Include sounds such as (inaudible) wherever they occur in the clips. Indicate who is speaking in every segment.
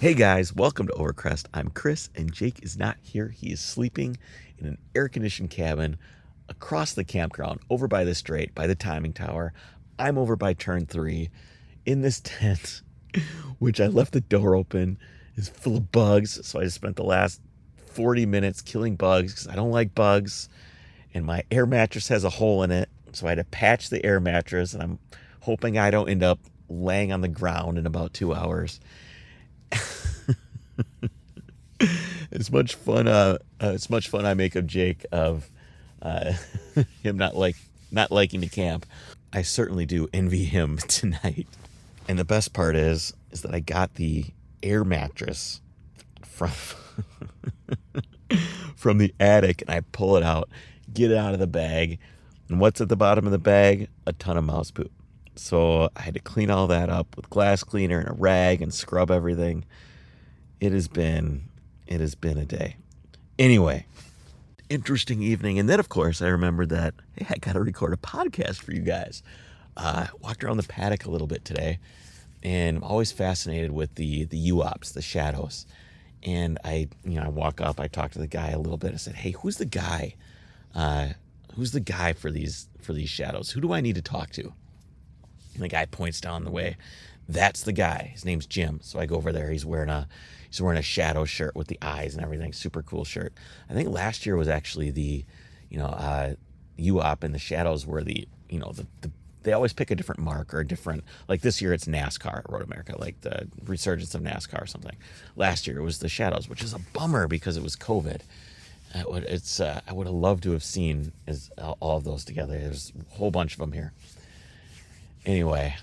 Speaker 1: Hey guys, welcome to Overcrest. I'm Chris, and Jake is not here. He is sleeping in an air conditioned cabin across the campground over by the strait, by the timing tower. I'm over by turn three in this (laughs) tent, which I left the door open, is full of bugs. So I just spent the last 40 minutes killing bugs because I don't like bugs. And my air mattress has a hole in it. So I had to patch the air mattress, and I'm hoping I don't end up laying on the ground in about two hours. as much fun uh, uh as much fun I make of Jake of uh, (laughs) him not like not liking to camp, I certainly do envy him (laughs) tonight. And the best part is is that I got the air mattress from (laughs) from the attic and I pull it out, get it out of the bag, and what's at the bottom of the bag? A ton of mouse poop. So I had to clean all that up with glass cleaner and a rag and scrub everything it has been it has been a day anyway interesting evening and then of course i remembered that hey i gotta record a podcast for you guys uh walked around the paddock a little bit today and i'm always fascinated with the the uops the shadows and i you know i walk up i talk to the guy a little bit i said hey who's the guy uh who's the guy for these for these shadows who do i need to talk to and the guy points down the way. That's the guy. His name's Jim. So I go over there. He's wearing a he's wearing a shadow shirt with the eyes and everything. Super cool shirt. I think last year was actually the, you know, uh UOP and the shadows were the, you know, the, the they always pick a different mark or a different like this year it's NASCAR at Road America, like the resurgence of NASCAR or something. Last year it was the shadows, which is a bummer because it was COVID. I would, it's uh, I would have loved to have seen is all of those together. There's a whole bunch of them here anyway,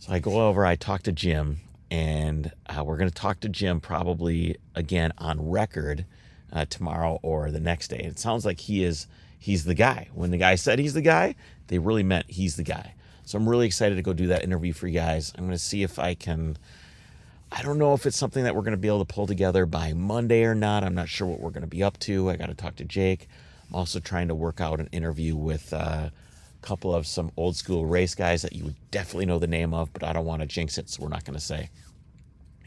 Speaker 1: so I go over, I talk to Jim, and uh, we're going to talk to Jim probably again on record uh, tomorrow or the next day. It sounds like he is he's the guy. When the guy said he's the guy, they really meant he's the guy. So I'm really excited to go do that interview for you guys. I'm going to see if I can. I don't know if it's something that we're going to be able to pull together by Monday or not. I'm not sure what we're going to be up to. I got to talk to Jake. I'm also trying to work out an interview with uh, a couple of some old school race guys that you would definitely know the name of, but I don't want to jinx it, so we're not going to say.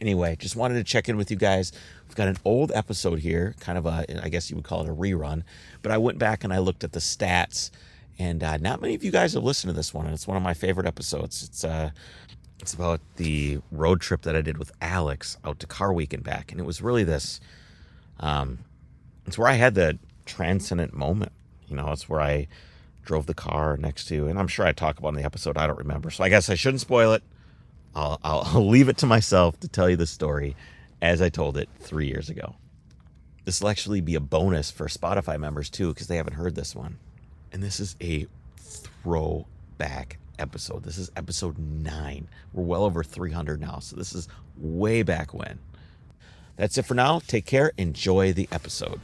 Speaker 1: Anyway, just wanted to check in with you guys. We've got an old episode here, kind of a, I guess you would call it a rerun, but I went back and I looked at the stats, and uh, not many of you guys have listened to this one, and it's one of my favorite episodes. It's uh, it's about the road trip that I did with Alex out to Car Week and back, and it was really this. Um, it's where I had the transcendent moment. You know, it's where I drove the car next to, and I'm sure I talk about it in the episode. I don't remember, so I guess I shouldn't spoil it. I'll, I'll, (laughs) I'll leave it to myself to tell you the story as I told it three years ago. This will actually be a bonus for Spotify members too, because they haven't heard this one. And this is a throwback episode. This is episode nine. We're well over 300 now, so this is way back when. That's it for now. Take care. Enjoy the episode.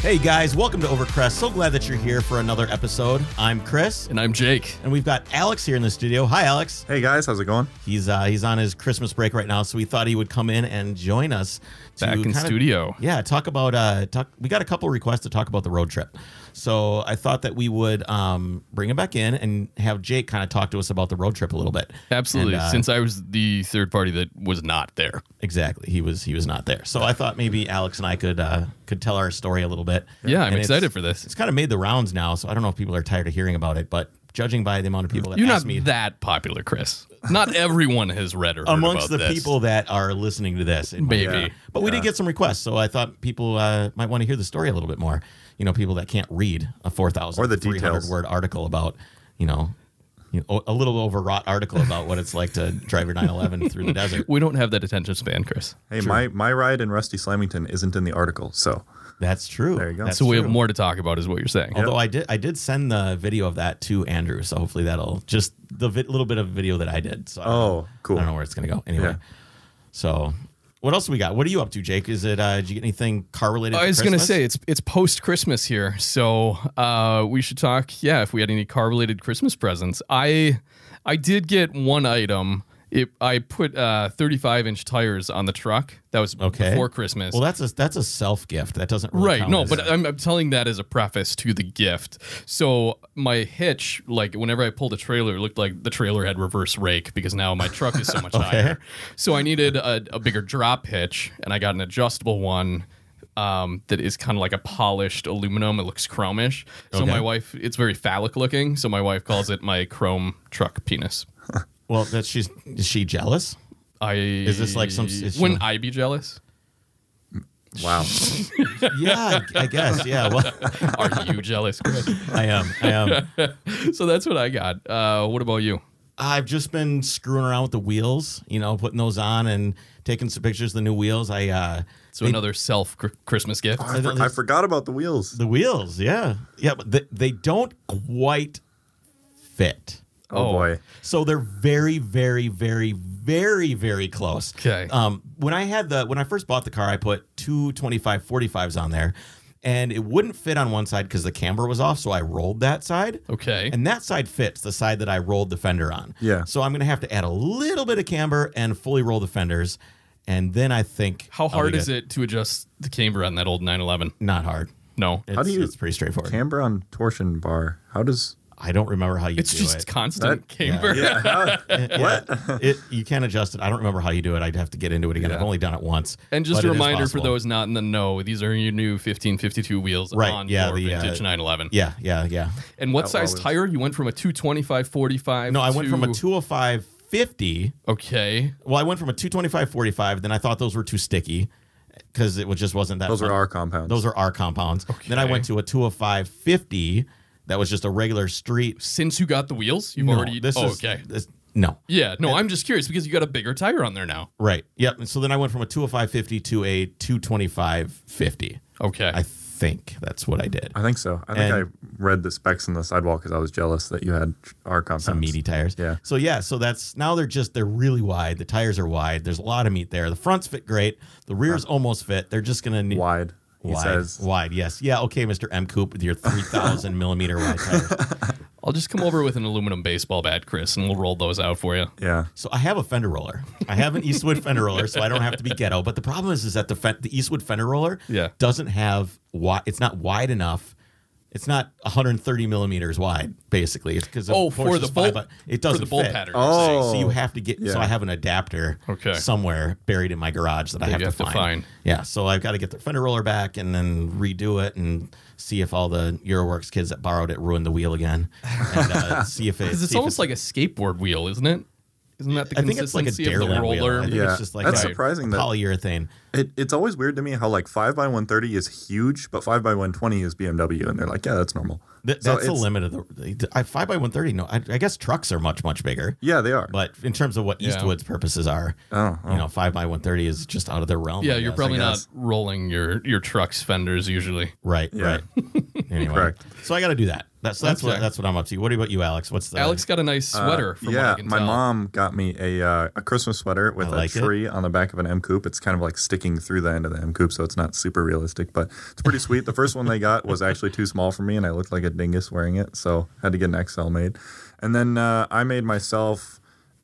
Speaker 1: Hey guys, welcome to Overcrest. So glad that you're here for another episode. I'm Chris,
Speaker 2: And I'm Jake.
Speaker 1: and we've got Alex here in the studio. Hi, Alex.
Speaker 3: Hey guys, how's it going?
Speaker 1: He's uh, he's on his Christmas break right now, so we thought he would come in and join us to
Speaker 2: Back in
Speaker 1: kind of-
Speaker 2: studio.
Speaker 1: Yeah, talk about uh, talk. We got a couple requests to talk about the road trip, so I thought that we would um, bring him back in and have Jake kind of talk to us about the road trip a little bit.
Speaker 2: Absolutely.
Speaker 1: And, uh,
Speaker 2: Since I was the third party that was not there.
Speaker 1: Exactly, he was he was not there, so I thought maybe Alex and I could uh, could tell our story a little bit.
Speaker 2: Yeah, I'm
Speaker 1: And it's-
Speaker 2: excited for this.
Speaker 1: It's kind of made the rounds now, so I don't know if people are tired of hearing about it, but judging by the amount of people that
Speaker 2: You're
Speaker 1: asked
Speaker 2: not
Speaker 1: me
Speaker 2: that popular, Chris.
Speaker 1: (laughs)
Speaker 2: Not everyone has read or heard
Speaker 1: amongst the
Speaker 2: about this.
Speaker 1: people that are listening to this. it might-
Speaker 2: Maybe.
Speaker 3: Yeah.
Speaker 1: But we did get some requests, so I thought people uh, might want to hear the story a little bit more. You know, people that can't read a four thousand
Speaker 3: Or the details.
Speaker 1: word article about, you know, you know, a little overwrought article about what it's like
Speaker 3: (laughs)
Speaker 1: to drive your 911 through the desert.
Speaker 2: We don't have that attention span, Chris.
Speaker 3: Hey, my my ride in Rusty Slamington isn't in the article, so
Speaker 1: That's true.
Speaker 3: There you go.
Speaker 1: That's
Speaker 2: so we
Speaker 1: true.
Speaker 2: have more to talk about, is what you're saying.
Speaker 1: Although I did, I did send the video of that to Andrew, so hopefully that'll just the vi- little bit of video that I did. So I don't
Speaker 3: Oh,
Speaker 1: know-
Speaker 3: cool.
Speaker 1: I don't know where it's gonna go anyway.
Speaker 3: Yeah.
Speaker 1: So, what else we got? What are you up to, Jake? Is it? Uh, did you get anything car related?
Speaker 2: I was going to say it's it's post Christmas here, so uh, we should talk. Yeah, if we had any car related Christmas presents, I I did get one item, It, I put uh, 35 inch tires on the truck. That was
Speaker 1: Okay.
Speaker 2: before Christmas.
Speaker 1: Well, that's a that's a self gift. That doesn't really
Speaker 2: Right.
Speaker 1: count
Speaker 2: No,
Speaker 1: as-
Speaker 2: but uh, I'm, I'm telling that as a preface to the gift. So my hitch, like whenever I pulled the trailer, it looked like the trailer had reverse rake because now my truck is
Speaker 1: (laughs)
Speaker 2: so much higher. So I needed a, a bigger drop hitch, and I got an adjustable one. Um, that is kind of like a polished aluminum. It looks chromish. So
Speaker 1: Okay.
Speaker 2: my wife, it's very phallic looking. So my wife calls it my chrome truck penis.
Speaker 1: well, that she's is she jealous?
Speaker 2: I is
Speaker 1: this like some- is she-
Speaker 2: Wouldn't I be
Speaker 1: (laughs)
Speaker 2: jealous?
Speaker 3: Wow.
Speaker 1: Yeah, I, I guess. Yeah. Well,
Speaker 2: Are you jealous? Chris?
Speaker 1: I am. I
Speaker 2: (laughs)
Speaker 1: am.
Speaker 2: so that's what I got. Uh, what about you?
Speaker 1: I've just been screwing around with the wheels, you know, putting those on and taking some pictures of the new wheels. I uh
Speaker 2: So another self cr- Christmas gift.
Speaker 3: I, for- I forgot about the wheels.
Speaker 1: the wheels, yeah. Yeah, but they, they don't quite fit.
Speaker 3: oh boy.
Speaker 1: So they're very, very, very, very, very close.
Speaker 2: Okay.
Speaker 1: Um, when I had the when I first bought the car, I put two 25 45s on there, and it wouldn't fit on one side because the camber was off. So I rolled that side.
Speaker 2: Okay.
Speaker 1: And that side fits the side that I rolled the fender on.
Speaker 3: Yeah.
Speaker 1: So I'm gonna have to add a little bit of camber and fully roll the fenders, and then I think
Speaker 2: How
Speaker 1: I'll
Speaker 2: hard
Speaker 1: be
Speaker 2: is
Speaker 1: good.
Speaker 2: it to adjust the camber on that old 911?
Speaker 1: Not hard.
Speaker 2: No.
Speaker 1: It's,
Speaker 3: do you-
Speaker 1: It's pretty straightforward.
Speaker 3: Camber on torsion bar. How does?
Speaker 1: I don't remember how you
Speaker 2: It's
Speaker 1: do
Speaker 2: just
Speaker 1: it.
Speaker 2: constant camber.
Speaker 3: Yeah. how- what? (laughs)
Speaker 1: it. You can adjust it. I don't remember how you do it. I'd have to get into it again. I've only done it once.
Speaker 2: And just
Speaker 1: but
Speaker 2: a
Speaker 1: it is
Speaker 2: reminder for
Speaker 1: possible.
Speaker 2: those not in the know, these are your new 1552 wheels
Speaker 1: Right,
Speaker 2: on
Speaker 1: yeah,
Speaker 2: your
Speaker 1: the, uh,
Speaker 2: vintage 911.
Speaker 1: Yeah, yeah, yeah.
Speaker 2: And what size
Speaker 3: always-
Speaker 2: tire? You went from a 225 45
Speaker 1: No, I went from a 205 50.
Speaker 2: Okay.
Speaker 1: Well, I went from a 225 45. Then I thought those were too sticky because it was, just wasn't that.
Speaker 3: Those are
Speaker 1: fun.
Speaker 3: our compounds.
Speaker 1: Those are our compounds. Then I went to a 205 50. That was just a regular street.
Speaker 2: Since you got the wheels, you've already
Speaker 1: this
Speaker 2: oh,
Speaker 1: is
Speaker 2: okay.
Speaker 1: this- no.
Speaker 2: Yeah, no, I'm just curious because you got a bigger tire on there now.
Speaker 1: Right. Yep. And so then I went from a 205 50 to a 225 50.
Speaker 2: Okay.
Speaker 1: I think that's what I did.
Speaker 3: I think so. I think
Speaker 1: And-
Speaker 3: I read the specs on the sidewall because I was jealous that you had our compounds.
Speaker 1: some meaty tires.
Speaker 3: Yeah.
Speaker 1: So yeah, so that's now they're just they're really wide. The tires are wide. There's a lot of meat there. The fronts fit great. The rears almost fit. They're just gonna need
Speaker 3: Wide. He
Speaker 1: wide,
Speaker 3: says.
Speaker 1: wide. Yes, yeah, okay, Mister M Coupe with your three
Speaker 3: (laughs)
Speaker 1: thousand millimeter wide tires.
Speaker 2: I'll just come over with an aluminum baseball bat, Chris, and we'll roll those out for you.
Speaker 3: Yeah.
Speaker 1: So I have a fender roller. I have an
Speaker 2: (laughs)
Speaker 1: Eastwood fender roller, so I don't have to be ghetto. But the problem is, is that the fen- the Eastwood fender roller
Speaker 2: Yeah.
Speaker 1: doesn't have wide. It's not wide enough. It's not 130 millimeters wide, basically. It's because
Speaker 2: Oh, for the bolt,
Speaker 1: it doesn't
Speaker 2: for the bolt
Speaker 1: fit.
Speaker 2: pattern.
Speaker 3: Oh.
Speaker 2: you're saying.
Speaker 1: So you have to get. So
Speaker 3: Yeah.
Speaker 1: I have an adapter
Speaker 2: Okay.
Speaker 1: somewhere buried in my garage that, I
Speaker 2: That
Speaker 1: have,
Speaker 2: you
Speaker 1: to,
Speaker 2: have to
Speaker 1: find.
Speaker 2: find.
Speaker 1: Yeah. So I've got to get the fender roller back and then redo it and see if all the Euroworks kids that borrowed it ruined the wheel again. And
Speaker 2: (laughs)
Speaker 1: uh, see if it,
Speaker 2: Because it's
Speaker 1: see if
Speaker 2: almost like a skateboard wheel, isn't it? Isn't that the
Speaker 1: I think it's like a
Speaker 2: consistency of the
Speaker 1: Dairyland wheel.
Speaker 2: roller?
Speaker 1: I think
Speaker 3: Yeah.
Speaker 1: it's just like
Speaker 3: That's
Speaker 1: a
Speaker 3: surprising that-
Speaker 1: polyurethane.
Speaker 3: It, it's always weird to me how like five by one thirty is huge, but five by one twenty is BMW, and they're like, yeah, that's normal.
Speaker 1: Th-
Speaker 3: So
Speaker 1: that's the
Speaker 3: it's-
Speaker 1: limit of the I, five by one thirty. No, I, I guess trucks are much much bigger.
Speaker 3: Yeah, they are.
Speaker 1: But in terms of what
Speaker 2: Yeah.
Speaker 1: Eastwood's purposes are,
Speaker 3: Oh,
Speaker 1: you know, five by one thirty is just out of their realm.
Speaker 2: Yeah,
Speaker 1: I
Speaker 2: you're
Speaker 1: guess.
Speaker 2: probably not
Speaker 3: guess.
Speaker 2: rolling your your truck's fenders usually.
Speaker 1: right.
Speaker 3: Yeah. (laughs)
Speaker 1: Right. anyway,
Speaker 3: Correct.
Speaker 1: so I got to do that. That's that's what
Speaker 2: Okay.
Speaker 1: that's what I'm up to. What about you, Alex? What's the
Speaker 2: Alex got a nice
Speaker 1: uh,
Speaker 2: sweater. from what
Speaker 3: yeah,
Speaker 2: I can
Speaker 3: my
Speaker 2: tell.
Speaker 3: mom got me a uh, a Christmas sweater with
Speaker 1: I like it.
Speaker 3: a tree on the back of an M coupe. It's kind of like sticking through the end of the M coupe, so it's not super realistic, but it's pretty sweet. The first one they got was actually too small for me, and I looked like a dingus wearing it, so had to get an XL made. And then uh, I made myself,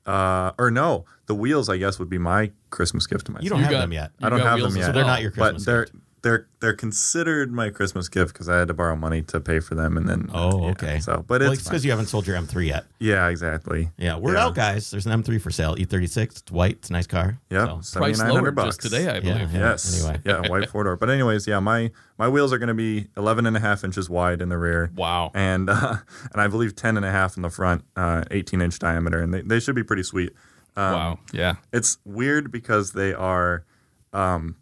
Speaker 3: uh, or no, the wheels I guess would be my Christmas gift to myself.
Speaker 1: You don't
Speaker 2: You
Speaker 1: have
Speaker 2: got-
Speaker 1: them yet.
Speaker 2: you
Speaker 3: I don't
Speaker 2: got
Speaker 3: have
Speaker 2: wheels
Speaker 3: them
Speaker 2: as
Speaker 1: So
Speaker 3: yet.
Speaker 1: they're not your Christmas.
Speaker 3: but they're
Speaker 1: gift.
Speaker 3: they're they're considered my Christmas gift because I had to borrow money to pay for them, and then
Speaker 1: Oh,
Speaker 3: yeah,
Speaker 1: okay.
Speaker 3: So, but
Speaker 1: Well,
Speaker 3: it's fine.
Speaker 1: because you haven't sold your M3 yet.
Speaker 3: yeah, exactly.
Speaker 1: Yeah, we're
Speaker 3: Yeah.
Speaker 1: out, guys. There's an M3 for sale. E36. It's white. It's a nice car. So,
Speaker 3: Yeah,
Speaker 2: price lower
Speaker 3: 7,900 bucks
Speaker 2: just today, I
Speaker 1: yeah,
Speaker 2: believe.
Speaker 1: yeah.
Speaker 3: Yes.
Speaker 1: Anyway.
Speaker 3: Yeah, white four door. But anyways, yeah, my my wheels are going to be 11 and a half inches wide in the rear.
Speaker 2: Wow.
Speaker 3: And uh, (laughs) and I believe 10 and a half in the front, uh, 18 inch diameter, and they, they should be pretty sweet.
Speaker 1: Um,
Speaker 2: wow. Yeah.
Speaker 3: It's weird because they are um,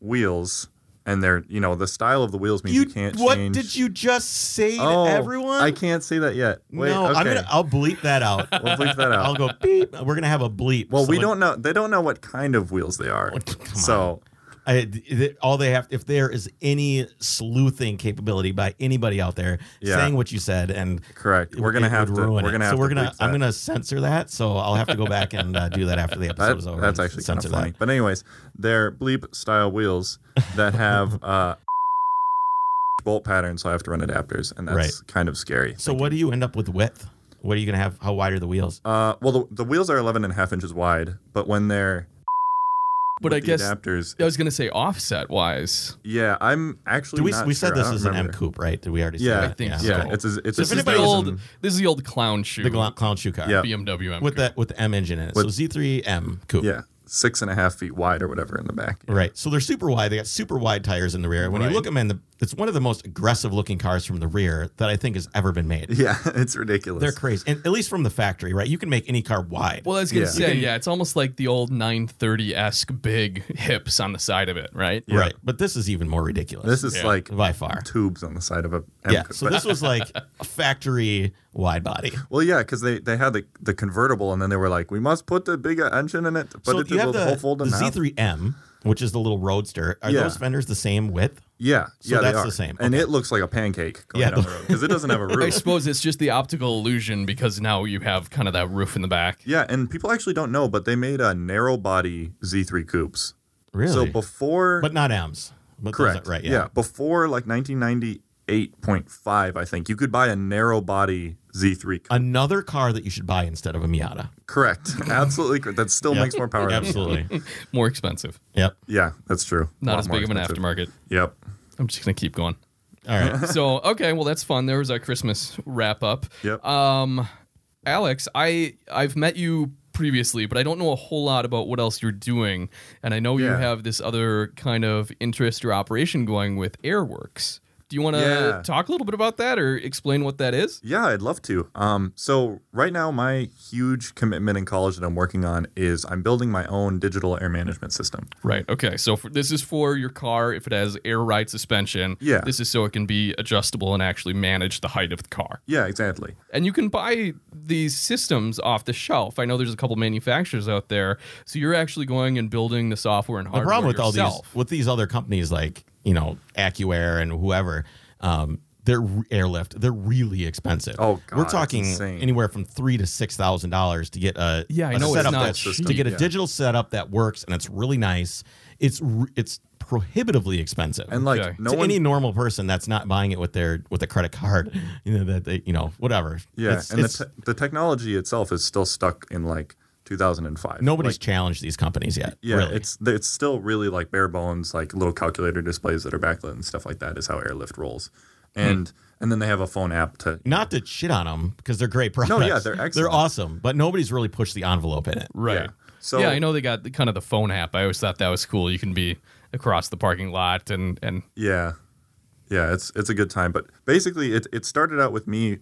Speaker 3: wheels, and they're you know the style of the wheels means you, can't
Speaker 1: what
Speaker 3: change.
Speaker 1: did you just say
Speaker 3: Oh,
Speaker 1: to everyone?
Speaker 3: I can't say that yet. Wait,
Speaker 1: no,
Speaker 3: okay.
Speaker 1: I'm gonna. I'll bleep that out.
Speaker 3: (laughs) we'll bleep that
Speaker 1: (laughs)
Speaker 3: out.
Speaker 1: I'll go beep. We're gonna have a bleep.
Speaker 3: well, we
Speaker 1: Someone-
Speaker 3: don't know. They don't know what kind of wheels they are.
Speaker 1: come
Speaker 3: so
Speaker 1: I, th- all they have, if there is any sleuthing capability by anybody out there
Speaker 3: Yeah.
Speaker 1: saying what you said, and
Speaker 3: correct,
Speaker 1: it-
Speaker 3: we're gonna
Speaker 1: it
Speaker 3: have
Speaker 1: would
Speaker 3: to.
Speaker 1: ruin
Speaker 3: We're
Speaker 1: it.
Speaker 3: gonna have
Speaker 1: so
Speaker 3: to
Speaker 1: we're gonna.
Speaker 3: bleep
Speaker 1: I'm
Speaker 3: that.
Speaker 1: gonna censor that. So I'll have to go back and uh, do that after the
Speaker 3: (laughs) That-
Speaker 1: episode's over.
Speaker 3: that's
Speaker 1: and
Speaker 3: actually kind of
Speaker 1: censor
Speaker 3: funny.
Speaker 1: that.
Speaker 3: But anyways, they're bleep style wheels
Speaker 1: (laughs)
Speaker 3: that have uh, bolt patterns, so I have to run adapters, and that's
Speaker 1: Right.
Speaker 3: kind of scary.
Speaker 1: So what do you end up with width? What are you going to have? How wide are the wheels?
Speaker 3: Uh, well, the, the wheels are 11 and a half inches wide, but when they're
Speaker 2: But
Speaker 3: with
Speaker 2: I
Speaker 3: the
Speaker 2: guess
Speaker 3: adapters,
Speaker 2: I was gonna say offset wise.
Speaker 3: yeah, I'm actually.
Speaker 1: Do we,
Speaker 3: not
Speaker 1: we said
Speaker 3: sure. I
Speaker 1: this
Speaker 3: don't
Speaker 1: is an M
Speaker 3: remember.
Speaker 1: coupe, right? Did we already say
Speaker 3: Yeah,
Speaker 1: that?
Speaker 2: I think so.
Speaker 3: Yeah, it's a, it's
Speaker 2: This
Speaker 3: a
Speaker 2: is the
Speaker 3: 2000
Speaker 2: old this is the old clown shoe.
Speaker 1: The gla- clown shoe car.
Speaker 3: Yeah.
Speaker 2: BMW M
Speaker 1: With the with the M engine in it. so Z3M coupe.
Speaker 3: Yeah, six and a half feet wide or whatever in the back.
Speaker 1: Right. So they're super wide. They got super wide tires in the rear. When you
Speaker 2: Right.
Speaker 1: look at them in the it's one of the most aggressive looking cars from the rear that I think has ever been
Speaker 3: (laughs)
Speaker 1: made.
Speaker 3: (laughs) Yeah, it's ridiculous.
Speaker 1: They're crazy. And at least from the factory, right? You can make any car wide.
Speaker 2: Well, I was gonna
Speaker 1: (laughs)
Speaker 3: Yeah.
Speaker 2: say, yeah, it's almost like the old 930 esque big hips on the side of it, right?
Speaker 1: Right. But this is even more ridiculous.
Speaker 3: this is
Speaker 2: Yeah.
Speaker 3: like
Speaker 1: by
Speaker 3: (laughs)
Speaker 1: far.
Speaker 3: tubes on the side of a. M
Speaker 1: Yeah.
Speaker 3: coupe,
Speaker 1: So
Speaker 3: but-
Speaker 1: this was
Speaker 3: (laughs)
Speaker 1: like a factory wide body.
Speaker 3: Well, yeah, because they, they had the, the convertible, and then they were like, we must put the bigger engine in it, but
Speaker 1: so
Speaker 3: it
Speaker 1: you
Speaker 3: will
Speaker 1: have
Speaker 3: the,
Speaker 1: the,
Speaker 3: whole fold
Speaker 1: the
Speaker 3: in half.
Speaker 1: Z3M, which is the little roadster. Are
Speaker 3: Yeah.
Speaker 1: those fenders the same width?
Speaker 3: Yeah,
Speaker 1: So
Speaker 3: yeah, they
Speaker 1: that's
Speaker 3: are.
Speaker 1: the same.
Speaker 3: and
Speaker 1: Okay.
Speaker 3: it looks like a pancake going
Speaker 1: Yeah,
Speaker 3: down
Speaker 1: the-
Speaker 3: the road because it
Speaker 1: (laughs)
Speaker 3: doesn't have a
Speaker 2: I
Speaker 3: roof.
Speaker 2: suppose it's just the optical illusion because now you have kind of that roof in the back.
Speaker 3: Yeah, and people actually don't know, but they made a narrow body Z3 coupes.
Speaker 1: Really?
Speaker 3: So before,
Speaker 1: but not M's. But those
Speaker 3: correct,
Speaker 1: are- right? Yeah.
Speaker 3: before like 1998.5, I think you could buy a narrow body Z3. coupe.
Speaker 1: Another car that you should buy instead of a Miata.
Speaker 3: (laughs) correct, absolutely correct. That still
Speaker 1: Yep.
Speaker 3: makes more power. than-
Speaker 1: Absolutely.
Speaker 2: More expensive,
Speaker 1: (laughs) yep.
Speaker 3: Yeah, that's true. A
Speaker 2: not
Speaker 3: lot
Speaker 2: as
Speaker 3: more
Speaker 2: big of an
Speaker 3: expensive.
Speaker 2: aftermarket.
Speaker 3: Yep.
Speaker 2: I'm just gonna keep going.
Speaker 1: All
Speaker 3: (laughs)
Speaker 1: right.
Speaker 2: so okay, well that's fun. There was our Christmas wrap up.
Speaker 3: Yep.
Speaker 2: Um, Alex, I I've met you previously, but I don't know a whole lot about what else you're doing, and I know you
Speaker 3: Yeah.
Speaker 2: have this other kind of interest or operation going with Airworks. Do you want to
Speaker 3: Yeah.
Speaker 2: talk a little bit about that or explain what that is?
Speaker 3: Yeah, I'd love to. Um, so right now, my huge commitment in college that I'm working on is I'm building my own digital air management system.
Speaker 2: Right. Okay. So for, this is for your car if it has air ride suspension.
Speaker 3: Yeah.
Speaker 2: This is so it can be adjustable and actually manage the height of the car.
Speaker 3: Yeah, exactly.
Speaker 2: And you can buy these systems off the shelf. I know there's a couple manufacturers out there. So you're actually going and building the software and
Speaker 1: the
Speaker 2: hardware
Speaker 1: problem with
Speaker 2: yourself.
Speaker 1: all these with these other companies like you know Accuair and whoever, um, they're re- airlift. They're really expensive.
Speaker 3: Oh, God,
Speaker 1: we're
Speaker 3: it's
Speaker 1: talking
Speaker 3: insane.
Speaker 1: anywhere from three to six thousand dollars to get a
Speaker 2: Yeah, I
Speaker 1: a
Speaker 2: know it's
Speaker 1: setup
Speaker 2: not
Speaker 1: that-
Speaker 2: cheap.
Speaker 1: to get a
Speaker 3: Yeah.
Speaker 1: digital setup that works and it's really nice. It's re- it's prohibitively expensive.
Speaker 3: And like
Speaker 2: Okay.
Speaker 3: no
Speaker 1: to
Speaker 3: one,
Speaker 1: any normal person that's not buying it with their with a credit card, (laughs) you know that they you know whatever.
Speaker 3: yeah,
Speaker 1: It's-
Speaker 3: and
Speaker 1: it's-
Speaker 3: the, te- the technology itself is still stuck in like 2005.
Speaker 1: nobody's
Speaker 3: Like,
Speaker 1: challenged these companies yet.
Speaker 3: yeah,
Speaker 1: really.
Speaker 3: it's it's still really like bare bones, like little calculator displays that are backlit and stuff like that. Is how Airlift rolls,
Speaker 1: Hmm.
Speaker 3: and and then they have a phone app to
Speaker 1: not to shit on them because they're great products.
Speaker 3: yeah, they're
Speaker 1: They're
Speaker 3: excellent.
Speaker 1: awesome, but nobody's really pushed the envelope in it.
Speaker 2: Right.
Speaker 3: Yeah. So-
Speaker 2: yeah, I know they got the, kind of the phone app. I always thought that was cool. You can be across the parking lot and and
Speaker 3: Yeah. Yeah, it's it's a good time. But basically it it started out with me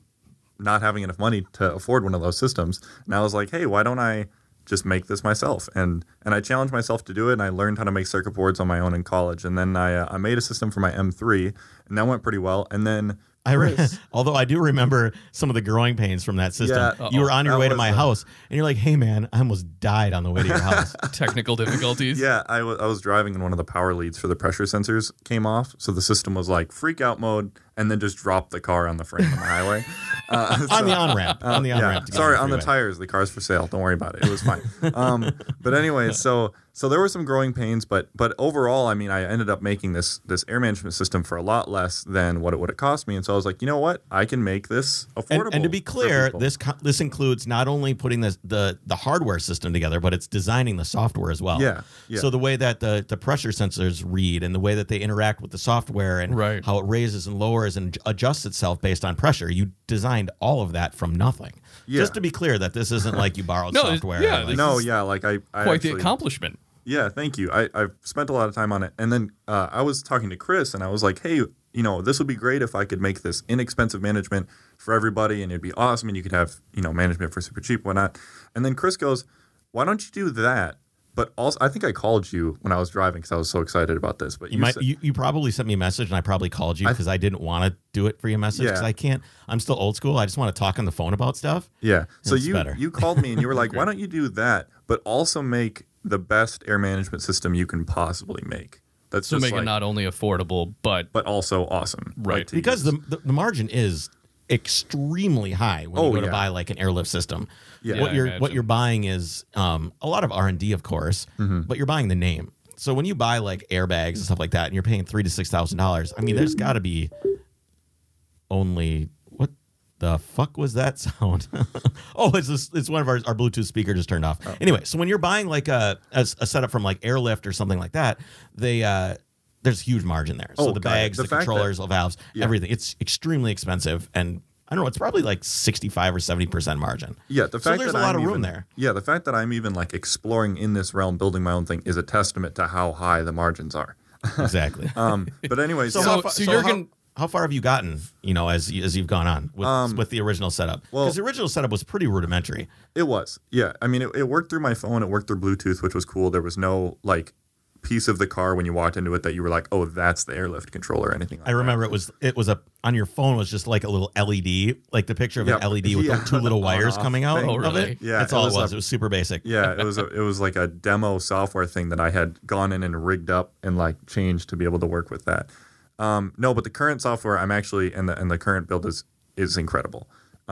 Speaker 3: not having enough money to afford one of those systems. And I was like, hey, why don't I just make this myself? And and I challenged myself to do it and I learned how to make circuit boards on my own in college. And then I uh, I made a system for my M3 and that went pretty well. And then
Speaker 1: I re- (laughs) although I do remember some of the growing pains from that system.
Speaker 3: Yeah,
Speaker 1: you were on your
Speaker 3: that
Speaker 1: way to
Speaker 3: was uh,
Speaker 1: my
Speaker 3: a-
Speaker 1: house, and you're like, "Hey, man, I almost died on the way to your
Speaker 3: (laughs)
Speaker 1: house."
Speaker 2: technical difficulties.
Speaker 3: Yeah, I wa- I was driving and one of the power leads for the pressure sensors came off. So the system was like freak out mode and then just dropped the car on the frame on the highway. (laughs) Uh,
Speaker 1: on the
Speaker 3: so-
Speaker 1: on ramp, on the on ramp.
Speaker 3: Sorry, on the tires. The car's for sale. Don't worry about it. It was fine.
Speaker 1: (laughs)
Speaker 3: um, but anyway, so so there were some growing pains, but but overall, I mean, I ended up making this this air management system for a lot less than what it would have cost me, and so I was like, you know what, I can make this affordable.
Speaker 1: And, and to be
Speaker 3: for
Speaker 1: clear,
Speaker 3: people.
Speaker 1: this co- this includes not only putting this, the the hardware system together, but it's designing the software as well.
Speaker 3: Yeah, yeah.
Speaker 1: So the way that the, the pressure sensors read and the way that they interact with the software and
Speaker 2: Right.
Speaker 1: how it raises and lowers and j- adjusts itself based on pressure, you designed all of that from nothing.
Speaker 3: Yeah.
Speaker 1: Just to be clear, that this isn't like you borrowed
Speaker 2: No, it-
Speaker 1: software.
Speaker 2: yeah,
Speaker 1: and,
Speaker 2: this
Speaker 1: like,
Speaker 3: (laughs) no,
Speaker 2: is
Speaker 3: yeah, like I, I
Speaker 2: Quite the
Speaker 3: actually-
Speaker 2: accomplishment.
Speaker 3: Yeah, thank you. I, I've spent a lot of time on it. And then uh, I was talking to Chris and I was like, hey, you know, this would be great if I could make this inexpensive management for everybody and it'd be awesome and you could have, you know, management for super cheap, whatnot. And then Chris goes, why don't you do that? But also, I think I called you when I was driving because I was so excited about this. But you,
Speaker 1: You, might,
Speaker 3: said-
Speaker 1: you, you probably sent me a message and I probably called you because I, didn't want to do it for your message because
Speaker 3: Yeah.
Speaker 1: I can't. I'm still old school. I just want to talk on the phone about stuff.
Speaker 3: Yeah. So
Speaker 1: That's
Speaker 3: you
Speaker 1: better.
Speaker 3: you called me and you were like, "Why don't you do that, but also make the best air management system you can possibly make?" That's
Speaker 2: So
Speaker 3: just
Speaker 2: make
Speaker 3: like,
Speaker 2: it not only affordable, but
Speaker 3: but also awesome, like,
Speaker 2: Right.
Speaker 3: to
Speaker 1: because the, the the margin is extremely high when you
Speaker 3: Oh,
Speaker 1: go to
Speaker 3: yeah.
Speaker 1: buy like an airlift system.
Speaker 3: Yeah.
Speaker 1: what
Speaker 2: Yeah, I
Speaker 1: you're what
Speaker 2: imagine.
Speaker 1: you're buying is um, a lot of R and D, of course,
Speaker 3: Mm-hmm.
Speaker 1: but you're buying the name. So when you buy like airbags and stuff like that, and you're paying three to six thousand dollars, I mean, there's got to be only what The fuck was that (laughs) sound? oh, it's this, it's one of our, our Bluetooth speaker just turned off.
Speaker 3: Oh.
Speaker 1: Anyway, so when you're buying like a, a s- a setup from like Airlift or something like that, they uh, there's huge margin there. So
Speaker 3: Oh,
Speaker 1: the
Speaker 3: God.
Speaker 1: bags,
Speaker 3: The
Speaker 1: the,
Speaker 3: fact that-
Speaker 1: controllers, the valves,
Speaker 3: Yeah.
Speaker 1: everything. It's extremely expensive, and I don't know. It's probably like 65 or 70 percent margin.
Speaker 3: Yeah, the
Speaker 1: So
Speaker 3: fact
Speaker 1: there's
Speaker 3: that
Speaker 1: a lot
Speaker 3: I'm
Speaker 1: of room
Speaker 3: even-
Speaker 1: there.
Speaker 3: Yeah, the fact that I'm even like exploring in this realm, building my own thing, is a testament to how high the margins are.
Speaker 1: exactly.
Speaker 3: (laughs)
Speaker 1: (laughs)
Speaker 3: Um, but anyways,
Speaker 1: So,
Speaker 3: yeah.
Speaker 1: how,
Speaker 2: So-
Speaker 1: fa-
Speaker 2: so
Speaker 1: so
Speaker 2: you're
Speaker 1: how-
Speaker 2: gonna-
Speaker 1: how far have you gotten? You know, as as you've gone on with with the original setup, because
Speaker 3: Um, well-
Speaker 1: the original setup was pretty rudimentary.
Speaker 3: It was. Yeah. I mean, it, it worked through my phone. It worked through Bluetooth, which was cool. There was no like piece of the car when you walked into it that you were like, oh, that's the airlift controller or anything like
Speaker 1: I remember it was it was a on your phone was just like a little LED, like the picture of
Speaker 3: Yeah,
Speaker 1: an LED with
Speaker 3: yeah.
Speaker 1: the two
Speaker 3: (laughs)
Speaker 1: little wires
Speaker 3: On-off
Speaker 1: coming out
Speaker 3: thing.
Speaker 2: Oh,
Speaker 1: of
Speaker 2: really?
Speaker 1: it.
Speaker 3: Yeah,
Speaker 1: that's
Speaker 3: it
Speaker 1: all it
Speaker 3: was
Speaker 1: was.
Speaker 3: a-
Speaker 1: it was super basic.
Speaker 3: yeah, it was a, it was like a demo software thing that I had gone in and rigged up and like changed to be able to work with that. Um, no, but the current software I'm actually and the and the current build is is incredible.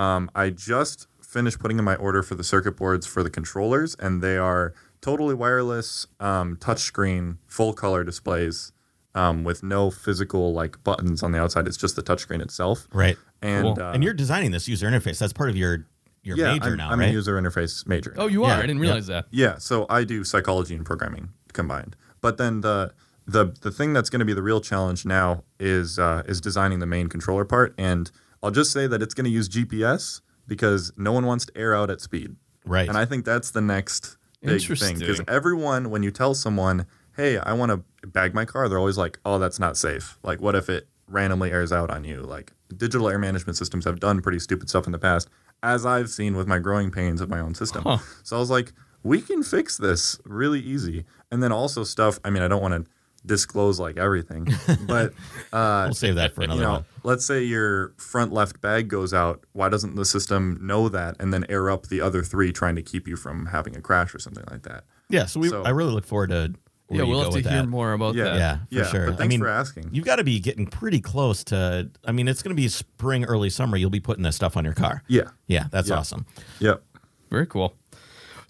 Speaker 3: Um, I just finished putting in my order for the circuit boards for the controllers, and they are totally wireless, um, touchscreen, full color displays um, with no physical like buttons on the outside. It's just the touchscreen itself.
Speaker 1: Right.
Speaker 3: And
Speaker 2: Cool.
Speaker 3: uh,
Speaker 1: and you're designing this user interface. That's part of your your
Speaker 3: yeah,
Speaker 1: major
Speaker 3: I'm,
Speaker 1: now,
Speaker 3: I'm
Speaker 1: right?
Speaker 3: a user interface major.
Speaker 2: Oh, you are.
Speaker 1: Yeah.
Speaker 2: I didn't realize that.
Speaker 3: Yeah, so I do psychology and programming combined. But then the the the thing that's going to be the real challenge now is uh, is designing the main controller part, and I'll just say that it's going to use GPS because no one wants to air out at speed,
Speaker 1: right.
Speaker 3: and I think that's the next big thing because
Speaker 2: Interesting.
Speaker 3: everyone when you tell someone, hey, I want to bag my car, they're always like, oh, that's not safe. Like, what if it randomly airs out on you? Like, digital air management systems have done pretty stupid stuff in the past, as I've seen with my growing pains of my own system.
Speaker 2: Huh.
Speaker 3: So I was like, we can fix this really easy. And then also stuff. I mean, I don't want to disclose like everything, but uh,
Speaker 1: we'll save that for another
Speaker 3: (laughs) you know,
Speaker 1: one.
Speaker 3: let's say your front left bag goes out. Why doesn't the system know that and then air up the other three, trying to keep you from having a crash or something like that?
Speaker 1: Yeah. So we
Speaker 3: so-
Speaker 1: I really look forward to where
Speaker 2: yeah,
Speaker 1: you
Speaker 2: we'll
Speaker 1: go
Speaker 2: have to
Speaker 1: with
Speaker 2: hear
Speaker 1: that.
Speaker 2: more about
Speaker 3: Yeah.
Speaker 2: that.
Speaker 1: Yeah, for
Speaker 3: yeah,
Speaker 1: sure.
Speaker 3: but
Speaker 1: I
Speaker 3: thanks
Speaker 1: mean,
Speaker 3: for asking.
Speaker 1: You've got to be getting pretty close to. I mean, it's going to be spring, early summer. You'll be putting this stuff on your car.
Speaker 3: yeah,
Speaker 1: Yeah, that's
Speaker 3: Yeah.
Speaker 1: awesome.
Speaker 3: yep.
Speaker 2: Very cool.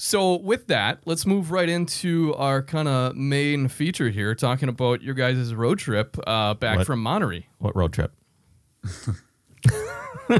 Speaker 2: So with that, let's move right into our kind of main feature here, talking about your guys' road trip uh, back
Speaker 1: What?
Speaker 2: from Monterey.
Speaker 1: What road trip? (laughs)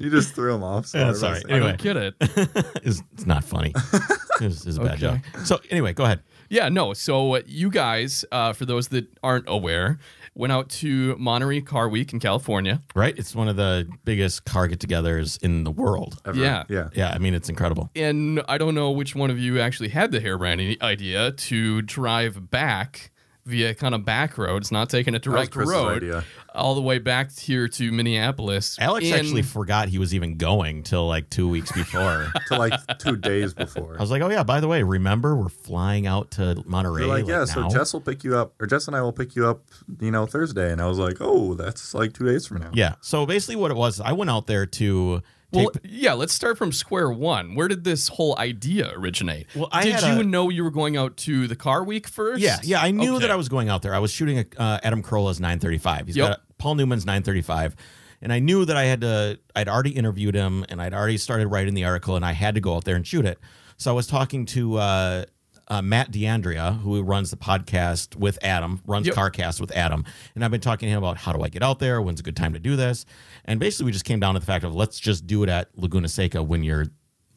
Speaker 3: You just threw him off. So
Speaker 1: Yeah,
Speaker 3: I was
Speaker 1: sorry.
Speaker 3: like,
Speaker 2: I
Speaker 1: Anyway.
Speaker 2: don't get it.
Speaker 1: (laughs) It's, it's not
Speaker 3: (laughs)
Speaker 1: funny. it was, it was a bad
Speaker 2: Okay.
Speaker 1: joke. So anyway, go ahead.
Speaker 2: Yeah, no. So uh, you guys, uh, for those that aren't aware, went out to Monterey Car Week in California.
Speaker 1: Right, it's one of the biggest car get-togethers in the world.
Speaker 3: ever.
Speaker 2: Yeah.
Speaker 3: Oh, yeah.
Speaker 1: Yeah, I mean, it's incredible.
Speaker 2: And I don't know which one of you actually had the harebrained idea to drive back via kind of back roads, not taking a direct
Speaker 3: Chris's
Speaker 2: road,
Speaker 3: idea.
Speaker 2: all the way back here to Minneapolis.
Speaker 1: Alex
Speaker 2: in-
Speaker 1: actually forgot he was even going till like two weeks
Speaker 3: (laughs)
Speaker 1: before.
Speaker 3: To like two days before.
Speaker 1: I was like, oh yeah, by the way, remember we're flying out to Monterey?
Speaker 3: They're like, yeah,
Speaker 1: now?
Speaker 3: so Jess will pick you up, or Jess and I will pick you up, you know, Thursday. And I was like, oh, that's like two days from now.
Speaker 1: Yeah. So basically, what it was, I went out there to take.
Speaker 2: Well, yeah, let's start from square one. Where did this whole idea originate?
Speaker 1: Well, I
Speaker 2: did
Speaker 1: had
Speaker 2: you
Speaker 1: a-
Speaker 2: know you were going out to the car week first?
Speaker 1: yeah, yeah. I knew
Speaker 2: Okay.
Speaker 1: that I was going out there. I was shooting a, uh, Adam Carolla's 935. He's
Speaker 2: Yep.
Speaker 1: got Paul Newman's 935, and I knew that I had to. I'd already interviewed him, and I'd already started writing the article, and I had to go out there and shoot it. So I was talking to uh, uh, Matt DeAndrea, who runs the podcast with Adam, runs
Speaker 2: Yep.
Speaker 1: CarCast with Adam, and I've been talking to him about how do I get out there, when's a good time to do this, and basically we just came down to the fact of let's just do it at Laguna Seca when you're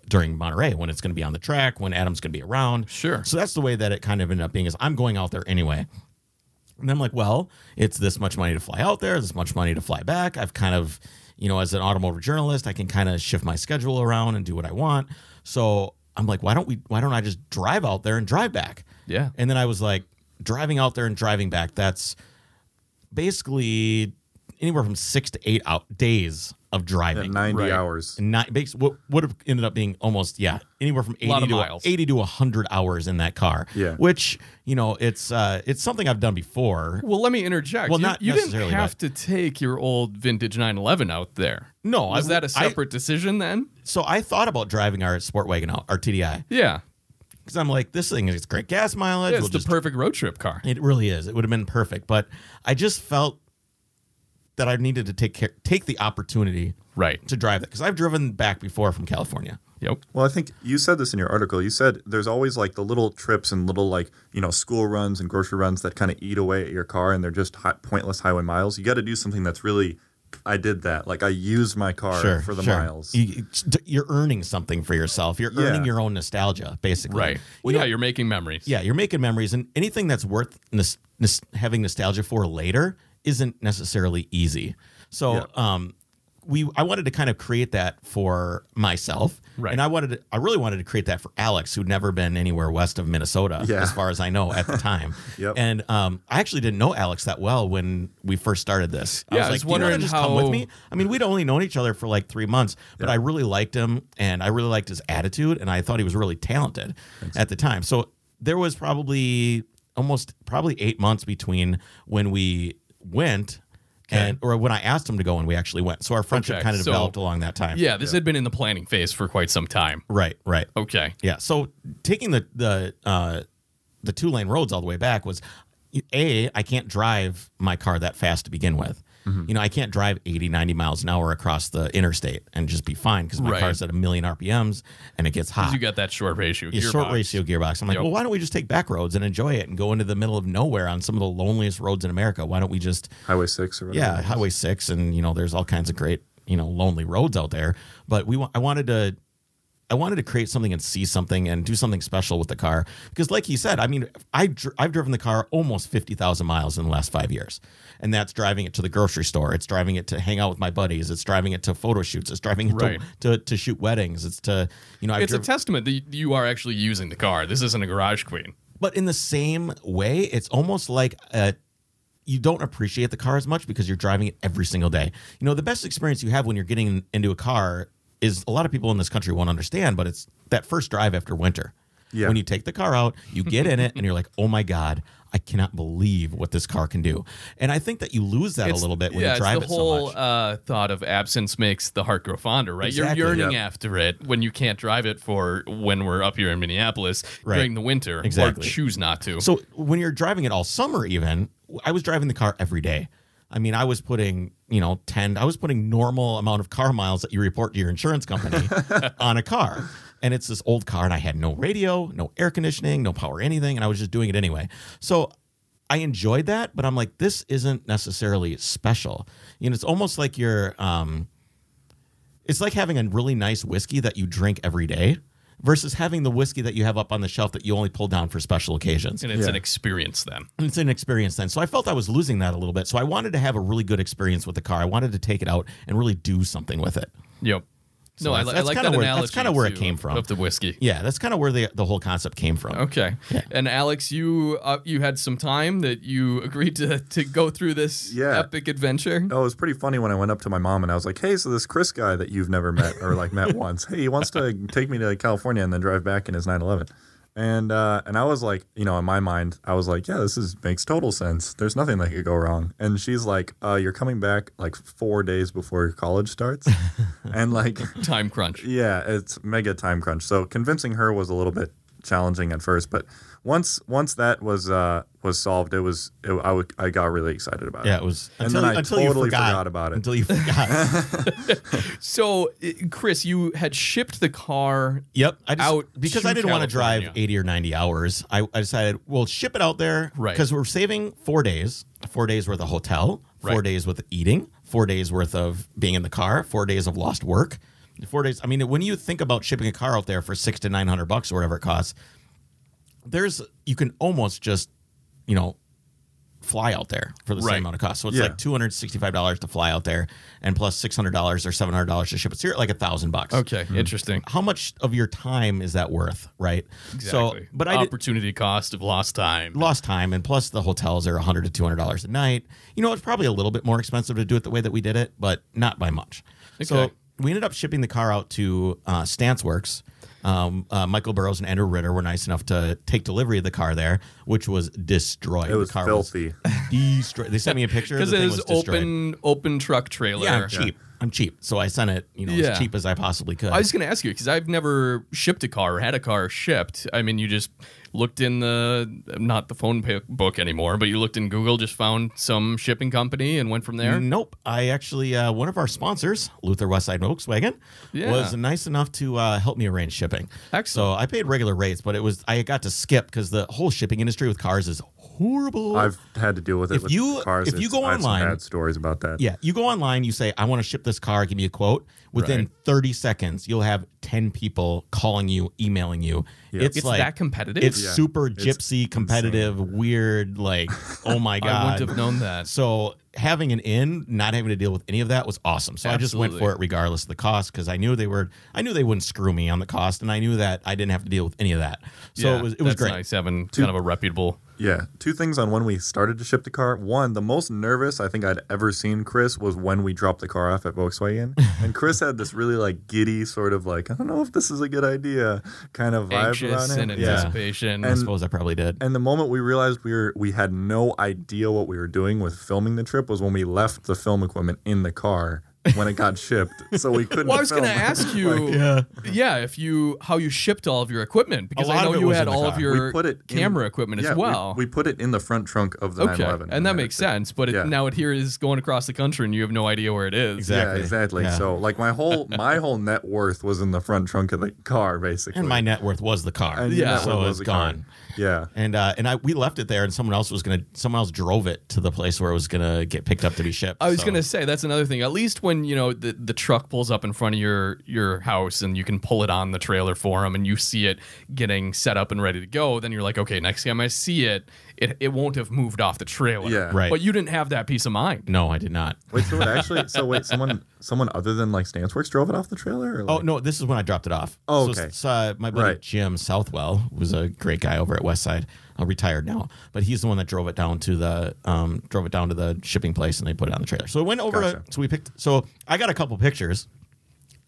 Speaker 1: during Monterey when it's going to be on the track, when Adam's going to be around.
Speaker 2: Sure.
Speaker 1: So that's the way that it kind of ended up being is I'm going out there anyway. And I'm like, well, it's this much money to fly out there, this much money to fly back. I've kind of, you know, as an automotive journalist, I can kind of shift my schedule around and do what I want. So I'm like, why don't we why don't I just drive out there and drive back?
Speaker 2: Yeah.
Speaker 1: And then I was like, driving out there and driving back, that's basically anywhere from six to eight out days of
Speaker 3: At
Speaker 1: driving.
Speaker 3: 90
Speaker 2: Right.
Speaker 3: hours.
Speaker 1: Not bas- what would have ended up being almost yeah anywhere from
Speaker 2: Lot
Speaker 1: eighty
Speaker 2: of
Speaker 1: to
Speaker 2: miles.
Speaker 1: eighty to hundred hours in that car.
Speaker 3: Yeah.
Speaker 1: which you know it's uh it's something I've done before.
Speaker 2: Well, let me interject.
Speaker 1: Well,
Speaker 2: you,
Speaker 1: not
Speaker 2: you didn't
Speaker 1: necessarily,
Speaker 2: have to take your old vintage 911 out there.
Speaker 1: No,
Speaker 2: was
Speaker 1: I-
Speaker 2: that
Speaker 1: I-
Speaker 2: a separate decision then?
Speaker 1: So I thought about driving our sport wagon out, our TDI,
Speaker 2: Yeah,
Speaker 1: because I'm like this thing is great gas mileage.
Speaker 2: Yeah, it's
Speaker 1: we'll
Speaker 2: the
Speaker 1: just-
Speaker 2: perfect road trip car.
Speaker 1: it really is. It would have been perfect, but I just felt that I needed to take care, take the opportunity
Speaker 2: Right.
Speaker 1: to drive it because I've driven back before from California.
Speaker 2: Yep.
Speaker 3: Well, I think you said this in your article. You said there's always like the little trips and little like you know school runs and grocery runs that kind of eat away at your car, and they're just hot, pointless highway miles. You got to do something that's really I did that. Like I used my car
Speaker 1: sure,
Speaker 3: for the
Speaker 1: sure.
Speaker 3: miles.
Speaker 1: You, you're earning something for yourself. You're
Speaker 3: Yeah.
Speaker 1: earning your own nostalgia, basically.
Speaker 2: Right.
Speaker 1: You
Speaker 2: Well,
Speaker 1: know,
Speaker 2: yeah, you're making memories.
Speaker 1: yeah, you're making memories, and anything that's worth nos- nos- having nostalgia for later isn't necessarily easy. So,
Speaker 3: Yeah.
Speaker 1: um, we I wanted to kind of create that for myself,
Speaker 2: Right.
Speaker 1: And I wanted to, I really wanted to create that for Alex, who'd never been anywhere west of Minnesota,
Speaker 3: Yeah.
Speaker 1: as far as I know
Speaker 2: (laughs)
Speaker 1: at the time.
Speaker 3: Yep.
Speaker 1: And um, I actually didn't know Alex that well when we first started this.
Speaker 2: Yeah, I
Speaker 1: was
Speaker 2: was
Speaker 1: like, "Do you wanna
Speaker 2: wondering
Speaker 1: just come with
Speaker 2: how-
Speaker 1: me. I mean, we'd only known each other for like three months, but I really liked him and I really liked his attitude and I thought he was really talented at the time. So there was probably almost probably eight months between when we went and or when I asked him to go and we actually went. So our friendship
Speaker 2: Okay,
Speaker 1: kind of
Speaker 2: so-
Speaker 1: developed along that time.
Speaker 2: Yeah, this had been in the planning phase for quite some time.
Speaker 1: Right, right.
Speaker 2: Okay.
Speaker 1: Yeah. So taking the the uh, the two lane roads all the way back was a I can't drive my car that fast to begin with.
Speaker 2: Mm-hmm.
Speaker 1: You know, I can't drive 80, 90 miles an hour across the interstate and just be fine because my
Speaker 2: Right.
Speaker 1: car's at a million RPMs and it gets hot.
Speaker 2: You got that short ratio.
Speaker 1: Ah. Yeah,
Speaker 2: gearbox.
Speaker 1: short ratio gearbox. I'm like,
Speaker 2: Yep.
Speaker 1: well, why don't we just take back roads and enjoy it and go into the middle of nowhere on some of the loneliest roads in America? Why don't we just
Speaker 3: Highway six or whatever.
Speaker 1: yeah, Highway Six, and you know, there's all kinds of great, you know, lonely roads out there. But we, wa- I wanted to, I wanted to create something and see something and do something special with the car because, like he said, I mean, I've dr- I've driven the car almost fifty thousand miles in the last five years, and that's driving it to the grocery store, it's driving it to hang out with my buddies, it's driving it to photo shoots, it's driving it
Speaker 2: Right.
Speaker 1: to, to to shoot weddings, it's to, you know, I've
Speaker 2: It's a
Speaker 1: driven-
Speaker 2: testament that you are actually using the car. This isn't a garage queen.
Speaker 1: but in the same way, it's almost like a you don't appreciate the car as much because you're driving it every single day. You know, the best experience you have when you're getting into a car is a lot of people in this country won't understand, but it's that first drive after winter.
Speaker 3: Yeah.
Speaker 1: When you take the car out, you get in it, and you're like, "Oh my god, I cannot believe what this car can do." And I think that you lose that a little bit when
Speaker 2: yeah,
Speaker 1: you drive
Speaker 2: it's the
Speaker 1: it
Speaker 2: whole
Speaker 1: so much.
Speaker 2: Uh, thought of absence makes the heart grow fonder, right?
Speaker 1: Exactly.
Speaker 2: You're yearning
Speaker 3: Yep.
Speaker 2: after it when you can't drive it for when we're up here in Minneapolis
Speaker 1: Right.
Speaker 2: during the winter,
Speaker 1: Exactly.
Speaker 2: or choose not to.
Speaker 1: So when you're driving it all summer, even I was driving the car every day. I mean, I was putting you know ten. I was putting normal amount of car miles that you report to your insurance company on a car, and it's this old car, and I had no radio, no air conditioning, no power, anything, and I was just doing it anyway. So. I enjoyed that, but I'm like, this isn't necessarily special. You know, it's almost like you're, um, it's like having a really nice whiskey that you drink every day versus having the whiskey that you have up on the shelf that you only pull down for special occasions.
Speaker 2: and it's
Speaker 3: Yeah.
Speaker 2: an experience then.
Speaker 1: And it's an experience then. So I felt I was losing that a little bit. So I wanted to have a really good experience with the car. I wanted to take it out and really do something with it.
Speaker 2: Yep.
Speaker 1: So
Speaker 2: no, I,
Speaker 1: that's-
Speaker 2: li- I
Speaker 1: that's
Speaker 2: like
Speaker 1: kinda
Speaker 2: that
Speaker 1: where- that's
Speaker 2: analogy.
Speaker 1: kinda where it
Speaker 2: too,
Speaker 1: came from.
Speaker 2: of the whiskey.
Speaker 1: Yeah, that's kind of where the, the whole concept came from.
Speaker 2: Okay. And Alex, you uh, you had some time that you agreed to to go through this
Speaker 3: Yeah.
Speaker 2: epic adventure.
Speaker 3: Oh, it was pretty funny when I went up to my mom and I was like, "Hey, so this Chris guy that you've never met or like met once, hey, he wants to take me to California and then drive back in his 911." And uh, and I was like, you know, in my mind, I was like, "Yeah, this is makes total sense. There's nothing that could go wrong." And she's like, uh, "You're coming back like four days before your college starts," and like
Speaker 2: Time crunch.
Speaker 3: yeah, it's mega time crunch. So convincing her was a little bit challenging at first, but once once that was uh, was solved, it was it, I, would, I got really excited about
Speaker 1: Yeah,
Speaker 3: it.
Speaker 1: it was
Speaker 3: And
Speaker 1: until,
Speaker 3: then
Speaker 1: you-
Speaker 3: I
Speaker 1: until you
Speaker 3: totally
Speaker 1: forgot,
Speaker 3: forgot about it.
Speaker 1: Until you
Speaker 3: (laughs)
Speaker 1: forgot.
Speaker 2: So, i- Chris, you had shipped the car.
Speaker 1: Yep. I just,
Speaker 2: Out
Speaker 1: because
Speaker 2: to
Speaker 1: I didn't want to drive
Speaker 2: California.
Speaker 1: 80 or 90 hours. I, I decided, well, ship it out there.
Speaker 2: Right.
Speaker 1: Because we're saving four days, four days worth of hotel, four
Speaker 2: Right.
Speaker 1: days worth of eating, four days worth of being in the car, four days of lost work, four days. I mean, when you think about shipping a car out there for six to 900 bucks or whatever it costs, there's, you can almost just, you know, fly out there for the
Speaker 2: Right.
Speaker 1: same amount of cost. So it's
Speaker 3: Yeah.
Speaker 1: like $265 to fly out there and plus $600 or $700 to ship it. So you're at like a thousand bucks
Speaker 2: Okay, interesting.
Speaker 1: how much of your time is that worth, right? So, but I did,
Speaker 2: opportunity cost of lost time.
Speaker 1: lost time, and plus the hotels are hundred to two hundred dollars a night. You know, it's probably a little bit more expensive to do it the way that we did it, but not by much. So
Speaker 2: Okay.
Speaker 1: we ended up shipping the car out to uh, Stance Works. Um, uh, Michael Burrows and Andrew Ritter were nice enough to take delivery of the car there, which was destroyed.
Speaker 3: It was
Speaker 1: the car
Speaker 3: filthy.
Speaker 1: (laughs) destroyed. They sent me a
Speaker 2: (laughs)
Speaker 1: picture.
Speaker 2: because
Speaker 1: the
Speaker 2: it
Speaker 1: thing
Speaker 2: is
Speaker 1: was destroyed.
Speaker 2: open open truck trailer.
Speaker 1: Yeah, I'm cheap. I'm cheap, so I sent it. You know,
Speaker 2: Yeah.
Speaker 1: as cheap as I possibly could.
Speaker 2: I was going to ask you because I've never shipped a car or had a car shipped. I mean, you just looked in the not the phone pa- book anymore, but you looked in Google, just found some shipping company, and went from there.
Speaker 1: Nope. I actually, uh, one of our sponsors, Luther Westside Volkswagen,
Speaker 2: Yeah.
Speaker 1: was nice enough to uh, help me arrange shipping.
Speaker 2: Excellent.
Speaker 1: So I paid regular rates, but it was I got to skip because the whole shipping industry with cars is horrible.
Speaker 3: I've had to deal with it
Speaker 1: If
Speaker 3: with
Speaker 1: you-
Speaker 3: cars.
Speaker 1: if you
Speaker 3: It's-
Speaker 1: go
Speaker 3: I have some
Speaker 1: online-
Speaker 3: bad stories about that.
Speaker 1: yeah, you go online, you say, I want to ship this car, give me a quote. Within
Speaker 2: Right.
Speaker 1: 30 seconds, you'll have 10 people calling you, emailing you. It's,
Speaker 2: It's
Speaker 1: like
Speaker 2: that competitive.
Speaker 1: It's
Speaker 3: Yeah.
Speaker 1: super
Speaker 3: It's
Speaker 1: gypsy, competitive, weird, like, oh my
Speaker 2: (laughs) I
Speaker 1: God.
Speaker 2: wouldn't have known that.
Speaker 1: So having an in, not having to deal with any of that was awesome. So I just went
Speaker 2: Absolutely.
Speaker 1: for it regardless of the cost because I knew they were I knew they wouldn't screw me on the cost and I knew that I didn't have to deal with any of that. So
Speaker 2: Yeah,
Speaker 1: it was it was
Speaker 2: that's
Speaker 1: great.
Speaker 2: Nice having kind of a reputable.
Speaker 3: Yeah. Two things on when we started to ship the car. One, the most nervous I think I'd ever seen Chris was when we dropped the car off
Speaker 1: (laughs)
Speaker 3: at Volkswagen. and Chris had this really like giddy sort of like, I don't know if this is a good idea kind of vibe
Speaker 2: anxious
Speaker 3: about it.
Speaker 2: and
Speaker 3: yeah.
Speaker 2: anticipation.
Speaker 1: I suppose I probably did.
Speaker 3: And the moment we realized we were we had no idea what we were doing with filming the trip was when we left the film equipment in the car when
Speaker 1: (laughs)
Speaker 3: it got shipped. So we couldn't
Speaker 2: well, I was
Speaker 3: film. (laughs)
Speaker 2: going to ask you, yeah. if you how you shipped all of your equipment because
Speaker 1: lot
Speaker 2: I
Speaker 1: of
Speaker 2: know
Speaker 1: it
Speaker 2: you
Speaker 1: was
Speaker 2: had
Speaker 1: in the
Speaker 2: all of
Speaker 1: car.
Speaker 2: your
Speaker 3: we put it in-
Speaker 2: camera equipment
Speaker 3: yeah,
Speaker 2: as
Speaker 3: we-
Speaker 2: well.
Speaker 3: We, put it in the front trunk of the
Speaker 2: okay,
Speaker 3: 911,
Speaker 2: and that makes
Speaker 3: sense.
Speaker 2: sense. But
Speaker 3: Yeah.
Speaker 2: it, now it here is going across the country, and you have no idea where it is.
Speaker 1: Exactly.
Speaker 3: Yeah, exactly.
Speaker 1: Yeah.
Speaker 3: So like my
Speaker 2: (laughs)
Speaker 3: whole my whole net worth was in the front trunk of the car, basically.
Speaker 1: And my net worth was the car.
Speaker 3: And your
Speaker 2: yeah,
Speaker 3: net
Speaker 1: So
Speaker 3: worth
Speaker 1: it's
Speaker 3: was the car.
Speaker 1: gone.
Speaker 3: Yeah.
Speaker 1: And uh, and I we left it there and someone else was gonna someone else drove it to the place where it was gonna get picked up to be shipped.
Speaker 2: I was
Speaker 1: So-
Speaker 2: gonna say that's another thing. At least when you know the, the truck pulls up in front of your your house and you can pull it on the trailer for them and you see it getting set up and ready to go, then you're like, okay, next time I see it, it, it won't have moved off the trailer.
Speaker 3: Yeah.
Speaker 1: Right.
Speaker 2: But you didn't have that peace of mind.
Speaker 1: No, I did not.
Speaker 3: Wait, so it actually so wait, someone someone other than like Stanceworks drove it off the trailer? Or
Speaker 1: Oh
Speaker 3: like-
Speaker 1: no! This is when I dropped it off.
Speaker 3: Oh,
Speaker 1: So,
Speaker 3: okay.
Speaker 1: s- uh, my buddy
Speaker 3: Right.
Speaker 1: Jim Southwell was a great guy over at Westside. Uh, retired now, but he's the one that drove it down to the um, drove it down to the shipping place, and they put it on the trailer. So it went over.
Speaker 3: Gotcha.
Speaker 1: so we picked. So I got a couple pictures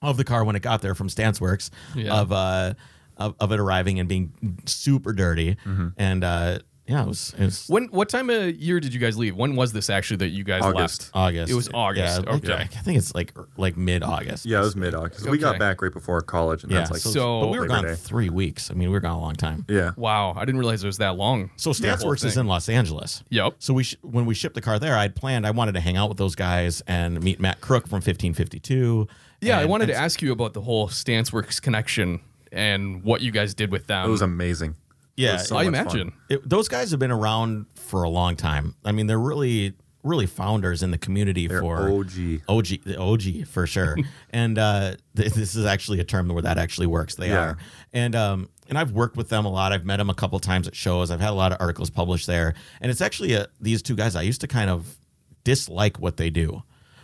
Speaker 1: of the car when it got there from Stanceworks
Speaker 2: Yeah.
Speaker 1: of uh of, of it arriving and being super dirty,
Speaker 3: Mm-hmm.
Speaker 1: and uh, yeah, it was, it was
Speaker 2: When what time of year did you guys leave? When was this actually that you guys
Speaker 3: August.
Speaker 2: left?
Speaker 1: August.
Speaker 2: It was August.
Speaker 1: Yeah, like-
Speaker 2: Okay.
Speaker 1: I think it's like like mid August.
Speaker 3: Yeah, it was mid August. We got
Speaker 2: Okay.
Speaker 3: back right before college and
Speaker 1: Yeah.
Speaker 3: that's like
Speaker 2: so-
Speaker 1: but we were
Speaker 3: Labor
Speaker 1: gone
Speaker 3: Day.
Speaker 1: three weeks. I mean, we were gone a long time.
Speaker 3: Yeah.
Speaker 2: Wow, I didn't realize it was that long.
Speaker 1: So Stanceworks is in Los Angeles.
Speaker 2: Yep.
Speaker 1: So we sh- when we shipped the car there, I'd planned I wanted to hang out with those guys and meet Matt Crook from 1552.
Speaker 2: Yeah, I
Speaker 1: And-
Speaker 2: wanted
Speaker 1: and
Speaker 2: to ask you about the whole Stanceworks connection and what you guys did with them.
Speaker 3: It was amazing.
Speaker 1: Yeah,
Speaker 3: It was so
Speaker 2: I
Speaker 3: much
Speaker 2: imagine.
Speaker 3: fun.
Speaker 1: it- those guys have been around for a long time. I mean, they're really really founders in the community for
Speaker 3: OG.
Speaker 1: OG, the OG for sure. and uh, th- this is actually a term where that actually works. They
Speaker 3: Yeah.
Speaker 1: are. And um, and I've worked with them a lot. I've met them a couple times at shows. I've had a lot of articles published there. And it's actually a, these two guys I used to kind of dislike what they do.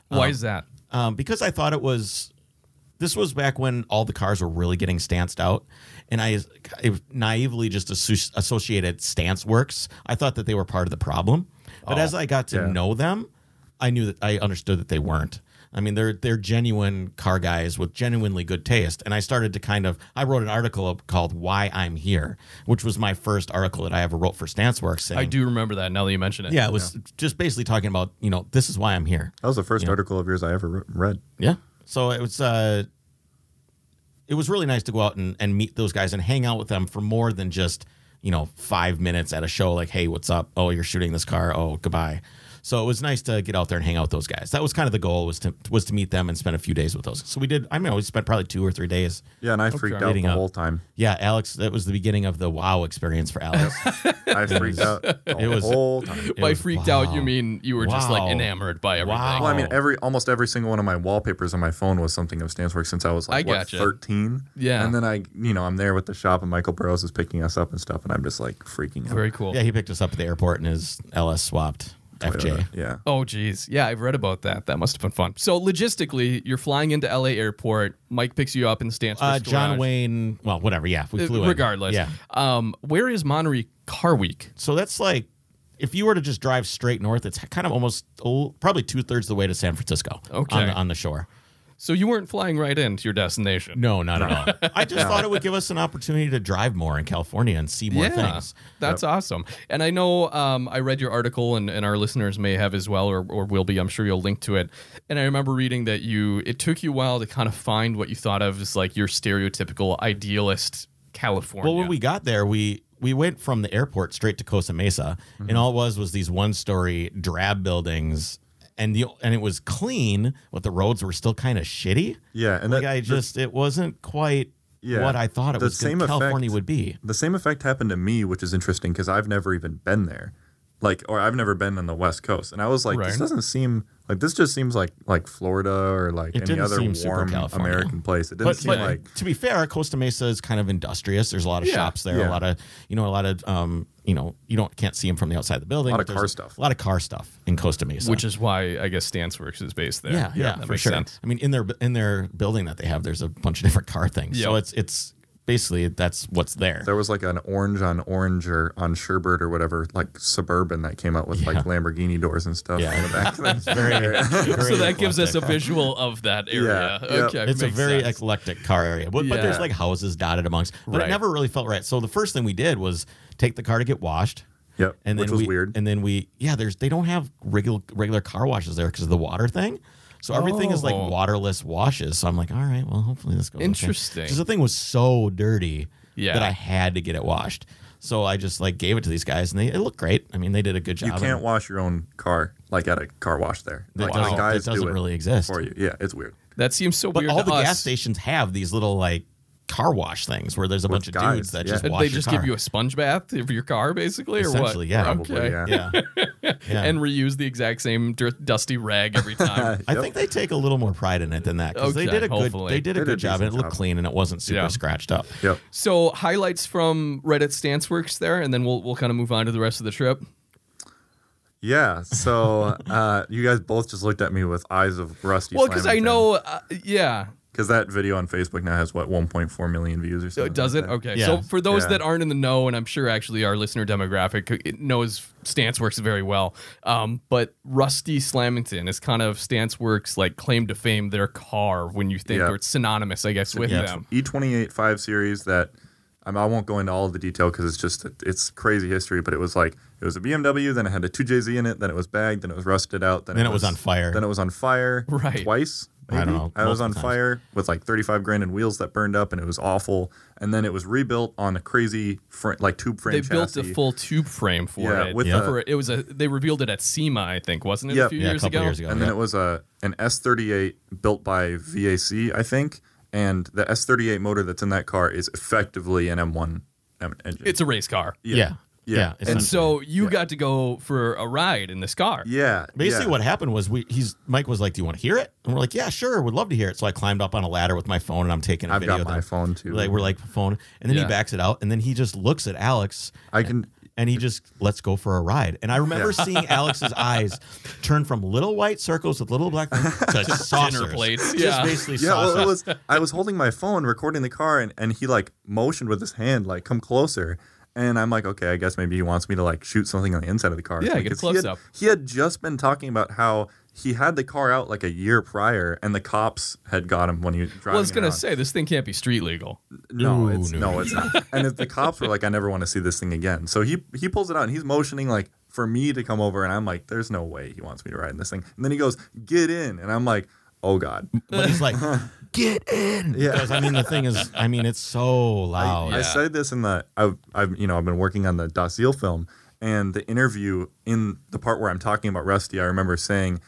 Speaker 2: Why is that?
Speaker 1: um, because I thought it was. This was back when all the cars were really getting stanced out, and I, I naively just associ- associated stance works. I thought that they were part of the problem, but as I got to
Speaker 3: yeah.
Speaker 1: know them, I knew that I understood that they weren't. I mean, they're they're genuine car guys with genuinely good taste, and I started to kind of. I wrote an article up called "Why I'm Here," which was my first article that I ever wrote for Stance Works. Saying,
Speaker 2: I do remember that now that you mention it.
Speaker 1: Yeah, it was just basically talking about you know this is why I'm here.
Speaker 3: That was the first article of yours I ever re- read.
Speaker 1: Yeah. So it was uh it was really nice to go out and, and meet those guys and hang out with them for more than just, you know, five minutes at a show like, hey, what's up? Oh, you're shooting this car. Oh, goodbye. So it was nice to get out there and hang out with those guys. That was kind of the goal was to was to meet them and spend a few days with those. So we did I mean, we spent probably two or three days.
Speaker 3: Yeah, and I freaked out the
Speaker 1: Reading up.
Speaker 3: whole time.
Speaker 1: Yeah, Alex, that was the beginning of the wow experience for
Speaker 2: (laughs)
Speaker 1: Alex. (laughs)
Speaker 3: I freaked out the
Speaker 1: It was-
Speaker 3: whole time.
Speaker 2: By
Speaker 1: was-
Speaker 2: freaked
Speaker 1: wow.
Speaker 2: out, you mean you were just
Speaker 1: Wow.
Speaker 2: like enamored by everything.
Speaker 1: Wow.
Speaker 3: Well, I mean,
Speaker 1: Oh.
Speaker 3: every almost every single one of my wallpapers on my phone was something of Stan's work since I was like
Speaker 2: I
Speaker 3: what,
Speaker 2: gotcha.
Speaker 3: thirteen.
Speaker 2: Yeah.
Speaker 3: and then I, you know, I'm there with the shop, and Michael Burrows is picking us up and stuff, and I'm just like freaking out.
Speaker 2: Very cool.
Speaker 1: yeah, he picked us up at the airport in his LS swapped FJ.
Speaker 3: Yeah,
Speaker 2: Oh, geez. Yeah, I've read about that. That must have been fun. So, logistically, you're flying into LA airport. Mike picks you up in Stanford.
Speaker 1: Uh, John Wayne, well, whatever. Yeah, we flew in.
Speaker 2: Uh, Regardless.
Speaker 1: Yeah.
Speaker 2: Um, where is Monterey Car Week?
Speaker 1: So that's like if you were to just drive straight north, it's kind of almost oh, probably two thirds of the way to San Francisco.
Speaker 2: Okay.
Speaker 1: On the, on the shore.
Speaker 2: So, you weren't flying right into your destination.
Speaker 1: No, not at all. (laughs) I just thought it would give us an opportunity to drive more in California and see more
Speaker 2: yeah,
Speaker 1: things.
Speaker 2: that's awesome. And I know um, I read your article, and, and our listeners may have as well, or, or will be. I'm sure you'll link to it. And I remember reading that you it took you a while to kind of find what you thought of as like your stereotypical idealist California.
Speaker 1: Well, when we got there, we we went from the airport straight to Cosa Mesa,
Speaker 3: Mm-hmm.
Speaker 1: and all it was was these one story drab buildings. And the and it was clean, but the roads were still kind of shitty.
Speaker 3: yeah, and
Speaker 1: Like
Speaker 3: that,
Speaker 1: I just, it wasn't quite
Speaker 3: Yeah.
Speaker 1: what I thought it
Speaker 3: The
Speaker 1: was. gonna-
Speaker 3: same effect-
Speaker 1: California would be.
Speaker 3: the same effect happened to me, which is interesting because I've never even been there. like or I've never been on the West Coast, and I was like, this
Speaker 2: Right.
Speaker 3: doesn't seem like this. Just seems like like Florida or like
Speaker 1: It
Speaker 3: any
Speaker 1: didn't
Speaker 3: other
Speaker 1: seem super
Speaker 3: warm
Speaker 1: California.
Speaker 3: American place. It didn't
Speaker 1: But,
Speaker 3: seem
Speaker 1: but
Speaker 3: like
Speaker 1: to be fair, Costa Mesa is kind of industrious. There's a lot of
Speaker 2: Yeah,
Speaker 1: shops there, a
Speaker 3: yeah.
Speaker 1: lot of you know, a lot of um, you know, you don't can't see them from the outside of the building.
Speaker 3: A lot
Speaker 1: but
Speaker 3: of
Speaker 1: there's
Speaker 3: car stuff.
Speaker 1: A lot of car stuff in Costa Mesa,
Speaker 2: which is why I guess Stanceworks is based there.
Speaker 1: yeah, yeah,
Speaker 2: that
Speaker 1: for
Speaker 2: makes
Speaker 1: sure.
Speaker 2: sense.
Speaker 1: I mean, in their in their building that they have, there's a bunch of (laughs) different car things. So
Speaker 2: Yeah.
Speaker 1: it's it's basically that's what's there.
Speaker 3: there was like an orange on orange or on sherbert or whatever like suburban that came out with like Lamborghini doors and stuff.
Speaker 1: Yeah.
Speaker 3: in the back.
Speaker 2: So that gives us a visual of
Speaker 1: (laughs)
Speaker 2: that area.
Speaker 3: Yeah, yeah.
Speaker 2: Okay,
Speaker 1: it's a
Speaker 2: makes
Speaker 1: very
Speaker 2: sense.
Speaker 1: eclectic car area, but, but there's
Speaker 2: Yeah.
Speaker 1: like houses dotted amongst. But
Speaker 2: Right.
Speaker 1: it never really felt right. So the first thing we did was take the car to get washed.
Speaker 3: Yep,
Speaker 1: and
Speaker 3: which
Speaker 1: then
Speaker 3: was
Speaker 1: we,
Speaker 3: weird.
Speaker 1: And then we, yeah, there's they don't have regular regular car washes there because of the water thing. So everything is like
Speaker 2: Oh.
Speaker 1: waterless washes. So I'm like, all right, well, hopefully this goes okay."
Speaker 2: Interesting.
Speaker 1: 'Cause the thing was so dirty
Speaker 2: Yeah.
Speaker 1: that I had to get it washed. So I just like gave it to these guys, and they it looked great. I mean, they did a good job.
Speaker 3: you can't wash your own car like at a car wash there.
Speaker 1: That
Speaker 3: Like,
Speaker 1: doesn't-
Speaker 3: the guys
Speaker 1: that doesn't
Speaker 3: do it
Speaker 1: really exist.
Speaker 3: for you. Yeah, it's weird.
Speaker 2: That seems so
Speaker 1: but
Speaker 2: weird.
Speaker 1: all
Speaker 2: to
Speaker 1: the
Speaker 2: us.
Speaker 1: gas stations have these little like car wash things where there's a bunch of
Speaker 3: guys,
Speaker 1: dudes that
Speaker 3: yeah.
Speaker 1: just
Speaker 2: And
Speaker 1: wash
Speaker 2: they
Speaker 1: your
Speaker 2: just
Speaker 1: car.
Speaker 2: give you a sponge bath for your car, basically, or what?
Speaker 1: Essentially, yeah.
Speaker 3: Probably,
Speaker 2: Okay.
Speaker 3: yeah.
Speaker 1: (laughs)
Speaker 2: (laughs)
Speaker 1: yeah. yeah.
Speaker 2: And reuse the exact same dirt, dusty rag every
Speaker 3: (laughs)
Speaker 2: time.
Speaker 1: I think they take a little more pride in it than that because they
Speaker 2: Okay,
Speaker 1: did a good
Speaker 2: hopefully.
Speaker 1: they did a
Speaker 3: They did a
Speaker 1: good job and it
Speaker 3: decent
Speaker 1: looked
Speaker 3: job.
Speaker 1: clean and it wasn't super
Speaker 2: Yeah.
Speaker 1: scratched up.
Speaker 3: Yep.
Speaker 2: so highlights from Reddit Stanceworks there, and then we'll we'll kind of move on to the rest of the trip.
Speaker 3: Yeah. So uh, you guys both just looked at me with eyes of rusty.
Speaker 2: well, because I know, uh, yeah,
Speaker 3: because that video on Facebook now has what 1.4 million views or
Speaker 2: So
Speaker 3: something.
Speaker 2: it does
Speaker 3: like
Speaker 2: it?
Speaker 3: that.
Speaker 2: Okay.
Speaker 1: Yeah.
Speaker 2: So for those
Speaker 3: Yeah.
Speaker 2: that aren't in the know, and I'm sure actually our listener demographic uh, it knows Stance Works very well, um, but Rusty Slamington is kind of Stance Works like claim to fame. Their car, when you think,
Speaker 3: Yeah.
Speaker 2: or it's synonymous, I guess, with
Speaker 3: Yeah.
Speaker 2: them.
Speaker 3: E28 5 E series that I, mean, I won't go into all of the detail because it's just it's crazy history. But it was like it was a BMW, then it had a 2JZ in it, then it was bagged, then it was rusted out, then,
Speaker 1: Then it was on fire.
Speaker 3: then it was
Speaker 1: (laughs)
Speaker 3: on fire
Speaker 2: Right.
Speaker 3: twice.
Speaker 1: I don't
Speaker 3: maybe?
Speaker 1: know,
Speaker 3: I was
Speaker 1: multiple
Speaker 3: on
Speaker 1: times.
Speaker 3: fire with like 35 grand in wheels that burned up, and it was awful. And then it was rebuilt on a crazy fr- like tube frame.
Speaker 2: They built a
Speaker 3: chassis.
Speaker 2: full tube frame for
Speaker 3: Yeah,
Speaker 2: it.
Speaker 3: with
Speaker 2: Yeah.
Speaker 3: the-
Speaker 2: For it. it was a they revealed it at SEMA, I think, wasn't it?
Speaker 3: Yep.
Speaker 2: A few
Speaker 1: Yeah,
Speaker 2: years,
Speaker 1: a couple
Speaker 2: ago?
Speaker 1: years ago.
Speaker 3: and
Speaker 1: yeah.
Speaker 3: then it was a an S38 built by VAC, I think, and the S38 motor that's in that car is effectively an M1 em- engine.
Speaker 2: It's a race car,
Speaker 1: yeah. Yeah.
Speaker 3: Yeah.
Speaker 2: and
Speaker 1: essentially.
Speaker 2: so you got to go for a ride in this car.
Speaker 3: yeah,
Speaker 1: basically
Speaker 3: yeah.
Speaker 1: what happened was we he's Mike was like, Do you want to hear it? And we're like, Yeah, sure, would love to hear it. So I climbed up on a ladder with my phone and I'm taking a
Speaker 3: I've
Speaker 1: video.
Speaker 3: got
Speaker 1: of
Speaker 3: my
Speaker 1: them.
Speaker 3: phone too.
Speaker 1: Like we're like phone. And then
Speaker 2: Yeah.
Speaker 1: he backs it out and then he just looks at Alex
Speaker 3: I can.
Speaker 1: and he just let's go for a ride. And I remember seeing
Speaker 3: (laughs)
Speaker 1: Alex's eyes turn from little white circles with little black things to saucers.
Speaker 2: plates,
Speaker 1: Just
Speaker 2: yeah.
Speaker 1: basically
Speaker 3: Yeah, well, it
Speaker 1: saucers.
Speaker 3: was. I was holding my phone, recording the car, and, and he like motioned with his hand, like come closer. And I'm like, okay, I guess maybe he wants me to like shoot something on the inside of the car.
Speaker 2: Yeah,
Speaker 3: Like,
Speaker 2: get a
Speaker 3: 'cause he had-
Speaker 2: close-up.
Speaker 3: He had just been talking about how he had the car out like a year prior, and the cops had got him when he was driving.
Speaker 2: Well, I was gonna
Speaker 3: around.
Speaker 2: say this thing can't be street legal.
Speaker 3: No,
Speaker 1: Ooh,
Speaker 3: it's no, it's not. And if the cops were like, "I never want to see this thing again," so he he pulls it out and he's motioning like for me to come over, and I'm like, "There's no way he wants me to ride in this thing." And then he goes, "Get in," and I'm like, "Oh God."
Speaker 1: but he's like, get in.
Speaker 3: (laughs) Yeah.
Speaker 1: Because I mean, the thing is, I mean, it's so loud.
Speaker 3: I said this in the I've, I've you know I've been working on the Dossiel film and the interview in the part where I'm talking about Rusty. I remember saying.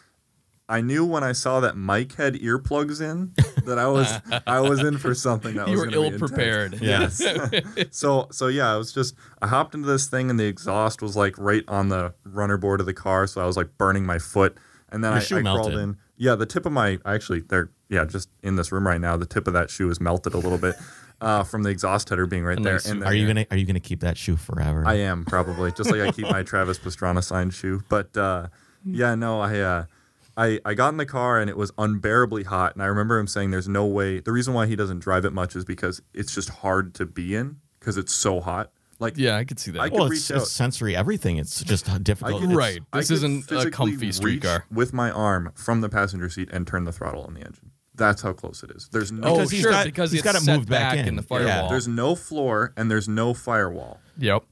Speaker 3: I knew when I saw that Mike had earplugs in that I was I was in for something that
Speaker 2: you
Speaker 3: was
Speaker 2: were
Speaker 3: gonna be
Speaker 2: ill
Speaker 3: intense.
Speaker 2: prepared.
Speaker 1: yes.
Speaker 3: So so yeah, I was just I hopped into this thing and the exhaust was like right on the runner board of the car, so I was like burning my foot. And then
Speaker 1: Your
Speaker 3: I,
Speaker 1: shoe
Speaker 3: I crawled
Speaker 1: melted.
Speaker 3: in. Yeah, the tip of my actually they're yeah, just in this room right now, the tip of that shoe is melted a little bit (laughs) uh, from the exhaust header being right there.
Speaker 2: nice
Speaker 3: And
Speaker 1: Are you gonna Are you gonna keep that shoe forever?
Speaker 3: I am probably just like I keep
Speaker 2: (laughs)
Speaker 3: my Travis Pastrana signed shoe. But uh, yeah, no, I uh, I I got in the car and it was unbearably hot. And I remember him saying, "There's no way." The reason why he doesn't drive it much is because it's just hard to be in because it's so hot.
Speaker 2: (laughs)
Speaker 3: Like
Speaker 2: Yeah, I could see that.
Speaker 3: I-
Speaker 1: well,
Speaker 3: could
Speaker 1: it's,
Speaker 3: reach out.
Speaker 1: it's sensory everything. It's just
Speaker 3: I
Speaker 1: difficult.
Speaker 3: could-
Speaker 1: It's-
Speaker 2: Right.
Speaker 3: I
Speaker 2: This
Speaker 3: could
Speaker 2: isn't a
Speaker 3: physically
Speaker 2: comfy street
Speaker 3: reach
Speaker 2: car.
Speaker 3: With my arm from the passenger seat and turn the throttle on the engine. That's how close it is. There's no
Speaker 2: oh,
Speaker 1: Because he's
Speaker 2: sure,
Speaker 1: got-
Speaker 2: because
Speaker 1: he's
Speaker 2: it's
Speaker 1: got it
Speaker 2: set
Speaker 1: moved back in.
Speaker 2: the
Speaker 1: Yeah.
Speaker 2: firewall.
Speaker 3: there's no floor and there's no firewall. (laughs)
Speaker 2: Yep.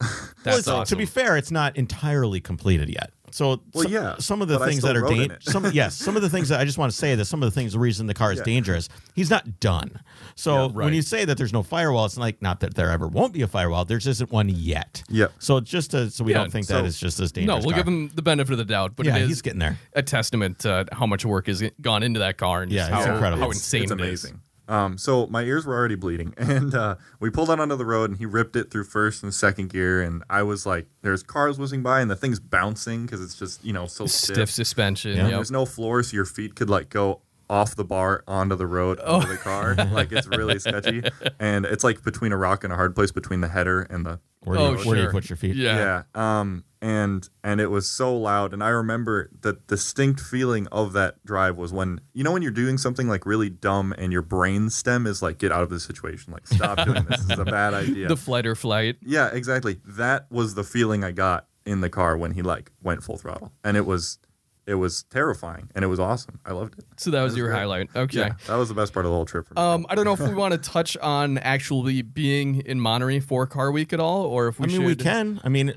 Speaker 1: Well,
Speaker 2: That's
Speaker 1: it's-
Speaker 2: awesome.
Speaker 1: To be fair, it's not entirely completed yet. So,
Speaker 3: Well,
Speaker 1: so-
Speaker 3: yeah,
Speaker 1: some of the
Speaker 3: but I
Speaker 1: things
Speaker 3: still
Speaker 1: that are
Speaker 3: rode in
Speaker 1: dan-
Speaker 3: it.
Speaker 1: some yes, some of the things that I just want to say that some of the things the reason the car is
Speaker 3: Yeah.
Speaker 1: dangerous, he's not done. So
Speaker 2: right.
Speaker 1: when you say that there's no firewall, it's like not that there ever won't be a firewall. There just isn't one yet.
Speaker 3: Yeah.
Speaker 1: So it's just to, so we
Speaker 2: Yeah,
Speaker 1: don't think
Speaker 3: so-
Speaker 1: that it's just as
Speaker 2: no,
Speaker 1: dangerous.
Speaker 2: we'll
Speaker 1: car.
Speaker 2: give him the benefit of the doubt, but
Speaker 1: Yeah,
Speaker 2: it is
Speaker 1: he's getting there.
Speaker 2: a testament to how much work has gone into that car and just
Speaker 1: Yeah, it's
Speaker 2: how,
Speaker 1: incredible.
Speaker 2: how
Speaker 1: It's-
Speaker 2: insane
Speaker 3: it's
Speaker 2: it is.
Speaker 3: amazing. Um, so my ears were already bleeding, (laughs) and uh, we pulled out onto the road, and he ripped it through first and second gear, and I was like, "There's cars whizzing by, and the thing's bouncing because it's just you know so stiff.
Speaker 2: Stiff suspension.
Speaker 1: Yeah.
Speaker 2: Yeah.
Speaker 3: And There's no floor, so your feet could like go off the bar onto the road onto the car. like it's really sketchy, and it's like between a rock and a hard place between the header and the
Speaker 1: Where, do you,
Speaker 2: Oh,
Speaker 1: where do you
Speaker 2: sure.
Speaker 1: put your feet?
Speaker 2: Yeah.
Speaker 3: yeah. Um, and and it was so loud, and I remember the distinct feeling of that drive was when you know when you're doing something like really dumb, and your brain stem is like, get out of this situation, like stop doing this, this is a bad idea.
Speaker 2: The flight or flight.
Speaker 3: yeah, exactly. That was the feeling I got in the car when he like went full throttle, and it was it was terrifying, and it was awesome. I loved it.
Speaker 2: So that was your
Speaker 3: great.
Speaker 2: highlight. Okay.
Speaker 3: Yeah, that was the best part of the whole trip. For me.
Speaker 2: Um, I don't know if we want to touch on actually being in Monterey for Car Week at all, or if we
Speaker 1: I mean,
Speaker 2: should.
Speaker 1: we can. I mean,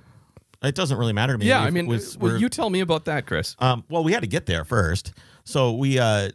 Speaker 1: it doesn't really matter to me.
Speaker 2: Yeah,
Speaker 1: If
Speaker 2: I
Speaker 1: it
Speaker 2: mean,
Speaker 1: was-
Speaker 2: well,
Speaker 1: we're-
Speaker 2: you tell me about that, Chris.
Speaker 1: Um, well, we had to get there first. So we, uh,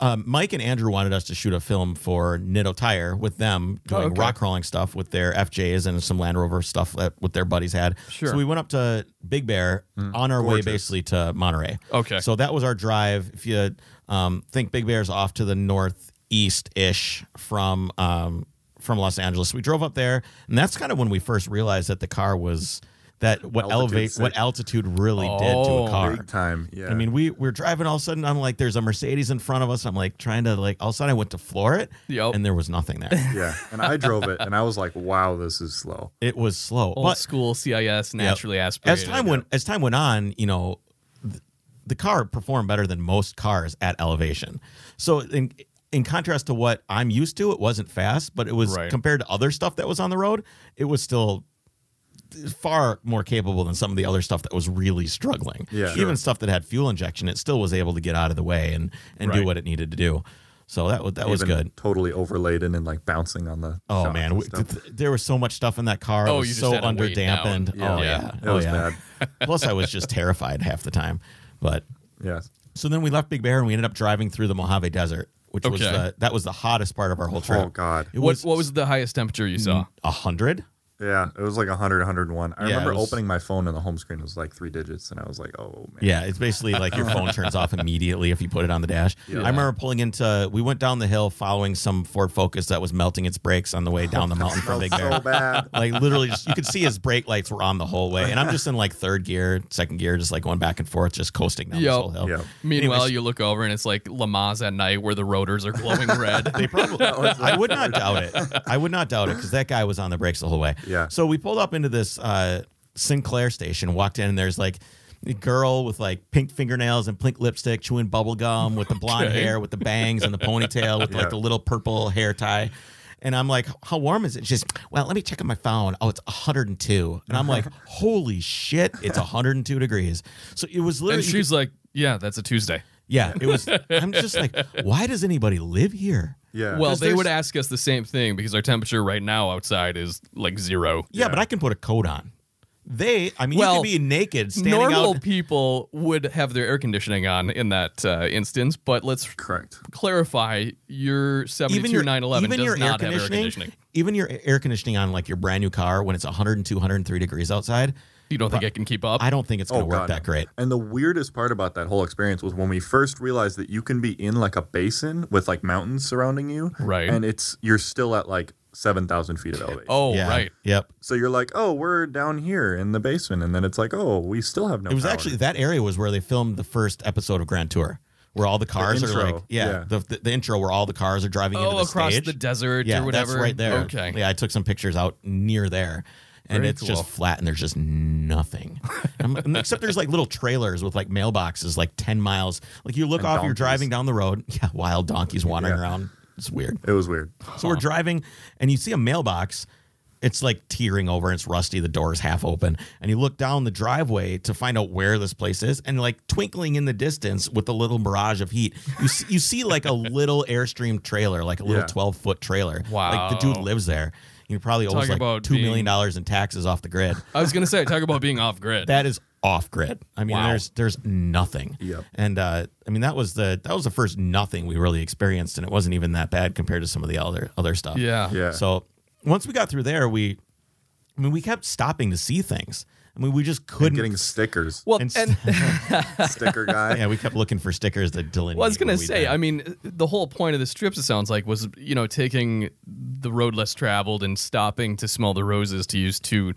Speaker 1: um, Mike and Andrew wanted us to shoot a film for Nitto Tire with them doing
Speaker 2: Oh, okay.
Speaker 1: rock crawling stuff with their FJs and some Land Rover stuff that what their buddies had.
Speaker 2: Sure. Mm.
Speaker 1: So we went up to Big Bear on our way basically to Monterey.
Speaker 2: Okay.
Speaker 1: So that was our drive. If you um, think Big Bear's off to the northeast ish from um, from Los Angeles, we drove up there, and that's kind of when we first realized that the car was that what
Speaker 3: Altitude
Speaker 1: elevate
Speaker 3: sick.
Speaker 1: what altitude really did to
Speaker 2: Oh.
Speaker 1: a car.
Speaker 3: Big time. Yeah.
Speaker 1: I mean, we we're driving all of a sudden. I'm like, there's a Mercedes in front of us. I'm like trying to like all of a sudden I went to floor it,
Speaker 2: Yep.
Speaker 1: and there was nothing there.
Speaker 3: yeah, and I drove it, and I was like, wow, this is slow.
Speaker 1: it was slow.
Speaker 2: Old
Speaker 1: but
Speaker 2: school CIS naturally aspirated.
Speaker 1: as time went as time went on, you know, th- the car performed better than most cars at elevation. So in in contrast to what I'm used to, it wasn't fast, but it was
Speaker 2: Right.
Speaker 1: compared to other stuff that was on the road, it was still far more capable than some of the other stuff that was really struggling.
Speaker 3: Yeah.
Speaker 1: Even stuff that had fuel injection, it still was able to get out of the way and and do
Speaker 2: Right.
Speaker 1: what it needed to do. So that wa- that was
Speaker 3: Even
Speaker 1: good.
Speaker 3: Totally overladen and like bouncing on the.
Speaker 1: Oh
Speaker 3: shocks
Speaker 1: man,
Speaker 3: and
Speaker 1: we,
Speaker 3: stuff.
Speaker 1: th- there was so much stuff in that car.
Speaker 2: Oh,
Speaker 1: it was
Speaker 2: you just
Speaker 1: so
Speaker 2: had to
Speaker 1: under
Speaker 2: wait down.
Speaker 1: dampened.
Speaker 2: Yeah.
Speaker 1: Oh yeah,
Speaker 2: Yeah.
Speaker 3: It
Speaker 1: oh
Speaker 3: was
Speaker 1: yeah. (laughs) Plus, I was just terrified half the time. But
Speaker 3: yes.
Speaker 1: so then we left Big Bear and we ended up driving through the Mojave Desert, which was
Speaker 2: Okay.
Speaker 1: the that was the hottest part of our whole trip.
Speaker 3: Oh god.
Speaker 1: It
Speaker 2: what
Speaker 1: was Mm.
Speaker 2: what was the highest temperature you saw?
Speaker 1: a hundred.
Speaker 3: Yeah, it was like 100, 101. I
Speaker 1: Yeah,
Speaker 3: remember
Speaker 1: it was-
Speaker 3: opening my phone and the home screen was like three digits, and I was like, oh man.
Speaker 1: Yeah, it's basically like your phone turns off immediately if you put it on the dash. I remember pulling into we went down the hill following some Ford Focus that was melting its brakes on the way down the
Speaker 3: Oh,
Speaker 1: mountain from Big Bear.
Speaker 3: Felt
Speaker 1: (laughs)
Speaker 3: so bad.
Speaker 1: like literally just you could see his brake lights were on the whole way and i'm just in like third gear second gear just like going back and forth just coasting down
Speaker 2: Yep.
Speaker 1: this whole hill
Speaker 3: Yep.
Speaker 2: Meanwhile,
Speaker 1: Anyways.
Speaker 2: you look over and it's like Lamaze at night where the rotors are
Speaker 1: (laughs)
Speaker 2: glowing red.
Speaker 1: they probably i would not doubt it i would not doubt it because that guy was on the brakes the whole way
Speaker 3: Yeah.
Speaker 1: so we pulled up into this uh, sinclair station walked in and there's like a girl with like pink fingernails and pink lipstick chewing bubble gum with the blonde hair with the bangs and the ponytail with
Speaker 3: Yeah.
Speaker 1: like the little purple hair tie and I'm like, how warm is it? She's, well, let me check on my phone. Oh, it's 102. And I'm like, holy shit, it's 102 degrees. So it was literally.
Speaker 2: and she's like, "Yeah, that's a Tuesday."
Speaker 1: yeah, it was. I'm just like, why does anybody live here?
Speaker 3: Yeah.
Speaker 2: Well,
Speaker 1: 'Cause
Speaker 2: they would
Speaker 1: there's-
Speaker 2: ask us the same thing because our temperature right now outside is like zero.
Speaker 1: Yeah, but I can put a coat on. They, I mean, you
Speaker 2: Well,
Speaker 1: could be naked standing
Speaker 2: Normal
Speaker 1: out.
Speaker 2: people would have their air conditioning on in that uh, instance, but let's
Speaker 3: correct.
Speaker 2: clarify: your
Speaker 1: Even
Speaker 2: 72
Speaker 1: your
Speaker 2: 911
Speaker 1: even
Speaker 2: does
Speaker 1: your air
Speaker 2: not have air
Speaker 1: conditioning,
Speaker 2: conditioning.
Speaker 1: even your air conditioning on like your brand new car when it's 102, 103 degrees outside.
Speaker 2: You don't think it can keep up?
Speaker 1: I don't think it's going to work
Speaker 3: Oh, God,
Speaker 1: that
Speaker 3: no.
Speaker 1: great.
Speaker 3: And the weirdest part about that whole experience was when we first realized that you can be in like a basin with like mountains surrounding you,
Speaker 2: Right.
Speaker 3: And it's you're still at like seven thousand
Speaker 1: (laughs)
Speaker 3: feet of elevation.
Speaker 2: oh,
Speaker 1: yeah.
Speaker 2: right.
Speaker 1: Yep.
Speaker 3: so you're like, oh, we're down here in the basement, and then it's like, oh, we still have no.
Speaker 1: It was
Speaker 3: power.
Speaker 1: actually that area was where they filmed the first episode of Grand Tour, where all the cars are
Speaker 3: intro,
Speaker 1: like, yeah,
Speaker 3: yeah.
Speaker 1: The, the the intro where all the cars are driving into
Speaker 2: Oh,
Speaker 1: the
Speaker 2: across
Speaker 1: stage.
Speaker 2: the desert
Speaker 1: yeah,
Speaker 2: or whatever.
Speaker 1: that's right there.
Speaker 2: Okay.
Speaker 1: Yeah, I took some pictures out near there. And
Speaker 2: Very
Speaker 1: it's just flat, and there's just
Speaker 2: (laughs)
Speaker 1: nothing, I'm- and except there's like little trailers with like mailboxes, like ten miles. Like you look
Speaker 3: And
Speaker 1: off, you're
Speaker 3: donkeys.
Speaker 1: driving down the road, (laughs) yeah, wild donkeys wandering
Speaker 3: Yeah.
Speaker 1: around. It's weird.
Speaker 3: it was weird.
Speaker 1: So we're driving, and you see a mailbox. It's like teetering over, and it's rusty. The door's half open, and you look down the driveway to find out where this place is. And like twinkling in the distance with a little mirage of heat, you see, you see like a little airstream trailer, like a little
Speaker 3: Yeah.
Speaker 1: twelve foot trailer. like the dude
Speaker 2: Wow.
Speaker 1: lives there. You probably owes
Speaker 2: Talking
Speaker 1: like
Speaker 2: about
Speaker 1: two million
Speaker 2: being-
Speaker 1: dollars in taxes off the grid.
Speaker 2: I was gonna say, talk about being off
Speaker 1: (laughs)
Speaker 2: grid.
Speaker 1: That is off grid. I mean,
Speaker 2: Wow.
Speaker 1: there's there's nothing.
Speaker 3: Yep.
Speaker 1: And uh, I mean, that was the that was the first nothing we really experienced, and it wasn't even that bad compared to some of the other other stuff.
Speaker 2: yeah.
Speaker 3: Yeah.
Speaker 1: So once we got through there, we, I mean, we kept stopping to see things. I mean, we just couldn't.
Speaker 3: and getting stickers.
Speaker 2: Well,
Speaker 1: And-
Speaker 2: and
Speaker 3: Sticker guy.
Speaker 1: yeah, we kept looking for stickers that Dylan.
Speaker 2: Well, I was gonna say, I mean, the whole point of the strips, it sounds like, was you know taking the road less traveled and stopping to smell the roses, to use two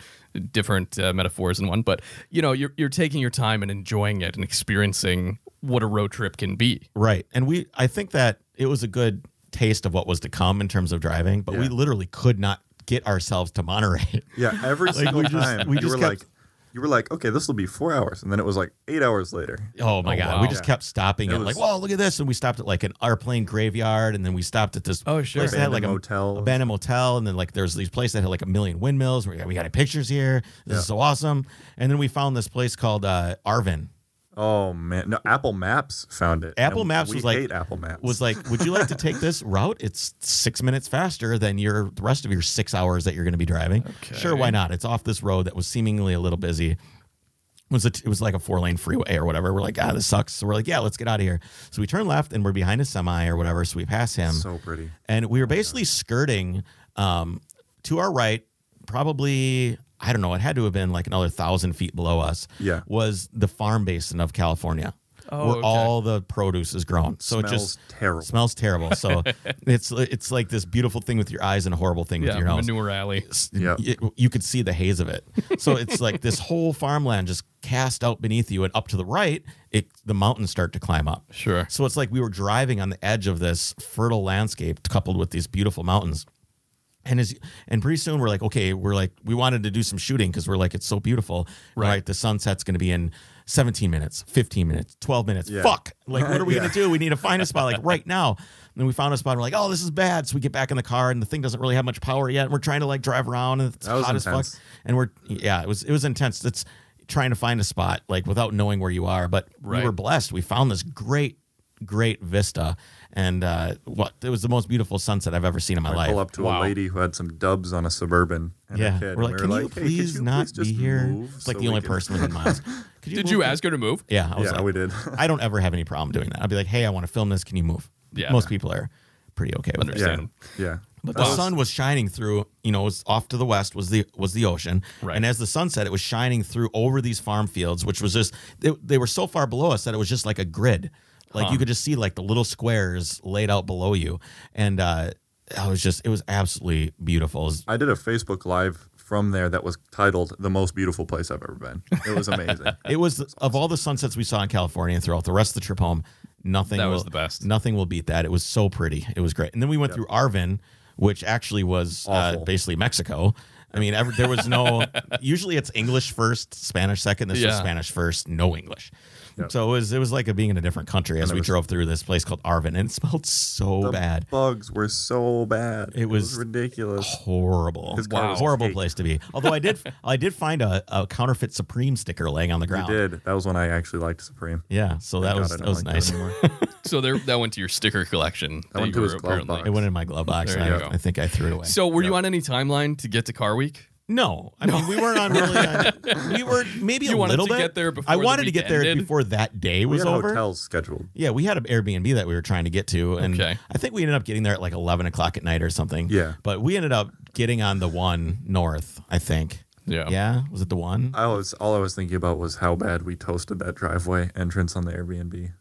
Speaker 2: different uh, metaphors in one. But you know, you're you're taking your time and enjoying it and experiencing what a road trip can be.
Speaker 1: right, and we. I think that it was a good taste of what was to come in terms of driving, but we
Speaker 3: Yeah.
Speaker 1: literally could not get ourselves to Monterey. (laughs)
Speaker 3: Yeah, every single
Speaker 1: we just-
Speaker 3: time
Speaker 1: we
Speaker 3: you
Speaker 1: just
Speaker 3: were
Speaker 1: kept-
Speaker 3: like, you were like, okay, this will be four hours, and then it was like eight hours later.
Speaker 1: Oh my
Speaker 2: Oh,
Speaker 1: god!
Speaker 2: wow.
Speaker 1: We just
Speaker 3: Yeah.
Speaker 1: kept stopping
Speaker 3: It
Speaker 1: at
Speaker 3: was-
Speaker 1: like, whoa, look at this, and we stopped at like an airplane graveyard, and then we stopped at this
Speaker 2: Oh, sure.
Speaker 1: place that had like
Speaker 3: Abandoned
Speaker 1: a
Speaker 3: motels.
Speaker 1: abandoned motel, and then like there's these places that had like a million windmills. Where we got our pictures here. This is so awesome. And then we found this place called uh, Arvin.
Speaker 3: Oh man, no, Apple Maps found it.
Speaker 1: Apple
Speaker 3: and
Speaker 1: Maps
Speaker 3: we
Speaker 1: was like-
Speaker 3: hate Apple Maps.
Speaker 1: Was like, would you like to take this route? It's six minutes faster than your the rest of your six hours that you're going to be driving. Sure, why not? It's off this road that was seemingly a little busy. It was a, it was like a four lane freeway or whatever. We're like, ah, this sucks. So we're like, yeah, let's get out of here. So we turn left and we're behind a semi or whatever. So we pass him.
Speaker 3: so pretty.
Speaker 1: and we were basically skirting um, to our right, probably I don't know, it had to have been like another thousand feet below us.
Speaker 3: Yeah.
Speaker 1: was the farm basin of California,
Speaker 2: Oh,
Speaker 1: where
Speaker 2: okay.
Speaker 1: all the produce is grown. So it
Speaker 3: Smells
Speaker 1: just
Speaker 3: terrible.
Speaker 1: smells terrible. So it's it's like this beautiful thing with your eyes and a horrible thing with
Speaker 2: Yeah,
Speaker 1: your nose.
Speaker 2: manure alley.
Speaker 1: S-
Speaker 3: Yep.
Speaker 1: y- you could see the haze of it. So it's like this whole farmland just cast out beneath you, and up to the right, it the mountains start to climb up.
Speaker 2: Sure.
Speaker 1: So it's like we were driving on the edge of this fertile landscape, coupled with these beautiful mountains. And as and pretty soon we're like, okay, we're like we wanted to do some shooting because we're like it's so beautiful. Right. the sunset's going to be in 17 minutes, 15 minutes, 12 minutes.
Speaker 3: Yeah.
Speaker 1: Fuck. Like what are we
Speaker 3: (laughs) Yeah.
Speaker 1: going to do? We need to find a spot like right now. And then we found a spot. And we're like, oh, this is bad. So we get back in the car and the thing doesn't really have much power yet. And we're trying to like drive around and it's
Speaker 3: That was
Speaker 1: hot as
Speaker 3: intense.
Speaker 1: fuck. And we're yeah, it was it was intense. It's trying to find a spot like without knowing where you are. But
Speaker 2: Right.
Speaker 1: we were blessed. We found this great great vista and uh what it was the most beautiful sunset i've ever seen in my
Speaker 3: I
Speaker 1: life
Speaker 3: pull up to
Speaker 2: Wow.
Speaker 3: a lady who had some dubs on a suburban. And
Speaker 1: yeah,
Speaker 3: a kid.
Speaker 1: we're like,
Speaker 3: and
Speaker 1: can
Speaker 3: we
Speaker 1: you
Speaker 3: were like, hey, could
Speaker 1: please
Speaker 3: you
Speaker 1: not
Speaker 3: please
Speaker 1: be
Speaker 3: just
Speaker 1: here?
Speaker 3: move
Speaker 1: It's like
Speaker 3: so
Speaker 1: the
Speaker 3: we
Speaker 1: only
Speaker 3: can-
Speaker 1: person within
Speaker 3: (laughs)
Speaker 1: miles. Could
Speaker 2: Did
Speaker 1: move
Speaker 2: you
Speaker 1: here?"
Speaker 2: ask her to move?
Speaker 1: Yeah, I was
Speaker 3: Yeah,
Speaker 1: like,
Speaker 3: we did.
Speaker 1: I don't ever have any problem doing that. I'd be like, hey, I want to film this. Can you move?
Speaker 2: Yeah.
Speaker 1: most people are pretty okay with it.
Speaker 2: Understand.
Speaker 3: yeah,
Speaker 2: Understandable.
Speaker 3: (laughs) yeah.
Speaker 1: But
Speaker 3: That
Speaker 1: the
Speaker 3: was-
Speaker 1: sun was shining through. You know, it was off to the west was the was the ocean,
Speaker 2: Right.
Speaker 1: and as the sun set, it was shining through over these farm fields, which was just they, they were so far below us that it was just like a grid. Like you could just see like the little squares laid out below you, and uh, I was just it was absolutely beautiful. It was
Speaker 3: I did a Facebook live from there that was titled "The Most Beautiful Place I've Ever Been." It was amazing.
Speaker 1: It was of all the sunsets we saw in California and throughout the rest of the trip home, nothing
Speaker 2: That
Speaker 1: will,
Speaker 2: was the best.
Speaker 1: Nothing will beat that. It was so pretty. It was great. And then we went through Arvin, which actually was uh,
Speaker 3: Awful.
Speaker 1: basically Mexico. I mean, ever, there was
Speaker 2: (laughs)
Speaker 1: no. usually it's English first, Spanish second. This was
Speaker 2: Yeah.
Speaker 1: Spanish first, no English. So it was it was like a, being in a different country as we drove through this place called Arvin, and it smelled so
Speaker 3: the
Speaker 1: bad,
Speaker 3: bugs were so bad. It
Speaker 1: was-
Speaker 3: ridiculous.
Speaker 1: horrible,
Speaker 3: His car Wow. was
Speaker 1: horrible
Speaker 3: caked.
Speaker 1: place to be. Although I
Speaker 3: (laughs)
Speaker 1: did I did find a, a counterfeit Supreme sticker laying on the
Speaker 3: You
Speaker 1: ground.
Speaker 3: did. That was when I actually liked Supreme.
Speaker 1: Yeah, so that
Speaker 3: God,
Speaker 1: was
Speaker 3: I
Speaker 1: that
Speaker 3: don't
Speaker 1: was
Speaker 3: like that
Speaker 1: nice.
Speaker 3: anymore.
Speaker 1: (laughs)
Speaker 2: So there, that went to your sticker collection. That,
Speaker 3: went
Speaker 2: you
Speaker 3: to
Speaker 2: were
Speaker 3: his glove
Speaker 2: apparently-
Speaker 3: box.
Speaker 1: It went in my glove box.
Speaker 2: There
Speaker 1: and
Speaker 2: you
Speaker 1: I,
Speaker 2: go.
Speaker 1: I think I threw it away.
Speaker 2: So were you on any timeline to get to Car Week?
Speaker 1: no, I mean we weren't on really.
Speaker 2: (laughs)
Speaker 1: On, we were maybe
Speaker 2: You
Speaker 1: a
Speaker 2: wanted
Speaker 1: little
Speaker 2: to
Speaker 1: bit.
Speaker 2: get there before
Speaker 1: I
Speaker 2: the
Speaker 1: wanted to
Speaker 2: week
Speaker 1: get there
Speaker 2: ended?
Speaker 1: before that day
Speaker 3: we
Speaker 1: was
Speaker 3: had
Speaker 1: over.
Speaker 3: hotels scheduled.
Speaker 1: Yeah, we had an Airbnb that we were trying to get to, and
Speaker 2: Okay.
Speaker 1: I think we ended up getting there at like eleven o'clock at night or something.
Speaker 3: Yeah.
Speaker 1: but we ended up getting on the one north. I think.
Speaker 2: Yeah.
Speaker 1: Yeah, was it the one?
Speaker 3: I was all I was thinking about was how bad we toasted that driveway entrance on the Airbnb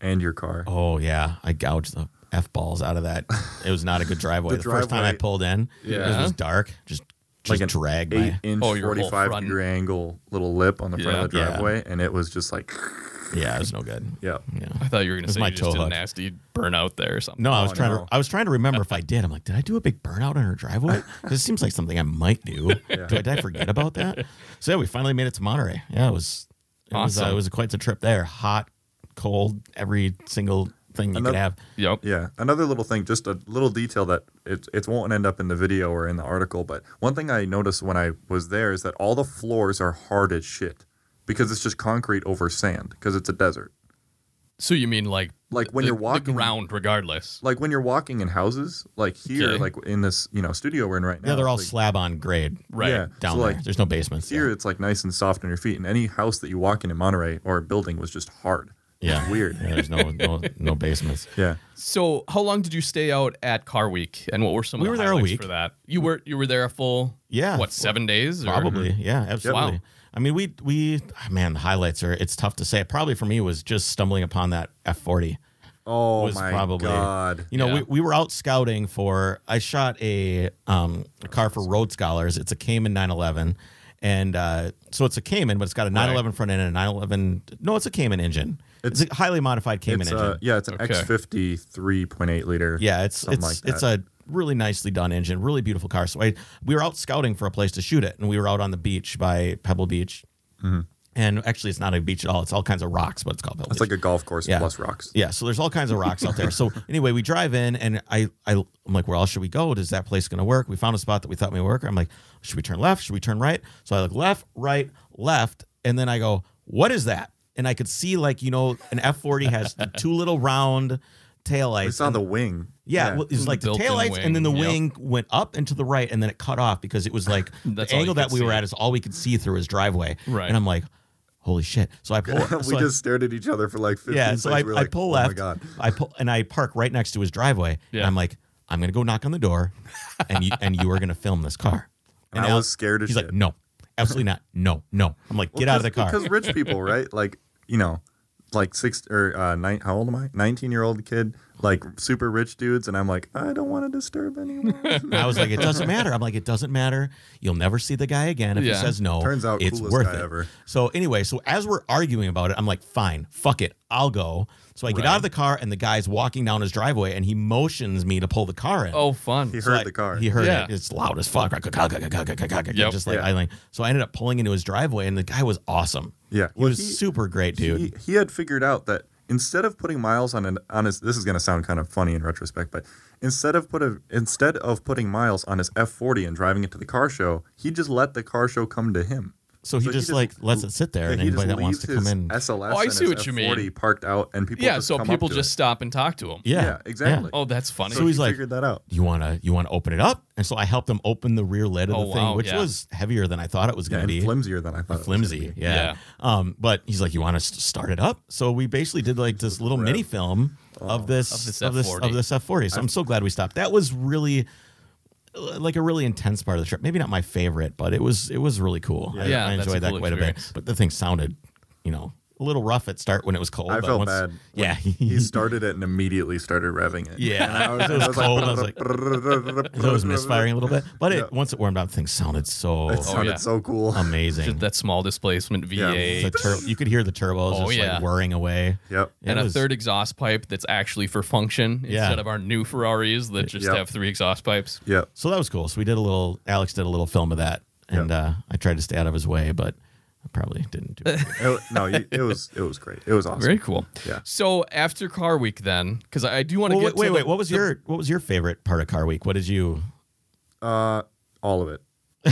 Speaker 3: and your car.
Speaker 1: Oh yeah, I gouged the f balls out of that. It was not a
Speaker 3: (laughs)
Speaker 1: good driveway. the,
Speaker 3: The
Speaker 1: first time I
Speaker 3: driveway-
Speaker 1: pulled in,
Speaker 2: Yeah.
Speaker 1: it was dark. Just
Speaker 3: like
Speaker 1: just
Speaker 3: an
Speaker 1: dragged
Speaker 3: eight
Speaker 1: my
Speaker 3: inch
Speaker 2: Oh, your whole
Speaker 3: 45
Speaker 2: front.
Speaker 3: degree angle little lip on the front of the
Speaker 1: Yeah. Yeah.
Speaker 3: driveway and it was just like (sighs)
Speaker 1: yeah, it was no good.
Speaker 3: yeah
Speaker 1: Yeah.
Speaker 2: I thought you were going to
Speaker 1: was
Speaker 2: say
Speaker 1: my
Speaker 2: you just
Speaker 1: toe
Speaker 2: did a
Speaker 1: hook.
Speaker 2: nasty burnout there or something.
Speaker 1: No, I was
Speaker 3: Oh,
Speaker 1: trying
Speaker 3: no.
Speaker 1: to. I was trying to remember
Speaker 3: (laughs)
Speaker 1: if I did. I'm like, did I do a big burnout on her driveway? This seems like something I might do. Do I, did I forget about that? So yeah, we finally made it to Monterey. Yeah, it was. It was, uh,
Speaker 2: Awesome.
Speaker 1: it was quite the trip there. Hot, cold, every single thing you could
Speaker 3: Another-
Speaker 1: have.
Speaker 2: Yep.
Speaker 3: yeah another little thing just a little detail that it, it won't end up in the video or in the article but one thing i noticed when i was there is that all the floors are hard as shit because it's just concrete over sand because it's a desert
Speaker 2: So you mean like
Speaker 3: Like when
Speaker 2: the-
Speaker 3: you're
Speaker 2: the
Speaker 3: walking-
Speaker 2: ground, regardless?
Speaker 3: like when you're walking in houses like here
Speaker 2: Okay.
Speaker 3: like in this you know studio we're in right now
Speaker 1: Yeah, they're all
Speaker 3: like,
Speaker 1: slab on grade
Speaker 2: Right.
Speaker 3: yeah,
Speaker 1: down
Speaker 3: so
Speaker 1: there.
Speaker 3: like
Speaker 1: There's no basements.
Speaker 3: here
Speaker 1: there.
Speaker 3: it's like nice and soft on your feet and any house that you walk in in monterey or a building was just hard
Speaker 1: Yeah,
Speaker 3: (laughs) Weird.
Speaker 1: Yeah, there's no no no
Speaker 3: (laughs)
Speaker 1: basements.
Speaker 3: Yeah.
Speaker 2: So, how long did you stay out at Car Week, and what were some?
Speaker 1: We
Speaker 2: of
Speaker 1: were
Speaker 2: the
Speaker 1: there a
Speaker 2: highlights
Speaker 1: week.
Speaker 2: for that. You were you were there a full
Speaker 1: Yeah,
Speaker 2: what
Speaker 1: full-
Speaker 2: seven days or-
Speaker 1: Probably, yeah, absolutely.
Speaker 2: Wow.
Speaker 1: I mean, we we ah, man, the highlights are. It's tough to say. Probably for me was just stumbling upon that F forty.
Speaker 3: Oh
Speaker 1: was
Speaker 3: my
Speaker 1: probably-
Speaker 3: god.
Speaker 1: You know,
Speaker 2: Yeah.
Speaker 1: we, we were out scouting for. I shot a, um, a car for Road Scholars. It's a Cayman 911, and uh, so it's a Cayman, but it's got a 911 front end and a 911. No, it's a Cayman engine. It's, a highly modified Cayman
Speaker 3: It's uh,
Speaker 1: engine.
Speaker 3: a, yeah, it's an
Speaker 2: Okay.
Speaker 3: X50 3.8 liter.
Speaker 1: yeah, it's
Speaker 3: something
Speaker 1: it's
Speaker 3: like
Speaker 1: it's a really nicely done engine, really beautiful car. So I we were out scouting for a place to shoot it, and we were out on the beach by Pebble Beach. And actually, it's not a beach at all. It's all kinds of rocks, but it's called Pebble
Speaker 3: Mm-hmm. It's
Speaker 1: Beach.
Speaker 3: like a golf course
Speaker 1: Yeah.
Speaker 3: plus rocks.
Speaker 1: Yeah, so there's all kinds of rocks out there.
Speaker 2: (laughs)
Speaker 1: So anyway, we drive in, and I, I I'm like, where else should we go? Does that place gonna work? We found a spot that we thought may work. I'm like, should we turn left? Should we turn right? So I look left, right, left, and then I go, what is that? And I could see like you know an F40 has
Speaker 2: (laughs)
Speaker 1: the two little round
Speaker 3: We
Speaker 1: taillights.
Speaker 3: saw the wing.
Speaker 1: Yeah, well, it was like the
Speaker 2: Built-in
Speaker 1: taillights, and then the
Speaker 2: wing, yep.
Speaker 1: wing went up and to the right, and then it cut off because it was like the
Speaker 2: (laughs) That's all
Speaker 1: angle
Speaker 2: you could
Speaker 1: that we were
Speaker 2: see.
Speaker 1: at is all we could see through his driveway.
Speaker 2: Right.
Speaker 1: and I'm like, holy shit! So
Speaker 2: (laughs)
Speaker 1: I pull.
Speaker 3: (laughs) we
Speaker 1: so I-
Speaker 3: just stared at each other for like 15
Speaker 1: yeah,
Speaker 3: seconds.
Speaker 1: so I,
Speaker 3: We were
Speaker 1: I
Speaker 3: like,
Speaker 1: pull
Speaker 3: oh
Speaker 1: left.
Speaker 3: my god.
Speaker 1: I pull and I park right next to his driveway.
Speaker 2: Yeah.
Speaker 1: And I'm like, I'm gonna go knock on the door, and you and you are gonna film this car.
Speaker 3: (laughs) And I
Speaker 1: Al-
Speaker 3: was scared as
Speaker 1: He's
Speaker 3: shit.
Speaker 1: like, no, absolutely not. No, no. I'm like, get out of the car.
Speaker 3: Because rich
Speaker 1: (laughs)
Speaker 3: people, right? Like, you know, like six or uh, nine, how old am I? 19 year old kid, like super rich dudes. And I'm like, I don't want to disturb
Speaker 1: (laughs)
Speaker 3: anyone.
Speaker 1: And I was like, it doesn't matter. I'm like, it doesn't matter. You'll never see the guy again if
Speaker 2: Yeah.
Speaker 1: he says no.
Speaker 3: Turns out
Speaker 1: it's
Speaker 3: coolest
Speaker 1: worth
Speaker 3: guy
Speaker 1: it.
Speaker 3: ever.
Speaker 1: So anyway, so as we're arguing about it, I'm like, fine, fuck it, I'll go. So I get out of the car, and the guy's walking down his driveway, and he motions me to pull the car in.
Speaker 2: Oh, fun.
Speaker 3: he
Speaker 1: So
Speaker 3: heard
Speaker 1: I-
Speaker 3: the car.
Speaker 1: He heard
Speaker 2: Yeah.
Speaker 1: it. It's loud as fuck.
Speaker 2: Yep.
Speaker 1: Just like
Speaker 3: Yeah.
Speaker 1: idling. So I ended up pulling into his driveway, and the guy was awesome.
Speaker 3: Yeah.
Speaker 1: he
Speaker 3: Well,
Speaker 1: was
Speaker 3: he-
Speaker 1: super great, dude.
Speaker 3: He, he had figured out that instead of putting miles on an on his this is going to sound kind of funny in retrospect, but instead of put a, instead of putting miles on his F40 and driving it to the car show, he just let the car show come to him.
Speaker 1: so he
Speaker 3: so he
Speaker 1: just
Speaker 3: just-
Speaker 1: like lets it sit there,
Speaker 3: Yeah,
Speaker 1: and
Speaker 3: he
Speaker 1: anybody
Speaker 3: just
Speaker 1: that wants to
Speaker 3: leaves
Speaker 1: come
Speaker 3: his
Speaker 1: in,
Speaker 3: SLS
Speaker 2: Oh, I
Speaker 3: and
Speaker 2: see
Speaker 3: his
Speaker 2: what you
Speaker 3: F40
Speaker 2: mean.
Speaker 3: parked out, and people
Speaker 2: yeah,
Speaker 3: just
Speaker 2: so
Speaker 3: come
Speaker 2: people
Speaker 3: up to
Speaker 2: just
Speaker 3: it.
Speaker 2: stop and talk to him.
Speaker 1: yeah,
Speaker 3: yeah, exactly.
Speaker 2: Oh, that's funny.
Speaker 1: So he's
Speaker 3: he
Speaker 1: like-
Speaker 3: figured that out.
Speaker 1: You wanna you wanna open it up? And so I helped him open the rear lid of
Speaker 2: Oh,
Speaker 1: the thing,
Speaker 2: wow,
Speaker 1: which
Speaker 2: yeah.
Speaker 1: was heavier than I thought it was
Speaker 3: Yeah,
Speaker 1: gonna
Speaker 3: and
Speaker 1: be.
Speaker 3: flimsier than I thought. it was gonna
Speaker 1: flimsy. (laughs)
Speaker 3: be.
Speaker 1: Yeah.
Speaker 2: Yeah.
Speaker 1: Um, but he's like, you want us to start it up? So we basically did like this little mini film of this of
Speaker 2: this
Speaker 1: this of this,
Speaker 2: F40.
Speaker 1: F forty. So I'm so glad we stopped. That was really uh, like a really intense part of the trip. Maybe not my favorite, but it was it was really cool. I,
Speaker 2: Yeah,
Speaker 1: I
Speaker 2: that's a
Speaker 1: enjoyed that
Speaker 2: cool
Speaker 1: quite a
Speaker 2: experience.
Speaker 1: bit. But the thing sounded, you know, a little rough at start when it was cold.
Speaker 3: I
Speaker 1: but
Speaker 3: felt
Speaker 1: once-
Speaker 3: bad. when
Speaker 1: (laughs) Yeah.
Speaker 3: he started it and immediately started revving it. (laughs)
Speaker 1: Yeah.
Speaker 3: and I was,
Speaker 1: It was cold. I was like-
Speaker 3: like,
Speaker 1: so it was misfiring a little bit, but it, once it warmed up, the thing sounded so
Speaker 3: It sounded
Speaker 2: yeah.
Speaker 3: so cool.
Speaker 1: amazing.
Speaker 2: that small displacement VA
Speaker 1: The tur- you could hear the turbos
Speaker 2: Oh,
Speaker 1: just
Speaker 2: yeah.
Speaker 1: like whirring away.
Speaker 3: Yep.
Speaker 1: It
Speaker 2: and a
Speaker 1: was-
Speaker 2: third exhaust pipe that's actually for function
Speaker 1: Yeah.
Speaker 2: instead of our new Ferraris that just
Speaker 3: Yep.
Speaker 2: have three exhaust pipes.
Speaker 3: Yeah.
Speaker 1: So that was cool. So we did a little. Alex did a little film of that, and uh, I tried to stay out of his way, but I probably didn't (laughs) do it.
Speaker 3: It- no, you- it was it was great. It was awesome.
Speaker 2: Very cool.
Speaker 3: Yeah.
Speaker 2: So after Car Week, then, because I I do want to
Speaker 1: well,
Speaker 2: get
Speaker 1: wait,
Speaker 2: to
Speaker 1: wait,
Speaker 2: the-
Speaker 1: wait. What was your what was your favorite part of Car Week? What did you?
Speaker 3: Uh, all of it.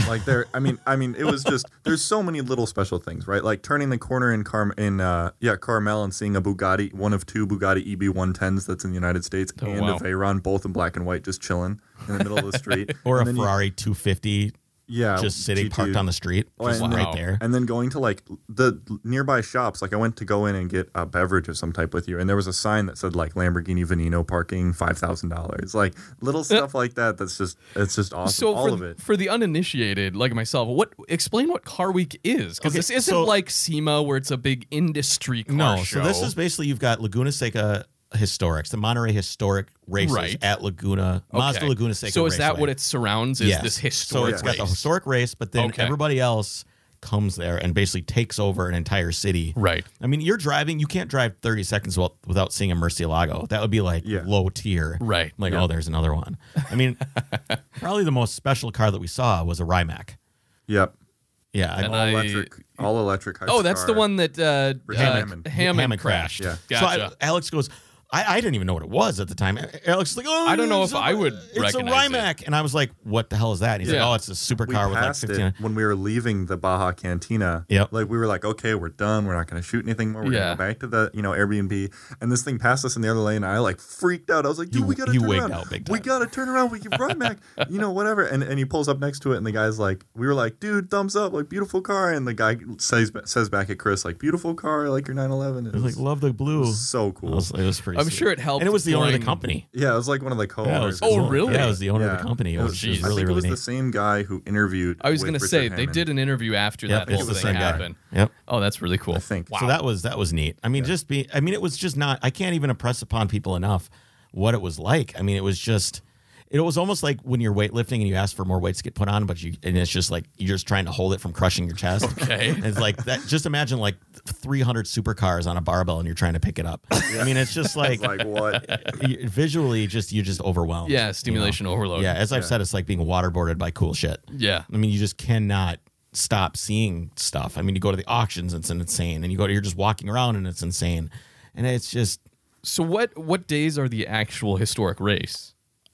Speaker 3: Like there, I mean, I mean, it was just there's so many little special things, right? Like turning the corner in Carm in uh yeah Carmel and seeing a Bugatti, one of two Bugatti E EB110s that's in the United States,
Speaker 2: Oh,
Speaker 3: and
Speaker 2: wow.
Speaker 3: a Veyron, both in black and white, just chilling in the middle
Speaker 1: (laughs)
Speaker 3: of the street,
Speaker 1: Or
Speaker 3: And
Speaker 1: a
Speaker 3: then you-
Speaker 1: Ferrari 250
Speaker 2: Uh,
Speaker 3: yeah,
Speaker 1: just sitting
Speaker 3: GT.
Speaker 1: parked on the street,
Speaker 3: Oh,
Speaker 1: just
Speaker 3: and-
Speaker 1: right
Speaker 2: Wow.
Speaker 1: there.
Speaker 3: And then going to like the nearby shops, like I went to go in and get a beverage of some type with you, and there was a sign that said like Lamborghini Veneno parking five thousand dollars, like little stuff like that. That's just it's just awesome.
Speaker 2: So
Speaker 3: all
Speaker 2: for,
Speaker 3: of it.
Speaker 2: for the uninitiated like myself, what explain what Car Week is because
Speaker 1: Okay,
Speaker 2: this isn't
Speaker 1: so-
Speaker 2: like SEMA where it's a big industry car
Speaker 1: No,
Speaker 2: show.
Speaker 1: so this is basically you've got Laguna Seca Historics, the Monterey Historic races
Speaker 2: Right.
Speaker 1: at Laguna Mazda
Speaker 2: Okay.
Speaker 1: Laguna Seca.
Speaker 2: So is that
Speaker 1: Raceway.
Speaker 2: what it surrounds? Is
Speaker 1: Yes.
Speaker 2: this
Speaker 1: So
Speaker 2: historic
Speaker 1: it's got the
Speaker 2: race?
Speaker 1: historic race, but then
Speaker 2: Okay.
Speaker 1: everybody else comes there and basically takes over an entire city.
Speaker 2: Right.
Speaker 1: I mean, you're driving. You can't drive 30 seconds wi- without seeing a Murcielago. That would be like
Speaker 3: Yeah.
Speaker 1: low tier.
Speaker 2: Right.
Speaker 1: Like, oh, there's another one. I mean,
Speaker 2: (laughs)
Speaker 1: probably the most special car that we saw was a Rimac.
Speaker 3: Yep.
Speaker 1: Yeah. I-
Speaker 2: And
Speaker 3: all
Speaker 2: I-
Speaker 3: electric, all electric.
Speaker 2: Oh, that's the one that uh,
Speaker 3: Hammond.
Speaker 2: uh, Hammond
Speaker 1: Hammond
Speaker 2: crashed.
Speaker 1: crashed.
Speaker 3: Yeah.
Speaker 2: Gotcha.
Speaker 1: So I, Alex goes, I, I didn't even know what it was at the time. Alex was like, oh,
Speaker 2: I don't know
Speaker 1: it's
Speaker 2: if
Speaker 1: a-
Speaker 2: I would
Speaker 1: It's a
Speaker 2: recognize it."
Speaker 1: Rimac, and I was like, what the hell is that? And he's
Speaker 2: Yeah.
Speaker 1: like, oh, it's a
Speaker 3: We
Speaker 1: supercar with like
Speaker 3: passed
Speaker 1: fifteen.
Speaker 3: it when we were leaving the Baja Cantina.
Speaker 1: Yep.
Speaker 3: Like we were like, okay, we're done. We're not going to shoot anything more. We're
Speaker 2: Yeah.
Speaker 3: going to go back to the you know Airbnb. And this thing passed us in the other lane. And I like freaked out. I was like, dude,
Speaker 1: You-
Speaker 3: we got to
Speaker 1: you
Speaker 3: turn
Speaker 1: wigged
Speaker 3: around.
Speaker 1: out big
Speaker 3: We
Speaker 1: time.
Speaker 3: got to turn around. We can
Speaker 1: (laughs)
Speaker 3: run back. you know, whatever. And and he pulls up next to it, and the guy's like, we were like, dude, thumbs up, like beautiful car. And the guy says says back at Chris, like, beautiful car, like your 911. It
Speaker 1: I was like, love the blue.
Speaker 3: was so
Speaker 1: It
Speaker 3: cool.
Speaker 1: was, it was pretty.
Speaker 2: I'm
Speaker 1: sweet.
Speaker 2: sure it helped
Speaker 1: And it was the owner of the
Speaker 2: going-
Speaker 1: company.
Speaker 3: yeah, it was like one of the
Speaker 1: Yeah, it was
Speaker 3: co-owners.
Speaker 2: Oh,
Speaker 1: cool.
Speaker 2: really?
Speaker 1: Yeah, it was the owner of
Speaker 3: Yeah.
Speaker 1: the company. It
Speaker 3: It
Speaker 1: was,
Speaker 3: was-
Speaker 1: it was
Speaker 2: geez.
Speaker 3: I
Speaker 1: really,
Speaker 3: think it was
Speaker 1: really
Speaker 3: the
Speaker 1: neat.
Speaker 3: same guy who interviewed.
Speaker 2: I was
Speaker 3: with
Speaker 2: going to
Speaker 3: Richard
Speaker 2: say they
Speaker 3: Hammond.
Speaker 2: did an interview after
Speaker 1: Yep,
Speaker 2: that whole
Speaker 1: it's the
Speaker 2: thing
Speaker 1: same guy.
Speaker 2: happened.
Speaker 1: Yep.
Speaker 2: Oh, that's really cool.
Speaker 3: I think.
Speaker 1: So that was that was neat. I mean, just be. I mean, it was just not. I can't even impress upon people enough what it was like. I mean, it was just. It was almost like when you're weightlifting and you ask for more weights to get put on, but you and it's just like you're just trying to hold it from crushing your chest.
Speaker 2: (laughs) Okay.
Speaker 1: And it's like that. Just imagine like 300 supercars on a barbell and you're trying to pick it up. I mean, it's
Speaker 2: (laughs)
Speaker 1: just like,
Speaker 3: like
Speaker 1: (laughs)
Speaker 3: what?
Speaker 1: you- visually, just you're just overwhelmed. you
Speaker 2: Yeah,
Speaker 1: know?
Speaker 2: stimulation overload.
Speaker 1: Yeah, as I've said, it's like being waterboarded by cool shit.
Speaker 2: Yeah.
Speaker 1: I mean, you just cannot stop seeing stuff. I mean, you go to the auctions, it's insane, and you go to you're just walking around, and it's insane, and it's just
Speaker 2: So what what days are the actual historic race?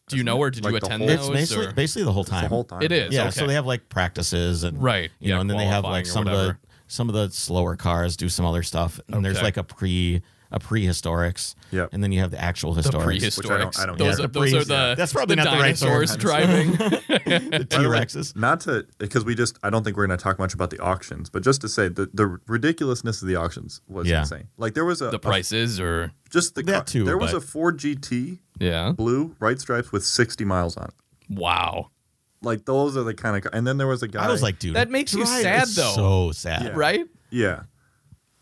Speaker 2: Do you know, or did you
Speaker 3: Like the
Speaker 2: attend
Speaker 3: whole-
Speaker 1: it's
Speaker 2: those?
Speaker 1: basically
Speaker 2: or-
Speaker 1: basically the whole time.
Speaker 3: The whole time.
Speaker 2: It is.
Speaker 1: Yeah,
Speaker 2: okay.
Speaker 1: so they have like practices and
Speaker 2: Right,
Speaker 1: you
Speaker 2: yeah,
Speaker 1: know, and then they have like
Speaker 2: qualifying or
Speaker 1: some of the
Speaker 2: whatever.
Speaker 1: some of the slower cars do some other stuff, and there's
Speaker 2: Okay.
Speaker 1: like a pre a prehistorics,
Speaker 3: Yep.
Speaker 1: and then you have the actual
Speaker 2: the
Speaker 1: historics. (laughs)
Speaker 2: prehistorics.
Speaker 3: Which I don't- I don't
Speaker 2: those
Speaker 3: get.
Speaker 2: are, those are the
Speaker 1: Yeah, that's probably
Speaker 2: the
Speaker 1: not the right term. (laughs)
Speaker 2: dinosaurs driving.
Speaker 1: the T
Speaker 3: By the way, (laughs)
Speaker 1: Rexes.
Speaker 3: Not to, because we just, I don't think we're going to talk much about the auctions, but just to say the, the ridiculousness of the auctions was
Speaker 1: Yeah.
Speaker 3: insane. Like there was a,
Speaker 2: the prices or
Speaker 3: a- just the
Speaker 1: That
Speaker 3: car-
Speaker 1: too,
Speaker 3: There was a
Speaker 1: but-
Speaker 3: Ford GT
Speaker 2: yeah.
Speaker 3: blue right stripes with 60 miles on it.
Speaker 2: Wow.
Speaker 3: Like those are the kind of, ca- and then there was a guy.
Speaker 1: I was like, dude,
Speaker 2: That makes you
Speaker 1: drive
Speaker 2: sad,
Speaker 1: is
Speaker 2: though.
Speaker 1: So sad.
Speaker 3: Yeah.
Speaker 2: Right.
Speaker 3: Yeah.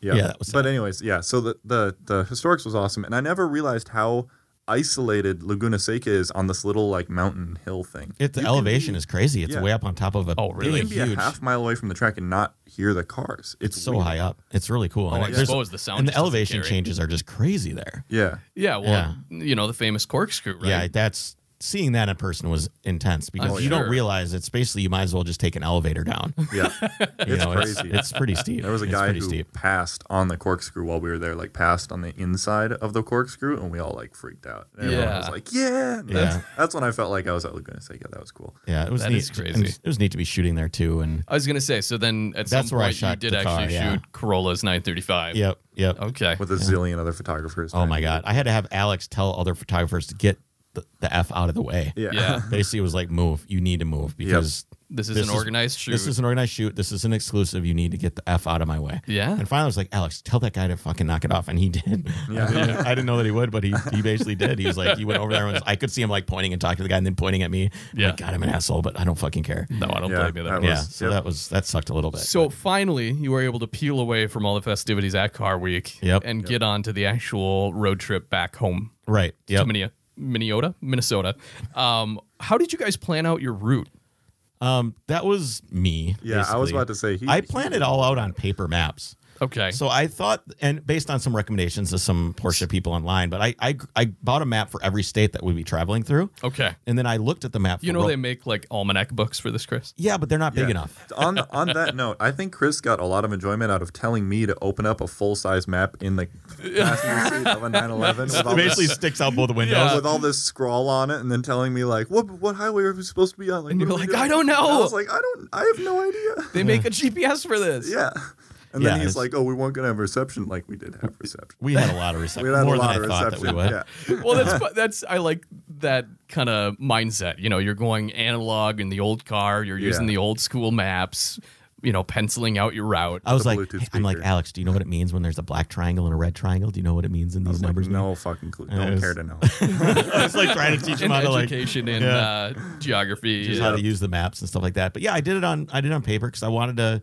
Speaker 3: Yeah.
Speaker 1: Yeah, that was
Speaker 3: but anyways, yeah. So the, the the historics was awesome, and I never realized how isolated Laguna Seca is on this little like mountain hill thing.
Speaker 1: It, the elevation is crazy. It's
Speaker 3: yeah.
Speaker 1: way up on top of a
Speaker 2: Oh, really?
Speaker 1: big,
Speaker 3: You can be
Speaker 1: huge.
Speaker 3: a half mile away from the track and not hear the cars. It's
Speaker 1: so
Speaker 3: weird.
Speaker 1: high up. It's really cool.
Speaker 2: Oh, I
Speaker 1: there's-
Speaker 2: suppose the sound
Speaker 1: and
Speaker 2: just
Speaker 1: the
Speaker 2: doesn't
Speaker 1: elevation
Speaker 2: carry.
Speaker 1: changes are just crazy there.
Speaker 3: Yeah.
Speaker 2: Yeah. Well,
Speaker 1: Yeah.
Speaker 2: you know the famous corkscrew, right?
Speaker 1: Yeah, that's seeing that in person was intense because
Speaker 2: Oh,
Speaker 1: you
Speaker 2: sure.
Speaker 1: don't realize it's basically you might as well just take an elevator
Speaker 2: (laughs)
Speaker 1: down. (laughs) You
Speaker 3: Yeah. it's
Speaker 1: know,
Speaker 3: crazy.
Speaker 1: It's, pretty steep.
Speaker 3: (laughs) there was a
Speaker 1: It's
Speaker 3: guy
Speaker 1: pretty
Speaker 3: who
Speaker 1: steep.
Speaker 3: passed on the corkscrew while we were there, like passed on the inside of the corkscrew, and we all like freaked out. And everyone
Speaker 2: Yeah.
Speaker 3: was like, "Yeah!" And That's, that's when I felt like I was at Laguna Seca. That was cool.
Speaker 1: Yeah, it was
Speaker 2: That
Speaker 1: neat.
Speaker 2: is crazy.
Speaker 1: And It was neat to be shooting there too. And
Speaker 2: I was gonna say. So then at
Speaker 1: That's
Speaker 2: some
Speaker 1: where I
Speaker 2: point
Speaker 1: shot
Speaker 2: you did
Speaker 1: the
Speaker 2: actually
Speaker 1: car, yeah.
Speaker 2: shoot Corolla's 935.
Speaker 1: yep, yep.
Speaker 2: Okay.
Speaker 3: With a zillion other photographers.
Speaker 1: Oh
Speaker 3: trying
Speaker 1: my
Speaker 3: to-
Speaker 1: god, I had to have Alex tell other photographers to get the, the f out of the way.
Speaker 2: (laughs)
Speaker 3: Yeah. (laughs)
Speaker 2: Yeah.
Speaker 1: Basically, it was like move. You need to move because
Speaker 2: This is
Speaker 1: This
Speaker 2: an
Speaker 1: is-
Speaker 2: organized shoot.
Speaker 1: This is an organized shoot. This is an exclusive. You need to get the F out of my way.
Speaker 2: Yeah.
Speaker 1: And finally, I was like, Alex, tell that guy to fucking knock it off. And he did.
Speaker 3: Yeah.
Speaker 1: I, didn't, (laughs) I didn't know that he would, but he, he basically did. He was like, he went over there and was, I could see him like pointing and talking to the guy and then pointing at me. I'm
Speaker 2: Yeah.
Speaker 1: Like, God, I'm an asshole, but I don't fucking care.
Speaker 2: no, I don't
Speaker 3: Yeah,
Speaker 2: blame you there.
Speaker 3: that was-
Speaker 1: yeah. So
Speaker 3: yep.
Speaker 1: that was, that sucked a little bit.
Speaker 2: So finally, you were able to peel away from all the festivities at Car Week
Speaker 1: Yep.
Speaker 2: and get on to the actual road trip back home
Speaker 1: right. Yeah.
Speaker 2: to Minne- Minneota, Minnesota. Um, how did you guys plan out your route?
Speaker 1: Um, that was me.
Speaker 3: Yeah, I was
Speaker 1: basically.
Speaker 3: about to say he.
Speaker 1: I planned it all out on paper maps.
Speaker 2: Okay.
Speaker 1: So I thought, and based on some recommendations of some Porsche people online, but I, I, I bought a map for every state that we'd be traveling through.
Speaker 2: okay.
Speaker 1: And then I looked at the map.
Speaker 2: You
Speaker 1: for
Speaker 2: know
Speaker 1: Ro-
Speaker 2: they make like almanac books for this, Chris.
Speaker 1: Yeah, but they're not big
Speaker 3: Yeah.
Speaker 1: enough.
Speaker 3: on
Speaker 1: (laughs)
Speaker 3: on that note, I think Chris got a lot of enjoyment out of telling me to open up a full size map
Speaker 1: (laughs)
Speaker 3: in the passenger seat of a 911 with all,
Speaker 1: It basically
Speaker 3: this,
Speaker 1: sticks out both the windows.
Speaker 3: with all this scrawl on it, and then telling me like, "What what highway are we supposed to be on?" Like,
Speaker 2: And
Speaker 3: what
Speaker 2: you're
Speaker 3: are we
Speaker 2: like, "I don't
Speaker 3: doing?"
Speaker 2: know.
Speaker 3: And I was like, "I don't. I have no idea." (laughs)
Speaker 2: They make a GPS for this.
Speaker 3: Yeah. And
Speaker 1: Yeah,
Speaker 3: then he's
Speaker 1: it's-
Speaker 3: like, "Oh, we weren't gonna have reception like we did have reception.
Speaker 1: We had a
Speaker 3: (laughs)
Speaker 1: lot of reception.
Speaker 3: We had
Speaker 1: (laughs) more
Speaker 3: a lot
Speaker 1: than
Speaker 3: of
Speaker 1: I thought that
Speaker 3: reception.
Speaker 1: we would. (laughs)
Speaker 3: Yeah,
Speaker 2: Well, that's fu- that's I like that kind of mindset. You know, you're going analog in the old car. You're using
Speaker 3: Yeah.
Speaker 2: the old school maps. You know, penciling out your route.
Speaker 1: I was
Speaker 3: The
Speaker 1: like,
Speaker 3: Bluetooth
Speaker 1: hey, I'm like,
Speaker 3: speaker.
Speaker 1: Alex, do you know what it means when there's a black triangle and a red triangle? Do you know what it means in
Speaker 3: I
Speaker 1: these
Speaker 3: was like,
Speaker 1: numbers?
Speaker 3: no fucking clue. Don't
Speaker 1: it was- (laughs)
Speaker 3: care to know.
Speaker 1: I was like trying to
Speaker 3: (laughs)
Speaker 1: teach him
Speaker 2: and
Speaker 1: how to like
Speaker 2: education in
Speaker 1: yeah.
Speaker 2: uh, geography.
Speaker 1: just how to use the maps and stuff like that. But yeah, I did it on I did it on paper because I wanted to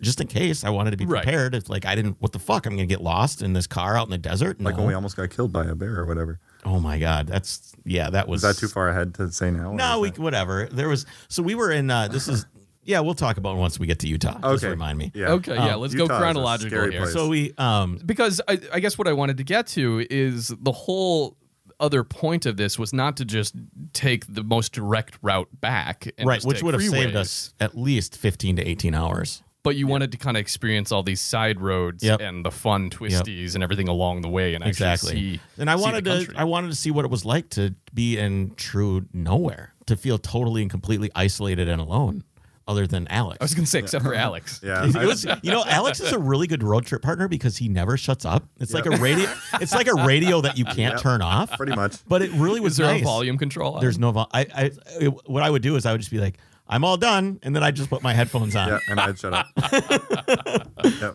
Speaker 1: just in case I wanted to be
Speaker 2: Right.
Speaker 1: prepared. If like I didn't, what the fuck? I'm gonna get lost in this car out in the desert.
Speaker 3: Like
Speaker 1: No.
Speaker 3: when we almost got killed by a bear or whatever.
Speaker 1: oh my god, that's yeah, that was
Speaker 3: Is that too far ahead to say now? or
Speaker 1: No,
Speaker 3: is
Speaker 1: we
Speaker 3: that-
Speaker 1: whatever. There was so we were in. uh This
Speaker 3: (laughs)
Speaker 1: is yeah, we'll talk about it once we get to Utah. Just
Speaker 3: Okay.
Speaker 1: remind me.
Speaker 3: Yeah.
Speaker 2: Okay, yeah, let's go
Speaker 3: Utah is a
Speaker 2: chronological
Speaker 3: scary
Speaker 2: here.
Speaker 3: place.
Speaker 1: So we um
Speaker 2: because I, I guess what I wanted to get to is the whole other point of this was not to just take the most direct route back, and
Speaker 1: right,
Speaker 2: just
Speaker 1: which
Speaker 2: take
Speaker 1: would have saved
Speaker 2: freeways.
Speaker 1: us at least 15 to 18 hours.
Speaker 2: but you wanted to kind of experience all these side roads
Speaker 1: Yep.
Speaker 2: and the fun twisties and everything along the way, and
Speaker 1: exactly.
Speaker 2: actually see.
Speaker 1: and I
Speaker 2: see the
Speaker 1: wanted to
Speaker 2: country.
Speaker 1: I wanted to see what it was like to be in true nowhere, to feel totally and completely isolated and alone, other than Alex.
Speaker 2: (laughs) I was gonna say,
Speaker 1: (laughs)
Speaker 2: except for Alex.
Speaker 3: Yeah,
Speaker 1: It
Speaker 3: I-
Speaker 1: was- you know, Alex is a really good road trip partner because he never shuts up. It's like a radio. It's like a radio that you can't
Speaker 3: Yep.
Speaker 1: turn off.
Speaker 3: pretty much.
Speaker 1: But it really was
Speaker 2: Is there
Speaker 1: nice.
Speaker 2: a volume control?
Speaker 1: There's no volume. I, I, it- what I would do is I would just be like, I'm all done, and then I just put my headphones on.
Speaker 3: Yeah, and I'd shut up.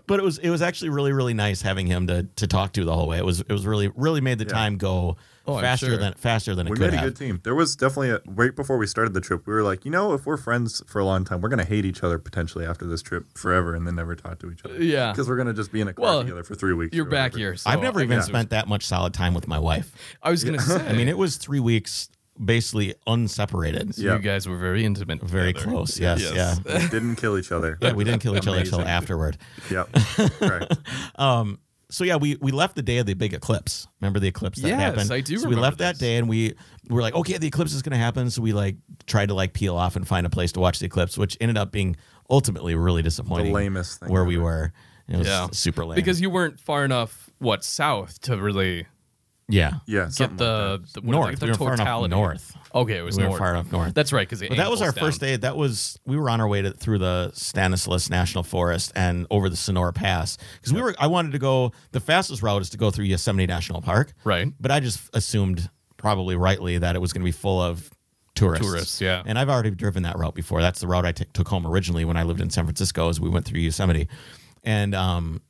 Speaker 1: But it was it was actually really really nice having him to to talk to the whole way. It was it was really really made the time go
Speaker 2: Oh, I'm
Speaker 1: faster
Speaker 2: sure.
Speaker 1: than faster than it
Speaker 3: We
Speaker 1: could
Speaker 3: made a
Speaker 1: have.
Speaker 3: good team. There was definitely a right before we started the trip. We were like, you know, if we're friends for a long time, we're gonna hate each other potentially after this trip forever, and then never talk to each other.
Speaker 2: Yeah.
Speaker 3: because we're gonna just be in a car
Speaker 2: Well,
Speaker 3: together for three weeks.
Speaker 2: You're
Speaker 3: or
Speaker 2: back
Speaker 3: whatever.
Speaker 2: here. so
Speaker 1: I've never
Speaker 2: I
Speaker 1: even
Speaker 2: guess it was-
Speaker 1: spent that much solid time with my wife.
Speaker 2: I was gonna say.
Speaker 1: (laughs) I mean, it was three weeks basically unseparated.
Speaker 3: Yeah.
Speaker 2: you guys were very intimate.
Speaker 1: Very
Speaker 2: together.
Speaker 1: close. Yes,
Speaker 2: Yes.
Speaker 1: Yeah.
Speaker 3: Didn't kill
Speaker 1: (laughs)
Speaker 3: each other.
Speaker 1: yeah. We didn't kill each other until
Speaker 3: Amazing.
Speaker 1: afterward.
Speaker 3: Yep. Correct.
Speaker 1: so yeah, we we left the day of the big eclipse. Remember the eclipse that
Speaker 2: Yes,
Speaker 1: happened?
Speaker 2: I do
Speaker 1: So we
Speaker 2: remember
Speaker 1: left that
Speaker 2: this.
Speaker 1: day, and we were like, okay, the eclipse is going to happen. So we like tried to like peel off and find a place to watch the eclipse, which ended up being ultimately really disappointing.
Speaker 3: lamest thing
Speaker 1: where we
Speaker 3: ever.
Speaker 1: were. It was
Speaker 2: Yeah.
Speaker 1: super lame.
Speaker 2: Because you weren't far enough, what south to really
Speaker 1: yeah,
Speaker 3: Yeah.
Speaker 2: get
Speaker 3: Something like
Speaker 2: the, the what are they-
Speaker 1: north.
Speaker 2: The
Speaker 1: We were far enough
Speaker 2: totality.
Speaker 1: north.
Speaker 2: Okay, it was
Speaker 1: We were
Speaker 2: north.
Speaker 1: far enough north.
Speaker 2: That's right, because
Speaker 1: But that was our first day. That was we were on our way to, through the Stanislaus National Forest and over the Sonora Pass because we were. I wanted to go. The fastest route is to go through Yosemite National Park,
Speaker 2: Right.
Speaker 1: But I just assumed, probably rightly, that it was going to be full of tourists.
Speaker 2: Tourists, yeah.
Speaker 1: And I've already driven that route before. That's the route I t- took home originally when I lived in San Francisco, as we went through Yosemite, and um,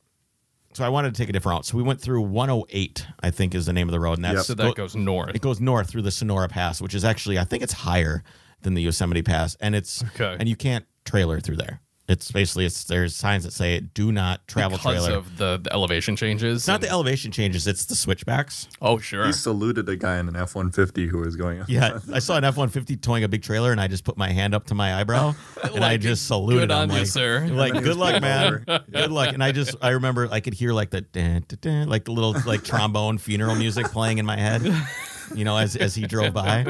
Speaker 1: so I wanted to take a different route. So we went through 108, I think, is the name of the road, and that's
Speaker 2: So
Speaker 1: go-
Speaker 2: that goes north.
Speaker 1: it goes north through the Sonora Pass, which is actually I think it's higher than the Yosemite Pass, and it's
Speaker 2: Okay.
Speaker 1: and you can't trailer through there. It's basically it's there's signs that say do not travel
Speaker 2: because
Speaker 1: trailer.
Speaker 2: of the, the elevation changes.
Speaker 1: it's not the elevation changes, it's the switchbacks.
Speaker 2: oh
Speaker 3: that.
Speaker 2: sure.
Speaker 3: He saluted a guy in an F one fifty who was going.
Speaker 1: Yeah, I saw an F one fifty towing a big trailer, and I just put my hand up to my
Speaker 2: (laughs)
Speaker 1: eyebrow, and I
Speaker 2: Like,
Speaker 1: just saluted
Speaker 2: good on
Speaker 1: him,
Speaker 2: you,
Speaker 1: like,
Speaker 2: sir.
Speaker 1: Like
Speaker 3: And then he
Speaker 1: good
Speaker 3: was
Speaker 1: luck,
Speaker 3: pulled
Speaker 1: man.
Speaker 3: over.
Speaker 1: Good luck. And I just I remember I could hear like the dun, dun, dun, like the little
Speaker 3: (laughs)
Speaker 1: like trombone funeral music playing in my head, you know, as as he drove by.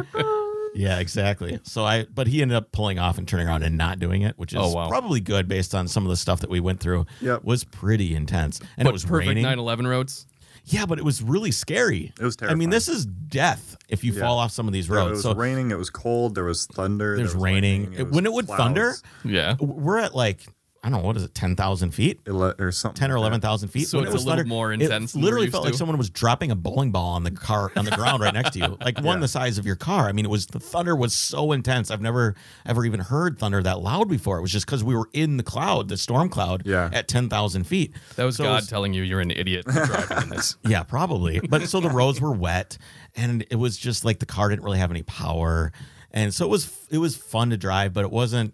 Speaker 1: Yeah, exactly. So I, but he ended up pulling off and turning around and not doing it, which is
Speaker 2: Oh, wow.
Speaker 1: probably good based on some of the stuff that we went through.
Speaker 3: Yep.
Speaker 1: was pretty intense, and
Speaker 2: but
Speaker 1: it was
Speaker 2: perfect
Speaker 1: raining.
Speaker 2: 9/11 roads.
Speaker 1: Yeah, but it was really scary.
Speaker 3: It was
Speaker 1: I mean,
Speaker 3: terrifying.
Speaker 1: this is death if you
Speaker 3: Yeah.
Speaker 1: fall off some of these
Speaker 3: Yeah,
Speaker 1: roads.
Speaker 3: it was
Speaker 1: so
Speaker 3: raining. It was cold. There was thunder.
Speaker 1: there's
Speaker 3: there was
Speaker 1: raining.
Speaker 3: lightning,
Speaker 1: It-
Speaker 3: was
Speaker 1: when it would
Speaker 3: clouds.
Speaker 1: thunder,
Speaker 2: Yeah.
Speaker 1: we're at like I don't know what is it, ten thousand feet,
Speaker 3: Ele- or something.
Speaker 1: ten or
Speaker 3: like that.
Speaker 1: eleven thousand feet.
Speaker 2: So
Speaker 1: When
Speaker 2: it's
Speaker 1: it was
Speaker 2: a little
Speaker 1: thunder,
Speaker 2: more
Speaker 1: it
Speaker 2: intense than we're
Speaker 1: literally
Speaker 2: used
Speaker 1: felt like
Speaker 2: to.
Speaker 1: someone was dropping a bowling ball on the car on the ground right next to you, like one
Speaker 3: Yeah.
Speaker 1: the size of your car. I mean, it was the thunder was so intense. I've never ever even heard thunder that loud before. It was just because we were in the cloud, the storm cloud,
Speaker 3: Yeah.
Speaker 1: at ten thousand feet.
Speaker 2: That was
Speaker 1: So it
Speaker 2: God telling you you're an idiot (laughs) for driving in this.
Speaker 1: yeah, probably. But
Speaker 2: (laughs)
Speaker 1: so the roads were wet, and it was just like the car didn't really have any power, and so it was it was fun to drive, but it wasn't.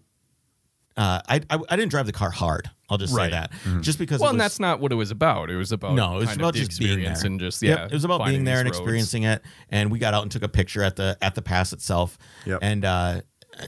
Speaker 1: Uh, I, I I didn't drive the car hard. I'll just say
Speaker 2: Right. Mm-hmm.
Speaker 1: that just because.
Speaker 2: Well,
Speaker 1: it
Speaker 2: and
Speaker 1: was,
Speaker 2: that's not what it was about. It was about
Speaker 1: no, it was
Speaker 2: kind
Speaker 1: about
Speaker 2: of the
Speaker 1: just being
Speaker 2: experience
Speaker 1: there.
Speaker 2: and just
Speaker 1: Yep,
Speaker 2: yeah.
Speaker 1: it was about
Speaker 2: finding
Speaker 1: being there
Speaker 2: these
Speaker 1: and
Speaker 2: roads.
Speaker 1: experiencing it. And we got out and took a picture at the at the pass itself.
Speaker 3: Yep.
Speaker 1: And uh,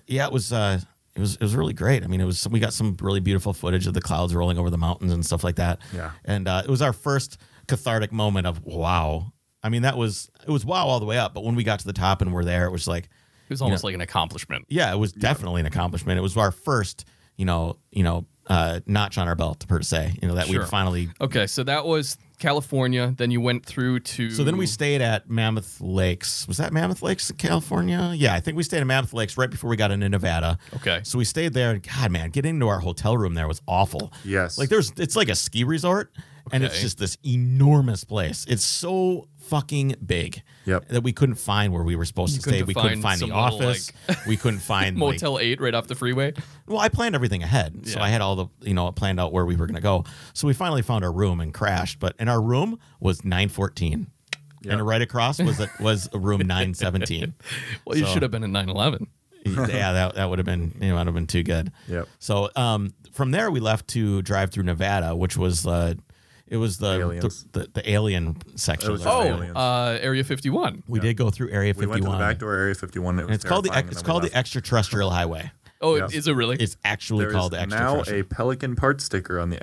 Speaker 1: yeah, it was uh, it was it was really great. I mean, it was we got some really beautiful footage of the clouds rolling over the mountains and stuff like that.
Speaker 3: Yeah.
Speaker 1: And uh, it was our first cathartic moment of wow. I mean, that was it was wow all the way up. But when we got to the top and we're there, it was like
Speaker 2: It was almost like an accomplishment.
Speaker 1: yeah, it was definitely an accomplishment. It was our first you know you know uh, notch on our belt per se. You know that
Speaker 2: Sure.
Speaker 1: we'd finally
Speaker 2: Okay, so that was California. Then you went through to
Speaker 1: So then we stayed at Mammoth Lakes. Was that Mammoth Lakes in California? Yeah, I think we stayed at Mammoth Lakes right before we got into Nevada.
Speaker 2: Okay.
Speaker 1: So we stayed there and God man, getting into our hotel room there was awful.
Speaker 3: Yes.
Speaker 1: Like there's it's like a ski resort and it's
Speaker 2: Okay.
Speaker 1: just this enormous place. It's so fucking big
Speaker 3: Yep.
Speaker 1: that we couldn't find where we were supposed to
Speaker 2: couldn't
Speaker 1: stay. We couldn't find
Speaker 2: find
Speaker 1: the
Speaker 2: some little,
Speaker 1: office. we
Speaker 2: (laughs)
Speaker 1: couldn't find like,
Speaker 2: Motel 8 right off the freeway. (laughs)
Speaker 1: well, I planned everything ahead, so
Speaker 2: Yeah.
Speaker 1: I had all the you know planned out where we were going to go. So we finally found our room and crashed, but and our room was nine fourteen,
Speaker 3: Yeah.
Speaker 1: and right across was a, was a
Speaker 3: (laughs)
Speaker 1: room nine seventeen.
Speaker 2: Well, you
Speaker 1: So-
Speaker 2: should have been in 9/11.
Speaker 1: yeah, that, that would have been you know, that would have been too good.
Speaker 3: Yep.
Speaker 1: So um, from there we left to drive through Nevada, which was uh, it was the
Speaker 3: Aliens.
Speaker 1: the, the, the alien section.
Speaker 3: It was
Speaker 1: there.
Speaker 3: just
Speaker 2: Oh,
Speaker 3: aliens.
Speaker 2: uh, Area 51.
Speaker 1: we did go through Area fifty
Speaker 3: we went to the
Speaker 1: one.
Speaker 3: back door area fifty one. It was
Speaker 1: It's called the
Speaker 3: terrifying,
Speaker 1: ex-
Speaker 3: and
Speaker 1: it's
Speaker 3: then we
Speaker 1: called the
Speaker 3: left.
Speaker 1: extraterrestrial highway.
Speaker 2: Oh,
Speaker 3: Yeah.
Speaker 2: is it really?
Speaker 1: It's actually
Speaker 3: There
Speaker 1: called
Speaker 3: is now
Speaker 1: extraterrestrial.
Speaker 3: a pelican part sticker on the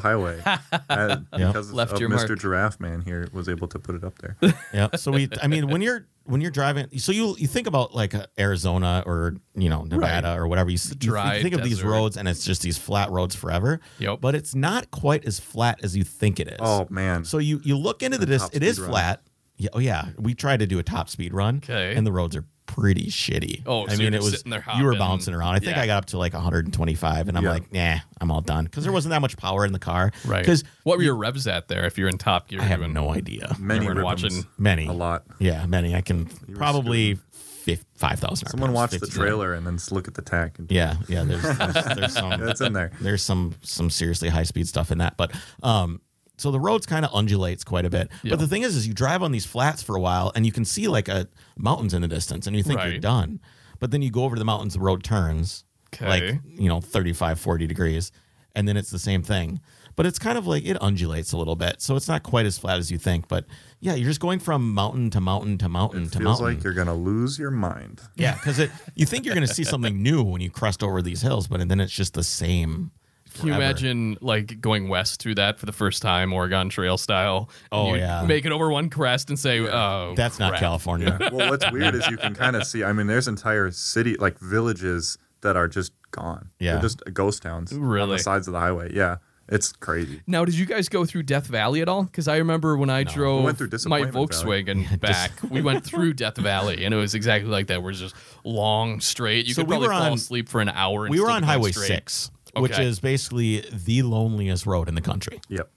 Speaker 2: (laughs)
Speaker 3: highway Uh, because
Speaker 2: Left
Speaker 3: of
Speaker 2: your
Speaker 3: Mr.
Speaker 2: mark.
Speaker 3: Giraffe Man here was able to put it up
Speaker 2: (laughs)
Speaker 3: there.
Speaker 1: yeah. So we, I mean, when you're when you're driving, so you you think about like uh, Arizona or you know Nevada or whatever. You, s- you,
Speaker 2: dry
Speaker 1: you think of these
Speaker 2: desert.
Speaker 1: roads and it's just these flat roads forever.
Speaker 2: Yep.
Speaker 1: But it's not quite as flat as you think it is.
Speaker 3: Oh man,
Speaker 1: So you you look into the
Speaker 3: And
Speaker 1: distance.
Speaker 3: top
Speaker 1: It is
Speaker 3: speed run.
Speaker 1: flat. Yeah. Oh yeah. We tried to do a top speed run.
Speaker 2: 'Kay.
Speaker 1: And the roads are pretty shitty.
Speaker 2: Oh, so
Speaker 1: I
Speaker 2: you're
Speaker 1: mean, it
Speaker 2: just
Speaker 1: was
Speaker 2: sitting there
Speaker 1: you were
Speaker 2: hopping.
Speaker 1: bouncing around. I think
Speaker 2: Yeah.
Speaker 1: I got up to like 125, and I'm
Speaker 3: Yeah.
Speaker 1: like, nah, I'm all done because there wasn't that much power in the car.
Speaker 2: right.
Speaker 1: Because
Speaker 2: what were your revs at there if you're in Top Gear?
Speaker 1: I have
Speaker 2: doing-
Speaker 1: no idea.
Speaker 3: many
Speaker 2: You
Speaker 3: ribbons,
Speaker 2: were watching-
Speaker 1: Many.
Speaker 3: a lot.
Speaker 1: Yeah, many. I can
Speaker 3: were
Speaker 1: probably fif- 5,000.
Speaker 3: Someone
Speaker 1: RPMs,
Speaker 3: watched the
Speaker 1: 50,000.
Speaker 3: trailer and then look at the tack. And
Speaker 1: Yeah, yeah. There's, there's, there's
Speaker 3: (laughs)
Speaker 1: some
Speaker 3: that's
Speaker 2: (laughs)
Speaker 3: in there.
Speaker 1: there's some some seriously high speed stuff in that, but um, so the roads kind of undulates quite a bit.
Speaker 2: Yeah.
Speaker 1: But the thing is, is you drive on these flats for a while and you can see like a mountains in the distance, and you think you're
Speaker 2: Right.
Speaker 1: done, but then you go over to the mountains, the road turns like
Speaker 2: Okay.
Speaker 1: you know 35, 40 degrees, and then it's the same thing. But it's kind of like it undulates a little bit, so it's not quite as flat as you think. But yeah, you're just going from mountain to mountain to mountain to
Speaker 3: Feels
Speaker 1: mountain.
Speaker 3: like you're gonna lose your mind.
Speaker 1: Yeah,
Speaker 3: (laughs)
Speaker 1: because it you think you're going to see something new when you crest over these hills, but then it's just the same.
Speaker 2: Can you
Speaker 1: forever.
Speaker 2: imagine like going west through that for the first time, Oregon Trail style?
Speaker 1: Oh,
Speaker 2: You'd
Speaker 1: yeah.
Speaker 2: make it over one crest and say, "Oh,
Speaker 1: That's not
Speaker 2: crap.
Speaker 1: California.
Speaker 3: Well, what's weird is
Speaker 2: (laughs)
Speaker 3: you can kind of see. I mean, there's entire city, like villages, that are just gone.
Speaker 1: Yeah.
Speaker 3: They're just ghost towns on
Speaker 2: Really?
Speaker 3: the sides of the highway. Yeah, it's crazy.
Speaker 2: Now, did you guys go through Death Valley at all? Because I remember when I drove
Speaker 3: We went through
Speaker 2: my
Speaker 3: Disappointment Valley.
Speaker 2: Volkswagen back,
Speaker 1: (laughs)
Speaker 2: we went through Death Valley, and it was exactly like that. Where it's just long, straight. You
Speaker 1: So
Speaker 2: could
Speaker 1: we
Speaker 2: probably
Speaker 1: were
Speaker 2: fall
Speaker 1: on-
Speaker 2: asleep for an hour. And
Speaker 1: We were
Speaker 2: still
Speaker 1: on
Speaker 2: be going
Speaker 1: Highway
Speaker 2: straight.
Speaker 1: Six, which
Speaker 2: Okay.
Speaker 1: is basically the loneliest road in the country.
Speaker 3: Yep.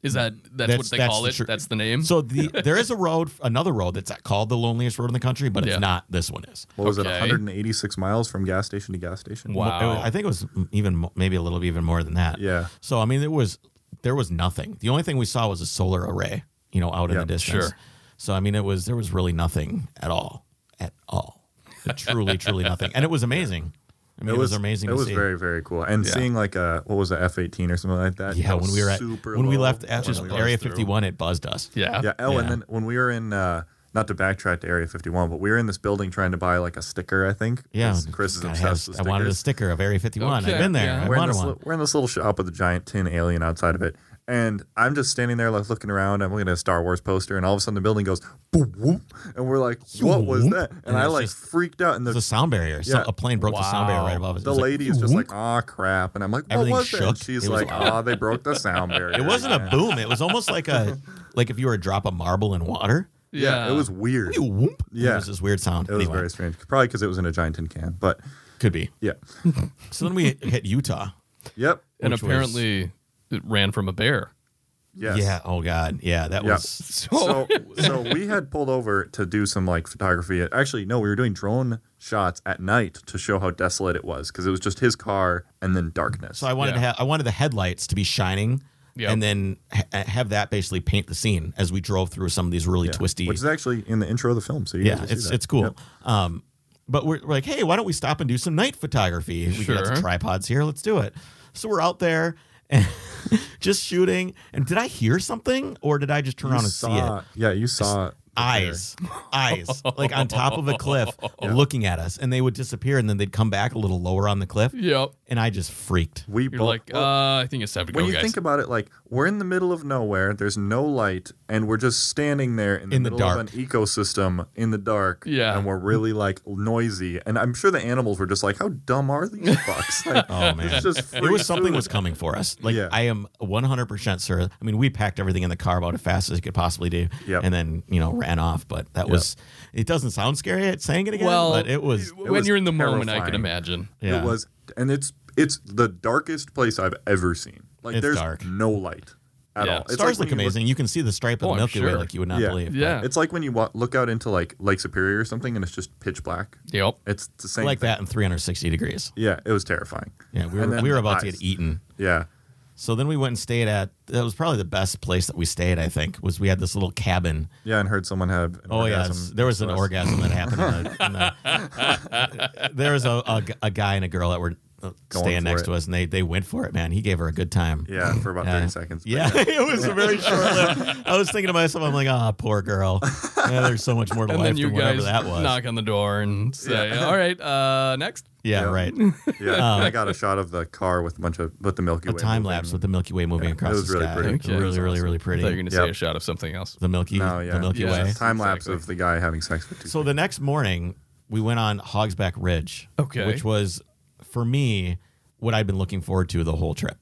Speaker 2: Is that that's,
Speaker 1: That's-
Speaker 2: what they
Speaker 1: that's
Speaker 2: call
Speaker 1: the
Speaker 2: it?
Speaker 1: tr-
Speaker 2: that's the name.
Speaker 1: So the there is a road, another road that's called the loneliest road in the country, but
Speaker 2: Yeah.
Speaker 1: it's not. This one is.
Speaker 3: What was it?
Speaker 2: Okay.
Speaker 3: 186 miles from gas station to gas station.
Speaker 2: Wow.
Speaker 1: It was- I think it was even mo- maybe a little even more than that.
Speaker 3: Yeah.
Speaker 1: So I mean, it was there was nothing. The only thing we saw was a solar array, you know, out in
Speaker 3: Yeah,
Speaker 1: the distance.
Speaker 2: sure.
Speaker 1: So I mean, it was there was really nothing at all, at all, truly, truly nothing, and it was amazing. I mean, it, was, amazing.
Speaker 3: It
Speaker 1: to
Speaker 3: was
Speaker 1: see.
Speaker 3: very, very cool. And seeing like a what was it, F eighteen or something like that.
Speaker 1: yeah.
Speaker 3: that
Speaker 1: When
Speaker 3: was
Speaker 1: we were at
Speaker 3: super
Speaker 1: when we
Speaker 3: low
Speaker 1: left at
Speaker 3: when we were-
Speaker 1: Area
Speaker 2: through.
Speaker 1: 51, it buzzed us.
Speaker 2: yeah.
Speaker 3: Yeah. Oh,
Speaker 1: Yeah.
Speaker 3: and then when we were in, uh, not to backtrack to Area 51, but we were in this building trying to buy like a sticker, I think.
Speaker 1: Yeah,
Speaker 3: 'cause Chris is
Speaker 1: I,
Speaker 3: obsessed
Speaker 1: had-
Speaker 3: with
Speaker 1: I
Speaker 3: stickers.
Speaker 1: wanted a sticker of Area 51.
Speaker 2: Okay,
Speaker 1: I've been there.
Speaker 2: yeah.
Speaker 1: I
Speaker 3: we're, in
Speaker 1: wanted
Speaker 3: this,
Speaker 1: one.
Speaker 3: li- we're in this little shop with a giant tin alien outside of it. And I'm just standing there, like looking around. I'm looking at a Star Wars poster, and all of a sudden the building goes, boom, whoop, and we're like, "What was
Speaker 1: Whoop.
Speaker 3: that?" And,
Speaker 1: And
Speaker 3: I
Speaker 1: it's
Speaker 3: like
Speaker 1: just-
Speaker 3: freaked out. And
Speaker 1: It was a
Speaker 3: the,
Speaker 1: sound barrier. So
Speaker 3: Yeah.
Speaker 1: a plane broke the sound barrier
Speaker 2: Wow.
Speaker 1: right above us. It
Speaker 3: the
Speaker 1: was like,
Speaker 3: lady is just like, "Ah, crap!" And I'm like, "What
Speaker 1: Everything
Speaker 3: was that?" And
Speaker 1: shook.
Speaker 3: she's
Speaker 1: It was
Speaker 3: like, "Ah, they broke the sound barrier."
Speaker 1: (laughs) It wasn't a (laughs) boom. It was almost like
Speaker 3: (laughs)
Speaker 1: a like if you were to drop a marble in water.
Speaker 3: Yeah, it was weird.
Speaker 1: You whoop.
Speaker 3: Yeah.
Speaker 1: It was this weird sound.
Speaker 3: It was
Speaker 1: Anyway,
Speaker 3: very strange. Probably because it was in a giant tin can. But
Speaker 1: could be. (laughs)
Speaker 3: yeah.
Speaker 1: So then we (laughs) hit Utah.
Speaker 3: Yep.
Speaker 2: and
Speaker 1: which was-
Speaker 2: apparently it ran from a bear.
Speaker 3: Yes.
Speaker 1: Yeah. Oh God. Yeah. That
Speaker 3: Yeah.
Speaker 1: was.
Speaker 2: So,
Speaker 1: (laughs)
Speaker 3: So, so we had pulled over to do some like photography. Actually, no, we were doing drone shots at night to show how desolate it was because it was just his car and then darkness.
Speaker 1: So I wanted to
Speaker 2: Yeah.
Speaker 1: have I wanted the headlights to be shining,
Speaker 2: Yep.
Speaker 1: and then ha- have that basically paint the scene as we drove through some of these really
Speaker 3: Yeah.
Speaker 1: twisty.
Speaker 3: which is actually in the intro of the film. So you guys
Speaker 1: yeah,
Speaker 3: will see
Speaker 1: it's
Speaker 3: that.
Speaker 1: it's cool.
Speaker 3: Yep.
Speaker 1: Um, but we're, we're like, hey, why don't we stop and do some night photography? We got
Speaker 2: Sure.
Speaker 1: some tripods here. Let's do it. So we're out there and (laughs) just shooting. And did I hear something, or did I just turn
Speaker 3: You
Speaker 1: around and see it?
Speaker 3: saw, yeah, you saw it.
Speaker 1: eyes, eyes, like on top of a
Speaker 3: (laughs)
Speaker 1: cliff, looking at us, and they would disappear, and then they'd come back a little lower on the cliff,
Speaker 2: (laughs) yep.
Speaker 1: and I just freaked.
Speaker 3: We
Speaker 2: You're
Speaker 3: both
Speaker 2: like,
Speaker 3: well,
Speaker 2: uh, I think it's time to
Speaker 3: when
Speaker 2: go,
Speaker 3: you
Speaker 2: guys.
Speaker 3: think about it, like we're in the middle of nowhere. There's no light, and we're just standing there in the,
Speaker 1: In the
Speaker 3: middle
Speaker 1: dark.
Speaker 3: of an ecosystem in the dark.
Speaker 2: Yeah.
Speaker 3: and we're really like noisy. And I'm sure the animals were just like, "How dumb are
Speaker 1: (laughs)
Speaker 3: these fucks?" Like,
Speaker 1: Oh man,
Speaker 3: it's just
Speaker 1: it was something
Speaker 3: food.
Speaker 1: was coming for us. Like
Speaker 3: Yeah.
Speaker 1: I am 100 percent sure. I mean, we packed everything in the car about as fast as you could possibly do,
Speaker 3: Yep.
Speaker 1: and then you know ran off. But that was. It doesn't sound scary. It's saying it again,
Speaker 2: well,
Speaker 1: but it was.
Speaker 2: when
Speaker 3: was
Speaker 2: you're in the moment, I can
Speaker 3: terrifying.
Speaker 2: imagine.
Speaker 1: Yeah.
Speaker 3: It was, and it's it's the darkest place I've ever seen. Like
Speaker 1: It's
Speaker 3: there's
Speaker 1: dark.
Speaker 3: no light at
Speaker 2: Yeah.
Speaker 3: all. It's
Speaker 1: Stars
Speaker 3: like
Speaker 1: look
Speaker 3: when you
Speaker 1: amazing. You can see the stripe of
Speaker 2: Oh,
Speaker 1: the
Speaker 2: I'm
Speaker 1: Milky Way
Speaker 2: sure.
Speaker 1: like you would not
Speaker 3: Yeah.
Speaker 1: believe.
Speaker 2: Yeah.
Speaker 3: It's like when you wa- look out into like Lake Superior or something, and it's just pitch black.
Speaker 2: Yep.
Speaker 3: It's the
Speaker 1: but
Speaker 3: same
Speaker 1: like
Speaker 3: thing.
Speaker 1: that in 360 degrees.
Speaker 3: Yeah, it was terrifying.
Speaker 1: Yeah, we
Speaker 3: And
Speaker 1: were,
Speaker 3: then
Speaker 1: we were
Speaker 3: the
Speaker 1: about to
Speaker 3: eyes.
Speaker 1: get eaten.
Speaker 3: Yeah,
Speaker 1: So then we went and stayed at that was probably the best place that we stayed. I think was we had this little cabin.
Speaker 3: yeah, and heard someone have. An
Speaker 1: Oh yeah,
Speaker 3: orgasm
Speaker 1: there was an
Speaker 3: next to us. (laughs)
Speaker 1: orgasm that happened. In the, in the, there was a, a, a guy and a girl that were uh,
Speaker 3: Going
Speaker 1: staying
Speaker 3: for
Speaker 1: next
Speaker 3: it.
Speaker 1: to us, and they they went for it, man. He gave her a good time.
Speaker 3: Yeah, for about
Speaker 1: Yeah.
Speaker 3: 30 seconds. but
Speaker 1: Yeah, (laughs) it was a very short lived. I was thinking to myself, I'm like, ah, poor girl. Yeah, there's so much more to
Speaker 2: And
Speaker 1: life
Speaker 2: then you
Speaker 1: than whatever
Speaker 2: guys
Speaker 1: that was.
Speaker 2: knock on the door and say,
Speaker 3: Yeah.
Speaker 2: "All right, uh, next."
Speaker 1: (laughs) yeah,
Speaker 2: (laughs)
Speaker 3: Yeah.
Speaker 1: right.
Speaker 3: Yeah,
Speaker 1: (laughs)
Speaker 3: I got a shot of the car with a bunch of with the Milky
Speaker 1: A
Speaker 3: Way.
Speaker 1: time
Speaker 3: moving.
Speaker 1: lapse with the Milky Way moving
Speaker 3: Yeah,
Speaker 1: across
Speaker 3: it was
Speaker 1: the
Speaker 3: really
Speaker 1: sky.
Speaker 3: pretty.
Speaker 2: Okay.
Speaker 1: Really, really, really
Speaker 2: I
Speaker 1: pretty.
Speaker 2: thought you were going to say
Speaker 3: Yep.
Speaker 2: a shot of something else.
Speaker 1: the Milky,
Speaker 3: No, yeah,
Speaker 1: the Milky
Speaker 2: Yeah.
Speaker 1: Way.
Speaker 3: Time lapse
Speaker 2: Exactly.
Speaker 3: of the guy having sex with two.
Speaker 1: So the next morning, we went on Hogsback Ridge,
Speaker 2: Okay.
Speaker 1: which was for me what I'd been looking forward to the whole trip.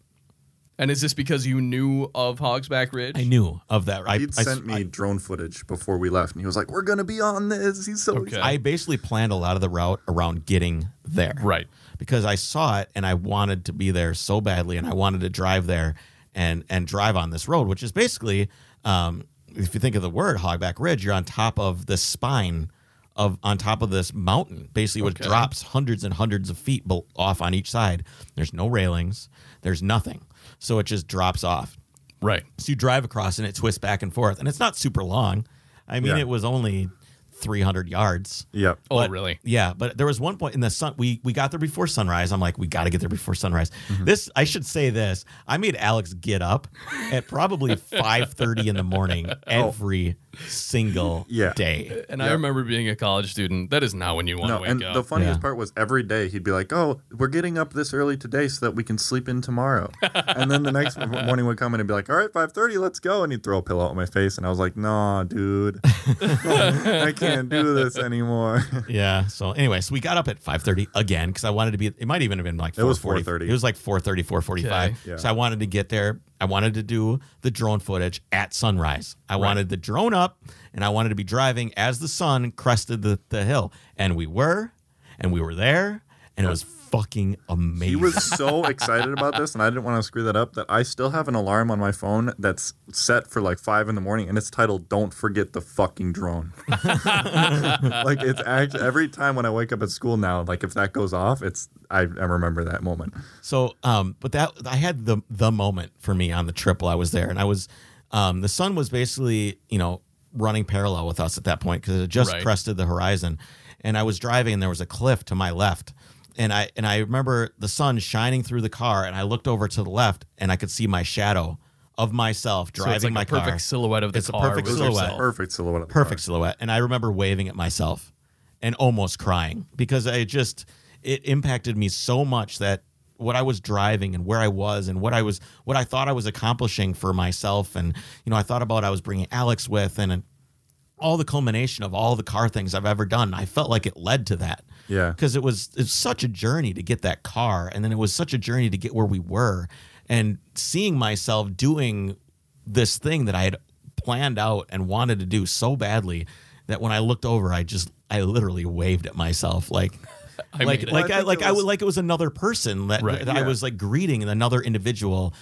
Speaker 2: And is this because you knew of Hogsback Ridge?
Speaker 1: I knew of that. I,
Speaker 3: He'd
Speaker 1: I-
Speaker 3: sent me drone footage before we left, and he was like, "We're gonna be on this." He's so
Speaker 2: Okay.
Speaker 1: I basically planned a lot of the route around getting there.
Speaker 2: Right.
Speaker 1: Because I saw it and I wanted to be there so badly and I wanted to drive there and and drive on this road, which is basically um, if you think of the word Hogback Ridge, you're on top of the spine of on top of this mountain, basically which
Speaker 2: Okay.
Speaker 1: drops hundreds and hundreds of feet bel- off on each side. There's no railings, there's nothing. So it just drops off.
Speaker 2: Right.
Speaker 1: So you drive across and it twists back and forth, and it's not super long. I mean,
Speaker 3: Yeah.
Speaker 1: it was only 300 yards.
Speaker 3: Yep.
Speaker 2: Oh,
Speaker 1: But-
Speaker 2: really?
Speaker 1: Yeah, but there was one point in the sun. We we got there before sunrise. I'm like, we got to get there before sunrise.
Speaker 3: Mm-hmm.
Speaker 1: This I should say this. I made Alex get up at
Speaker 2: (laughs)
Speaker 1: probably 5:30 in the morning every single
Speaker 3: Oh. Yeah.
Speaker 1: day.
Speaker 2: And I
Speaker 3: Yep.
Speaker 2: remember being a college student. That is not when you want to
Speaker 3: No,
Speaker 2: wake
Speaker 3: and
Speaker 2: up.
Speaker 3: the funniest
Speaker 1: Yeah.
Speaker 3: part was every day he'd be like, "Oh, we're getting up this early today so that we can sleep
Speaker 2: (laughs)
Speaker 3: in tomorrow," and then the next m- morning would come and he'd be like, "All right, five thirty, let's go," and he'd throw a pillow at my face, and I was like, "No,
Speaker 2: (laughs)
Speaker 3: dude, I can't do this anymore." (laughs)
Speaker 1: (laughs) Yeah. So anyway, so we got up at 5:30 again because I wanted to be. It might even have been like
Speaker 3: It was
Speaker 1: 4:40.
Speaker 3: 4:30.
Speaker 1: It was like 4:30, 4:45.
Speaker 2: Okay.
Speaker 3: Yeah.
Speaker 1: So I wanted to get there. I wanted to do the drone footage at sunrise. I wanted the drone up, and I wanted to be driving as the sun crested the, the hill, and we were, and we were there, and it was fucking amazing.
Speaker 3: He was so excited about this, and I didn't want to screw that up. That I still have an alarm on my phone that's set for like five in the morning, and it's titled "Don't Forget the
Speaker 2: (laughs)
Speaker 3: Fucking Drone." like it's actually every time when I wake up at school now, like if that goes off, it's I, I remember that moment.
Speaker 1: So, um, but that I had the the moment for me on the trip while I was there, and I was, um, the sun was basically you know running parallel with us at that point because it had just
Speaker 2: Right.
Speaker 1: crested the horizon, and I was driving and there was a cliff to my left, and I and I remember the sun shining through the car, and I looked over to the left and I could see my shadow of myself
Speaker 2: so
Speaker 1: driving
Speaker 2: it's like
Speaker 1: my
Speaker 2: a perfect
Speaker 1: car.
Speaker 2: silhouette of the
Speaker 1: It's a
Speaker 2: car.
Speaker 1: perfect
Speaker 2: with
Speaker 1: silhouette.
Speaker 2: yourself.
Speaker 3: Perfect silhouette. of the
Speaker 1: perfect silhouette and i remember waving at myself and almost crying because i just it impacted me so much that what i was driving and where i was and what i was what i thought i was accomplishing for myself and you know i thought about i was bringing alex with and, and all the culmination of all the car things i've ever done i felt like it led to that
Speaker 3: Yeah.
Speaker 1: because it was it's such a journey to get that car and then it was such a journey to get where we were and seeing myself doing this thing that I had planned out and wanted to do so badly that when I looked over I just I literally waved at myself like
Speaker 2: (laughs) I
Speaker 1: like
Speaker 2: made it.
Speaker 1: like
Speaker 3: Well, I
Speaker 1: I,
Speaker 3: think
Speaker 1: like
Speaker 3: it
Speaker 1: I
Speaker 3: was-
Speaker 1: was like it was another person that,
Speaker 2: Right.
Speaker 1: that I
Speaker 3: Yeah.
Speaker 1: was like greeting another individual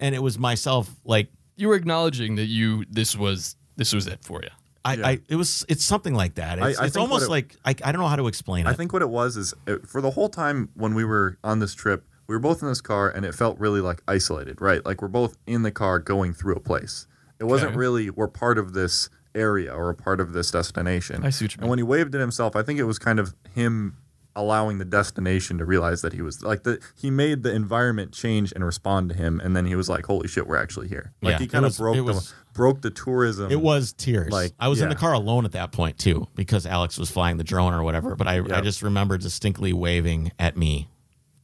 Speaker 1: and it was myself like
Speaker 2: You were acknowledging that you this was this was it for you.
Speaker 1: I,
Speaker 3: Yeah.
Speaker 1: I it was it's something like that it's,
Speaker 3: I
Speaker 1: it's
Speaker 3: think
Speaker 1: almost
Speaker 3: what
Speaker 1: like I, I don't know how to explain it
Speaker 3: I think what it was is uh for the whole time when we were on this trip, we were both in this car and it felt really like isolated, right? Like we're both in the car going through a place. It wasn't
Speaker 2: Okay.
Speaker 3: really we're part of this area or a part of this destination.
Speaker 2: I see what you
Speaker 3: And when he waved at himself, I think it was kind of him allowing the destination to realize that he was like the he made the environment change and respond to him and then he was like holy shit we're actually here like
Speaker 1: Yeah,
Speaker 3: he
Speaker 1: it
Speaker 3: kind
Speaker 1: was-
Speaker 3: of broke
Speaker 1: it
Speaker 3: the
Speaker 1: was-
Speaker 3: broke the tourism
Speaker 1: It was tears.
Speaker 3: Like,
Speaker 1: I was in
Speaker 3: yeah.
Speaker 1: the car alone at that point too, because Alex was flying the drone or whatever. But I, I
Speaker 3: Yeah.
Speaker 1: just remember distinctly waving at me,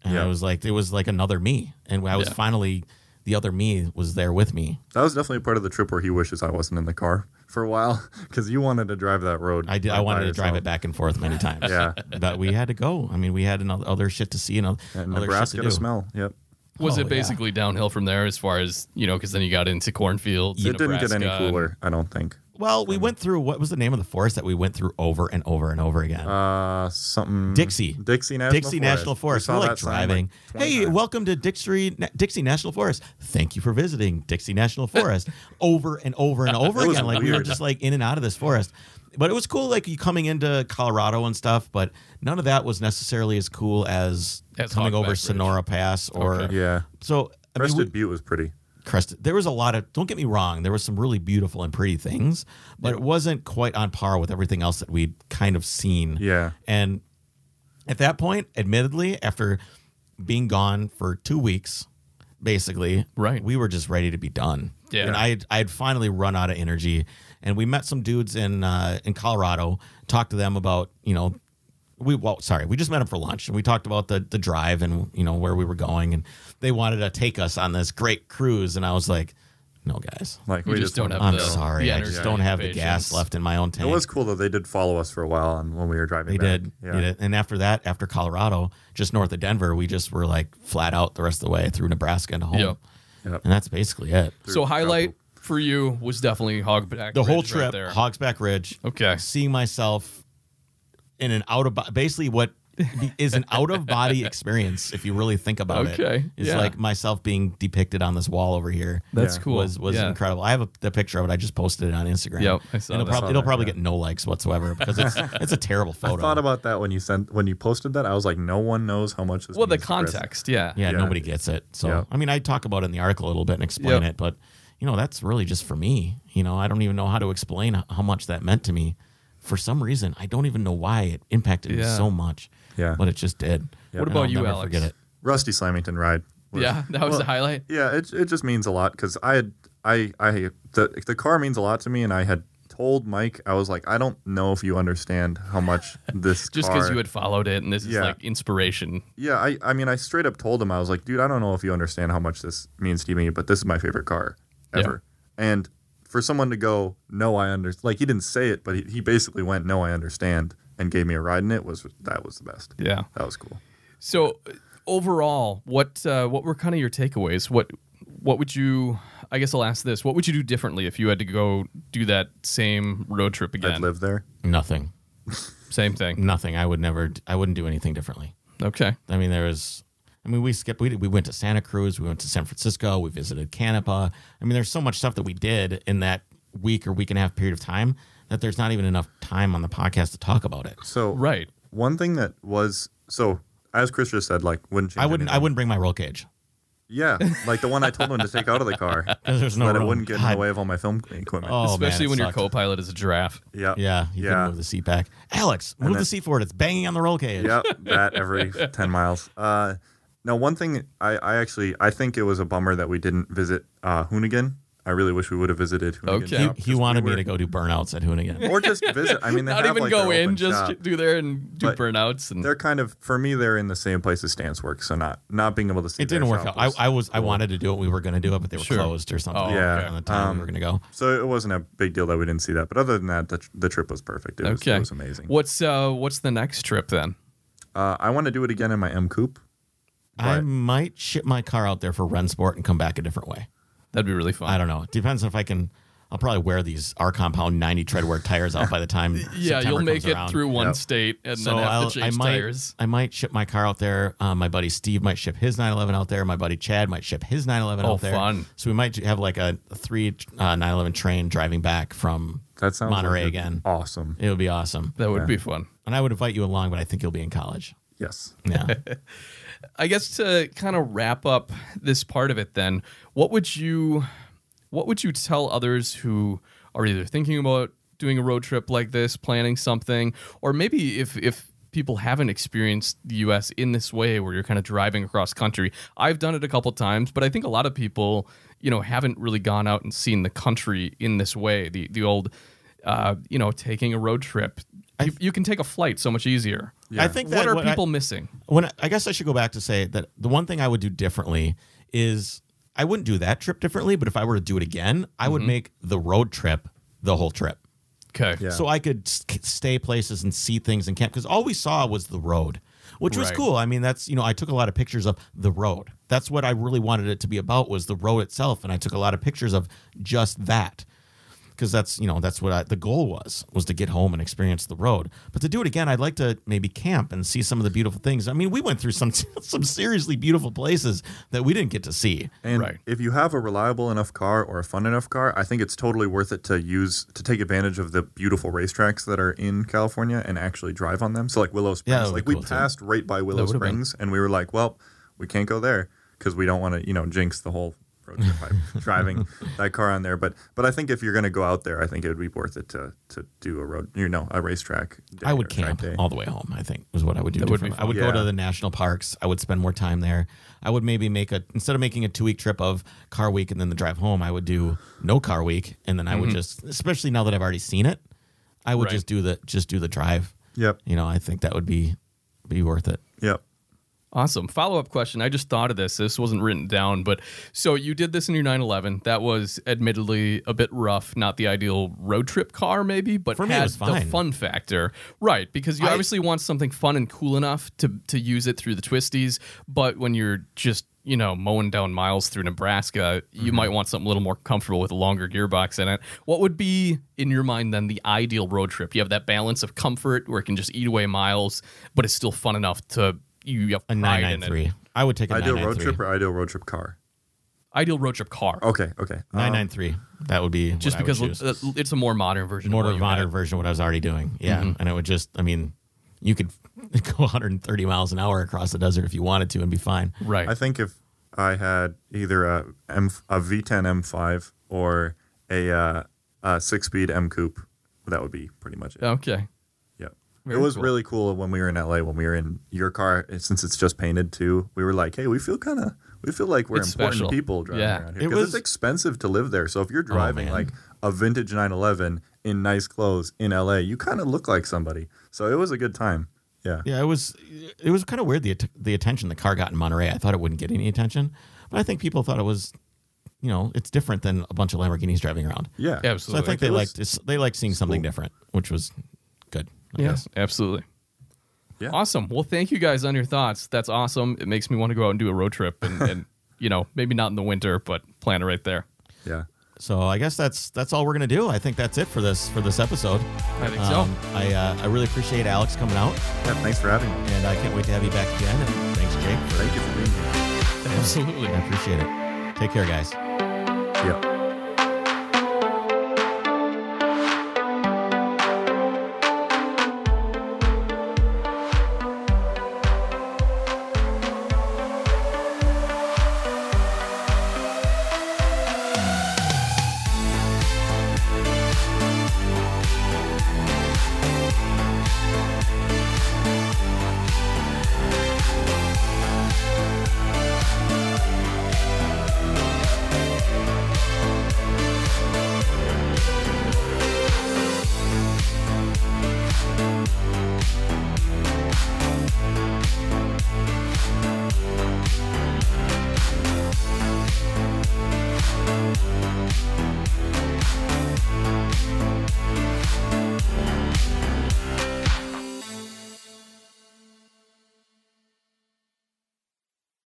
Speaker 1: and
Speaker 3: Yeah.
Speaker 1: I was like, it was like another me, and I was
Speaker 2: Yeah.
Speaker 1: finally the other me was there with me.
Speaker 3: That was definitely part of the trip where he wishes I wasn't in the car for a while (laughs) because you wanted to drive that road.
Speaker 1: I did. I
Speaker 3: by
Speaker 1: wanted to drive it
Speaker 3: yourself.
Speaker 1: back and forth
Speaker 3: (laughs)
Speaker 1: many times.
Speaker 3: Yeah.
Speaker 1: but we had to go. I mean, we had another other shit to see and oth- other
Speaker 3: And
Speaker 1: shit
Speaker 3: Nebraska
Speaker 1: to do.
Speaker 3: to smell. Yep.
Speaker 2: Was
Speaker 1: Oh,
Speaker 2: it
Speaker 1: yeah.
Speaker 2: basically downhill from there as far as you know? Because then you got into cornfields.
Speaker 3: It didn't get any
Speaker 2: Nebraska and-
Speaker 3: cooler, I don't think.
Speaker 1: Well, we went through what was the name of the forest that we went through over and over and over again.
Speaker 3: Uh, something.
Speaker 1: Dixie.
Speaker 3: Dixie National
Speaker 1: Dixie
Speaker 3: Forest.
Speaker 1: National
Speaker 3: We
Speaker 1: Forest.
Speaker 3: saw
Speaker 1: We're like
Speaker 3: that sign, like,
Speaker 1: driving.
Speaker 3: 20
Speaker 1: hey,
Speaker 3: times.
Speaker 1: welcome to Dixie Na- Dixie National Forest. Thank you for visiting Dixie National
Speaker 3: (laughs)
Speaker 1: Forest over and over and over
Speaker 3: It was
Speaker 1: again. Like we were
Speaker 3: weird.
Speaker 1: just like in and out of this forest. But it was cool, like you coming into Colorado and stuff. But none of that was necessarily as cool as,
Speaker 2: As
Speaker 1: coming
Speaker 2: Hogback
Speaker 1: over
Speaker 2: Ridge.
Speaker 1: Sonora Pass or
Speaker 2: Okay.
Speaker 3: Yeah.
Speaker 1: so. I mean,
Speaker 3: Crested
Speaker 1: we-
Speaker 3: Butte was pretty.
Speaker 1: crested. There was a lot of. Don't get me wrong. There was some really beautiful and pretty things, but it wasn't quite on par with everything else that we'd kind of seen.
Speaker 3: Yeah.
Speaker 1: And at that point, admittedly, after being gone for two weeks, basically,
Speaker 2: Right.
Speaker 1: we were just ready to be done.
Speaker 2: Yeah.
Speaker 1: And I had, I had finally run out of energy. And we met some dudes in uh, in Colorado, talked to them about, you know, we well, sorry, we just met them for lunch and we talked about the the drive and you know where we were going and they wanted to take us on this great cruise and I was like, no guys.
Speaker 3: Like
Speaker 2: You
Speaker 3: we
Speaker 2: just
Speaker 3: just
Speaker 2: don't
Speaker 3: wanna-
Speaker 2: have
Speaker 1: I'm
Speaker 2: the-
Speaker 1: sorry.
Speaker 2: the
Speaker 1: I just
Speaker 2: energy
Speaker 1: don't have the
Speaker 2: patience.
Speaker 1: gas left in my own tank.
Speaker 3: It was cool though. They did follow us for a while on when we were driving.
Speaker 1: They
Speaker 3: back.
Speaker 1: did. They did. And after that, after Colorado, just north of Denver, we just were like flat out the rest of the way through Nebraska and home.
Speaker 2: Yep.
Speaker 3: Yep.
Speaker 1: And that's basically it.
Speaker 2: So highlight for you was definitely Hogback.
Speaker 1: The whole
Speaker 2: Ridge right
Speaker 1: trip,
Speaker 2: there.
Speaker 1: Hogs Back Ridge.
Speaker 2: Okay.
Speaker 1: Seeing myself in an out of bo- basically what is an out of
Speaker 2: (laughs)
Speaker 1: body experience if you really think about it.
Speaker 2: Okay,
Speaker 1: It's
Speaker 2: yeah.
Speaker 1: like myself being depicted on this wall over here.
Speaker 2: That's
Speaker 3: Yeah.
Speaker 2: cool.
Speaker 1: Was was
Speaker 2: Yeah.
Speaker 1: incredible. I have a, the picture of it. I just posted it on Instagram.
Speaker 2: Yep, I saw
Speaker 1: and
Speaker 2: that.
Speaker 1: it'll,
Speaker 2: Saw
Speaker 1: prob- it'll
Speaker 3: that,
Speaker 1: probably
Speaker 3: yeah.
Speaker 1: get no likes whatsoever because
Speaker 2: (laughs)
Speaker 1: it's it's a terrible photo.
Speaker 3: I thought about that when you sent when you posted that. I was like, no one knows how much this.
Speaker 2: Well, the
Speaker 3: means to Chris.
Speaker 2: context, yeah.
Speaker 1: yeah,
Speaker 3: Yeah.
Speaker 1: nobody gets it. So
Speaker 3: Yeah.
Speaker 1: I mean, I talk about it in the article a little bit and explain
Speaker 2: Yep.
Speaker 1: it, but you know, that's really just for me. You know, I don't even know how to explain h- how much that meant to me. For some reason, I don't even know why it impacted me
Speaker 2: Yeah.
Speaker 1: so much.
Speaker 3: Yeah.
Speaker 1: but it just did.
Speaker 2: What
Speaker 1: And
Speaker 2: about
Speaker 1: I'll
Speaker 2: you,
Speaker 1: never
Speaker 2: Alex?
Speaker 1: Forget it.
Speaker 3: Rusty Slamington ride. was-
Speaker 2: Yeah, that was the highlight.
Speaker 3: Yeah, it, it just means a lot because I had I I the the car means a lot to me, and I had told Mike I was like, I don't know if you understand
Speaker 1: (laughs)
Speaker 3: how much this
Speaker 2: Just
Speaker 3: car-
Speaker 2: because you had followed it, and this is
Speaker 3: Yeah.
Speaker 2: like inspiration.
Speaker 3: Yeah, I, I mean, I straight up told him, I was like, dude, I don't know if you understand how much this means to me, but this is my favorite car ever. And for someone to go, no, I understand, like he didn't say it, but he, he basically went, no, I understand, and gave me a ride in it was that was the best.
Speaker 2: Yeah.
Speaker 3: That was cool.
Speaker 2: So uh, overall, what uh, what were kind of your takeaways? What what would you? I guess I'll ask this: What would you do differently if you had to go do that same road trip
Speaker 3: I'd
Speaker 2: again?
Speaker 3: live there.
Speaker 1: Nothing,
Speaker 2: Same thing.
Speaker 1: nothing. I would never. d- I wouldn't do anything differently.
Speaker 2: Okay.
Speaker 1: I mean, there was. I mean, we skipped. We did, we went to Santa Cruz. We went to San Francisco. We visited Canapa. I mean, there's so much stuff that we did in that week or week and a half period of time that there's not even enough time on the podcast to talk about it.
Speaker 3: So
Speaker 2: Right.
Speaker 3: one thing that was so as Chris just said, like wouldn't change
Speaker 1: I wouldn't. I
Speaker 3: anything.
Speaker 1: wouldn't bring my roll cage
Speaker 3: Yeah, like the one I told him to take out of the
Speaker 1: (laughs)
Speaker 3: car,
Speaker 1: because there's no.
Speaker 3: but
Speaker 1: room.
Speaker 3: it wouldn't get in
Speaker 1: God.
Speaker 3: the way of all my film equipment.
Speaker 1: Oh, man,
Speaker 2: Especially
Speaker 1: it
Speaker 2: when your
Speaker 1: sucked.
Speaker 2: co-pilot is a giraffe.
Speaker 3: yeah,
Speaker 1: Yeah, you couldn't
Speaker 3: Yeah.
Speaker 1: move the seat back. Alex, move the
Speaker 3: then-
Speaker 1: seat forward. It's banging on the roll cage.
Speaker 3: yep, that every
Speaker 1: (laughs)
Speaker 3: 10 miles. Uh, now, one thing I, I actually I think it was a bummer that we didn't visit uh, Hoonigan. I really wish we would have visited Hoonigan.
Speaker 2: Okay.
Speaker 1: He,
Speaker 2: Yeah,
Speaker 1: he wanted me to go do burnouts at
Speaker 3: (laughs)
Speaker 1: Hoonigan.
Speaker 3: Or just visit.
Speaker 1: (laughs)
Speaker 3: I mean, they
Speaker 2: Not
Speaker 3: have,
Speaker 2: even
Speaker 3: like,
Speaker 2: go in,
Speaker 3: their open
Speaker 2: just
Speaker 3: shop.
Speaker 2: do there and do
Speaker 3: But
Speaker 2: burnouts and
Speaker 3: They're kind of for me. They're in the same place as Stan's work, so not not being able to see.
Speaker 1: It didn't
Speaker 3: their
Speaker 1: work
Speaker 3: shop
Speaker 1: out. I,
Speaker 3: was-
Speaker 1: I was I wanted to do it. We were going to do it, but they were
Speaker 2: Sure.
Speaker 1: closed or something.
Speaker 2: Oh,
Speaker 3: Yeah.
Speaker 1: on the time we were going to go.
Speaker 3: so it wasn't a big deal that we didn't see that. But other than that, the, tr- the trip was perfect. It, was,
Speaker 2: okay.
Speaker 3: it was amazing.
Speaker 2: What's uh what's the next trip then?
Speaker 3: Uh, I want to do it again in my M Coupe.
Speaker 1: I might ship my car out there for Rensport and come back a different way.
Speaker 2: That'd be really fun.
Speaker 1: I don't know. It depends on if I can. I'll probably wear these R Compound 90 treadwear tires out by the
Speaker 3: (laughs)
Speaker 1: time.
Speaker 2: yeah,
Speaker 1: September
Speaker 2: you'll make
Speaker 1: comes
Speaker 2: it
Speaker 1: around.
Speaker 2: through one
Speaker 3: Yep.
Speaker 2: state and
Speaker 1: So
Speaker 2: then have
Speaker 1: I'll,
Speaker 2: to
Speaker 1: I
Speaker 2: change
Speaker 1: might
Speaker 2: tires.
Speaker 1: I might ship my car out there. Um, my buddy Steve might ship his 911 out there. My buddy Chad might ship his 911
Speaker 2: Oh,
Speaker 1: out there.
Speaker 2: fun.
Speaker 1: So we might have like a three uh, 911 train driving back from
Speaker 3: That sounds like
Speaker 1: Monterey
Speaker 3: a-
Speaker 1: again.
Speaker 3: Awesome.
Speaker 1: It would be awesome.
Speaker 2: That would be fun.
Speaker 1: And I would invite you along, but I think you'll be in college.
Speaker 3: Yes.
Speaker 1: (laughs) Yeah.
Speaker 2: I guess to kind of wrap up this part of it then, what would you what would you tell others who are either thinking about doing a road trip like this, planning something, or maybe if if people haven't experienced the US in this way where you're kind of driving across country. I've done it a couple times, but I think a lot of people, you know, haven't really gone out and seen the country in this way. The the old uh, you know, taking a road trip. You, you can take a flight so much easier.
Speaker 1: I think that
Speaker 2: What are
Speaker 1: I-
Speaker 2: people missing?
Speaker 1: when I, I guess I should go back to say that the one thing I would do differently is I wouldn't do that trip differently, but if I were to do it again, I
Speaker 2: Mm-hmm.
Speaker 1: would make the road trip the whole trip.
Speaker 2: Okay.
Speaker 3: Yeah.
Speaker 1: So I could s- stay places and see things in camp because all we saw was the road, which was
Speaker 2: Right.
Speaker 1: cool. I mean, that's you know I took a lot of pictures of the road. That's what I really wanted it to be about was the road itself, and I took a lot of pictures of just that because that's you know that's what I, the goal was was to get home and experience the road. But to do it again, I'd like to maybe camp and see some of the beautiful things. I mean, we went through some (laughs) some seriously beautiful places that we didn't get to see.
Speaker 3: And
Speaker 2: Right.
Speaker 3: if you have a reliable enough car or a fun enough car, I think it's totally worth it to use to take advantage of the beautiful racetracks that are in California and actually drive on them. So like Willow Springs,
Speaker 1: that would
Speaker 3: like
Speaker 1: be
Speaker 3: we
Speaker 1: cool, too.
Speaker 3: passed right by Willow
Speaker 2: would've been-
Speaker 3: Springs and we were like, well, we can't go there because we don't want to, you know, jinx the whole pro tip
Speaker 1: (laughs)
Speaker 3: I'm driving that car on there. But but I think if you're going to go out there, I think it would be worth it to to do a road, you know, a racetrack. Day
Speaker 1: I would
Speaker 3: or track
Speaker 1: camp
Speaker 3: day.
Speaker 1: all the way home. I think was what I would do.
Speaker 2: That would be
Speaker 1: different. I
Speaker 2: fun.
Speaker 1: would go
Speaker 3: Yeah.
Speaker 1: to the national parks. I would spend more time there. I would maybe make a instead of making a two week trip of car week and then the drive home. I would do no car week, and then I would just, especially now that I've already seen it, I would
Speaker 2: Right.
Speaker 1: just do the just do the drive.
Speaker 3: Yep.
Speaker 1: You know, I think that would be be worth it.
Speaker 3: Yep.
Speaker 2: Awesome. Follow up question. I just thought of this. This wasn't written down, but so you did this in your 911. That was admittedly a bit rough, not the ideal road trip car, maybe, but
Speaker 1: For me, it
Speaker 2: had
Speaker 1: was
Speaker 2: the
Speaker 1: fine.
Speaker 2: fun factor. Right. Because you
Speaker 1: I-
Speaker 2: obviously want something fun and cool enough to, to use it through the twisties, but when you're just you know, mowing down miles through Nebraska, you
Speaker 3: Mm-hmm.
Speaker 2: might want something a little more comfortable with a longer gearbox in it. What would be, in your mind, then the ideal road trip? You have that balance of comfort where it can just eat away miles, but it's still fun enough to you have
Speaker 1: A
Speaker 2: pride
Speaker 1: nine
Speaker 2: in
Speaker 1: nine
Speaker 2: it.
Speaker 1: three. I would take a nine
Speaker 3: Ideal
Speaker 1: nine
Speaker 3: road
Speaker 1: three.
Speaker 3: trip or ideal road trip car?
Speaker 2: Ideal road trip car.
Speaker 3: Okay. Okay. Um,
Speaker 1: Nine nine three. That would be
Speaker 2: Just
Speaker 1: what I would
Speaker 2: because
Speaker 1: choose.
Speaker 2: uh, it's a more modern version. of
Speaker 1: more
Speaker 2: what
Speaker 1: of a
Speaker 2: you
Speaker 1: modern
Speaker 2: had.
Speaker 1: version of what I was already doing. Yeah, and it would just, I mean, you could (laughs) go 130 miles an hour across the desert if you wanted to and be fine.
Speaker 2: Right.
Speaker 3: I think if I had either a M a V10 M5 or a, uh, a six speed M Coupe, that would be pretty much it.
Speaker 2: okay.
Speaker 3: Yeah.
Speaker 2: Oh, Very
Speaker 3: it was
Speaker 2: cool.
Speaker 3: really cool when we were in LA when we were in your car and since it's just painted too. We were like, "Hey, we feel kind of we feel like we're
Speaker 2: It's
Speaker 3: important
Speaker 2: special.
Speaker 3: people driving
Speaker 2: Yeah.
Speaker 3: around
Speaker 1: It
Speaker 3: here because
Speaker 1: was- Oh,
Speaker 3: it's expensive to live there. So if you're driving
Speaker 1: man.
Speaker 3: like a vintage 911 in nice clothes in LA, you kind of look like somebody. So it was a good time. Yeah.
Speaker 1: Yeah, it was, it was kind of weird the at- the attention the car got in Monterey. I thought it wouldn't get any attention, but I think people thought it was, you know, it's different than a bunch of Lamborghinis driving around.
Speaker 3: Yeah.
Speaker 1: So I
Speaker 2: Absolutely.
Speaker 1: think they
Speaker 3: was-
Speaker 1: liked they liked seeing something different, which was good. I guess.
Speaker 2: Yes. Absolutely.
Speaker 3: Yeah.
Speaker 2: Awesome. Well, thank you guys on your thoughts. That's awesome. It makes me want to go out and do a road trip, and, and (laughs) you know, maybe not in the winter, but plan it right there.
Speaker 3: Yeah.
Speaker 1: So I guess that's that's all we're gonna do. I think that's it for this for this episode.
Speaker 2: I think so.
Speaker 1: I uh, I really appreciate Alex coming out,
Speaker 3: Yeah, thanks for having me.
Speaker 1: and I can't wait to have you back again. And thanks, Jake.
Speaker 3: Thank you for being here.
Speaker 2: Absolutely.
Speaker 1: I appreciate it. Take care, guys.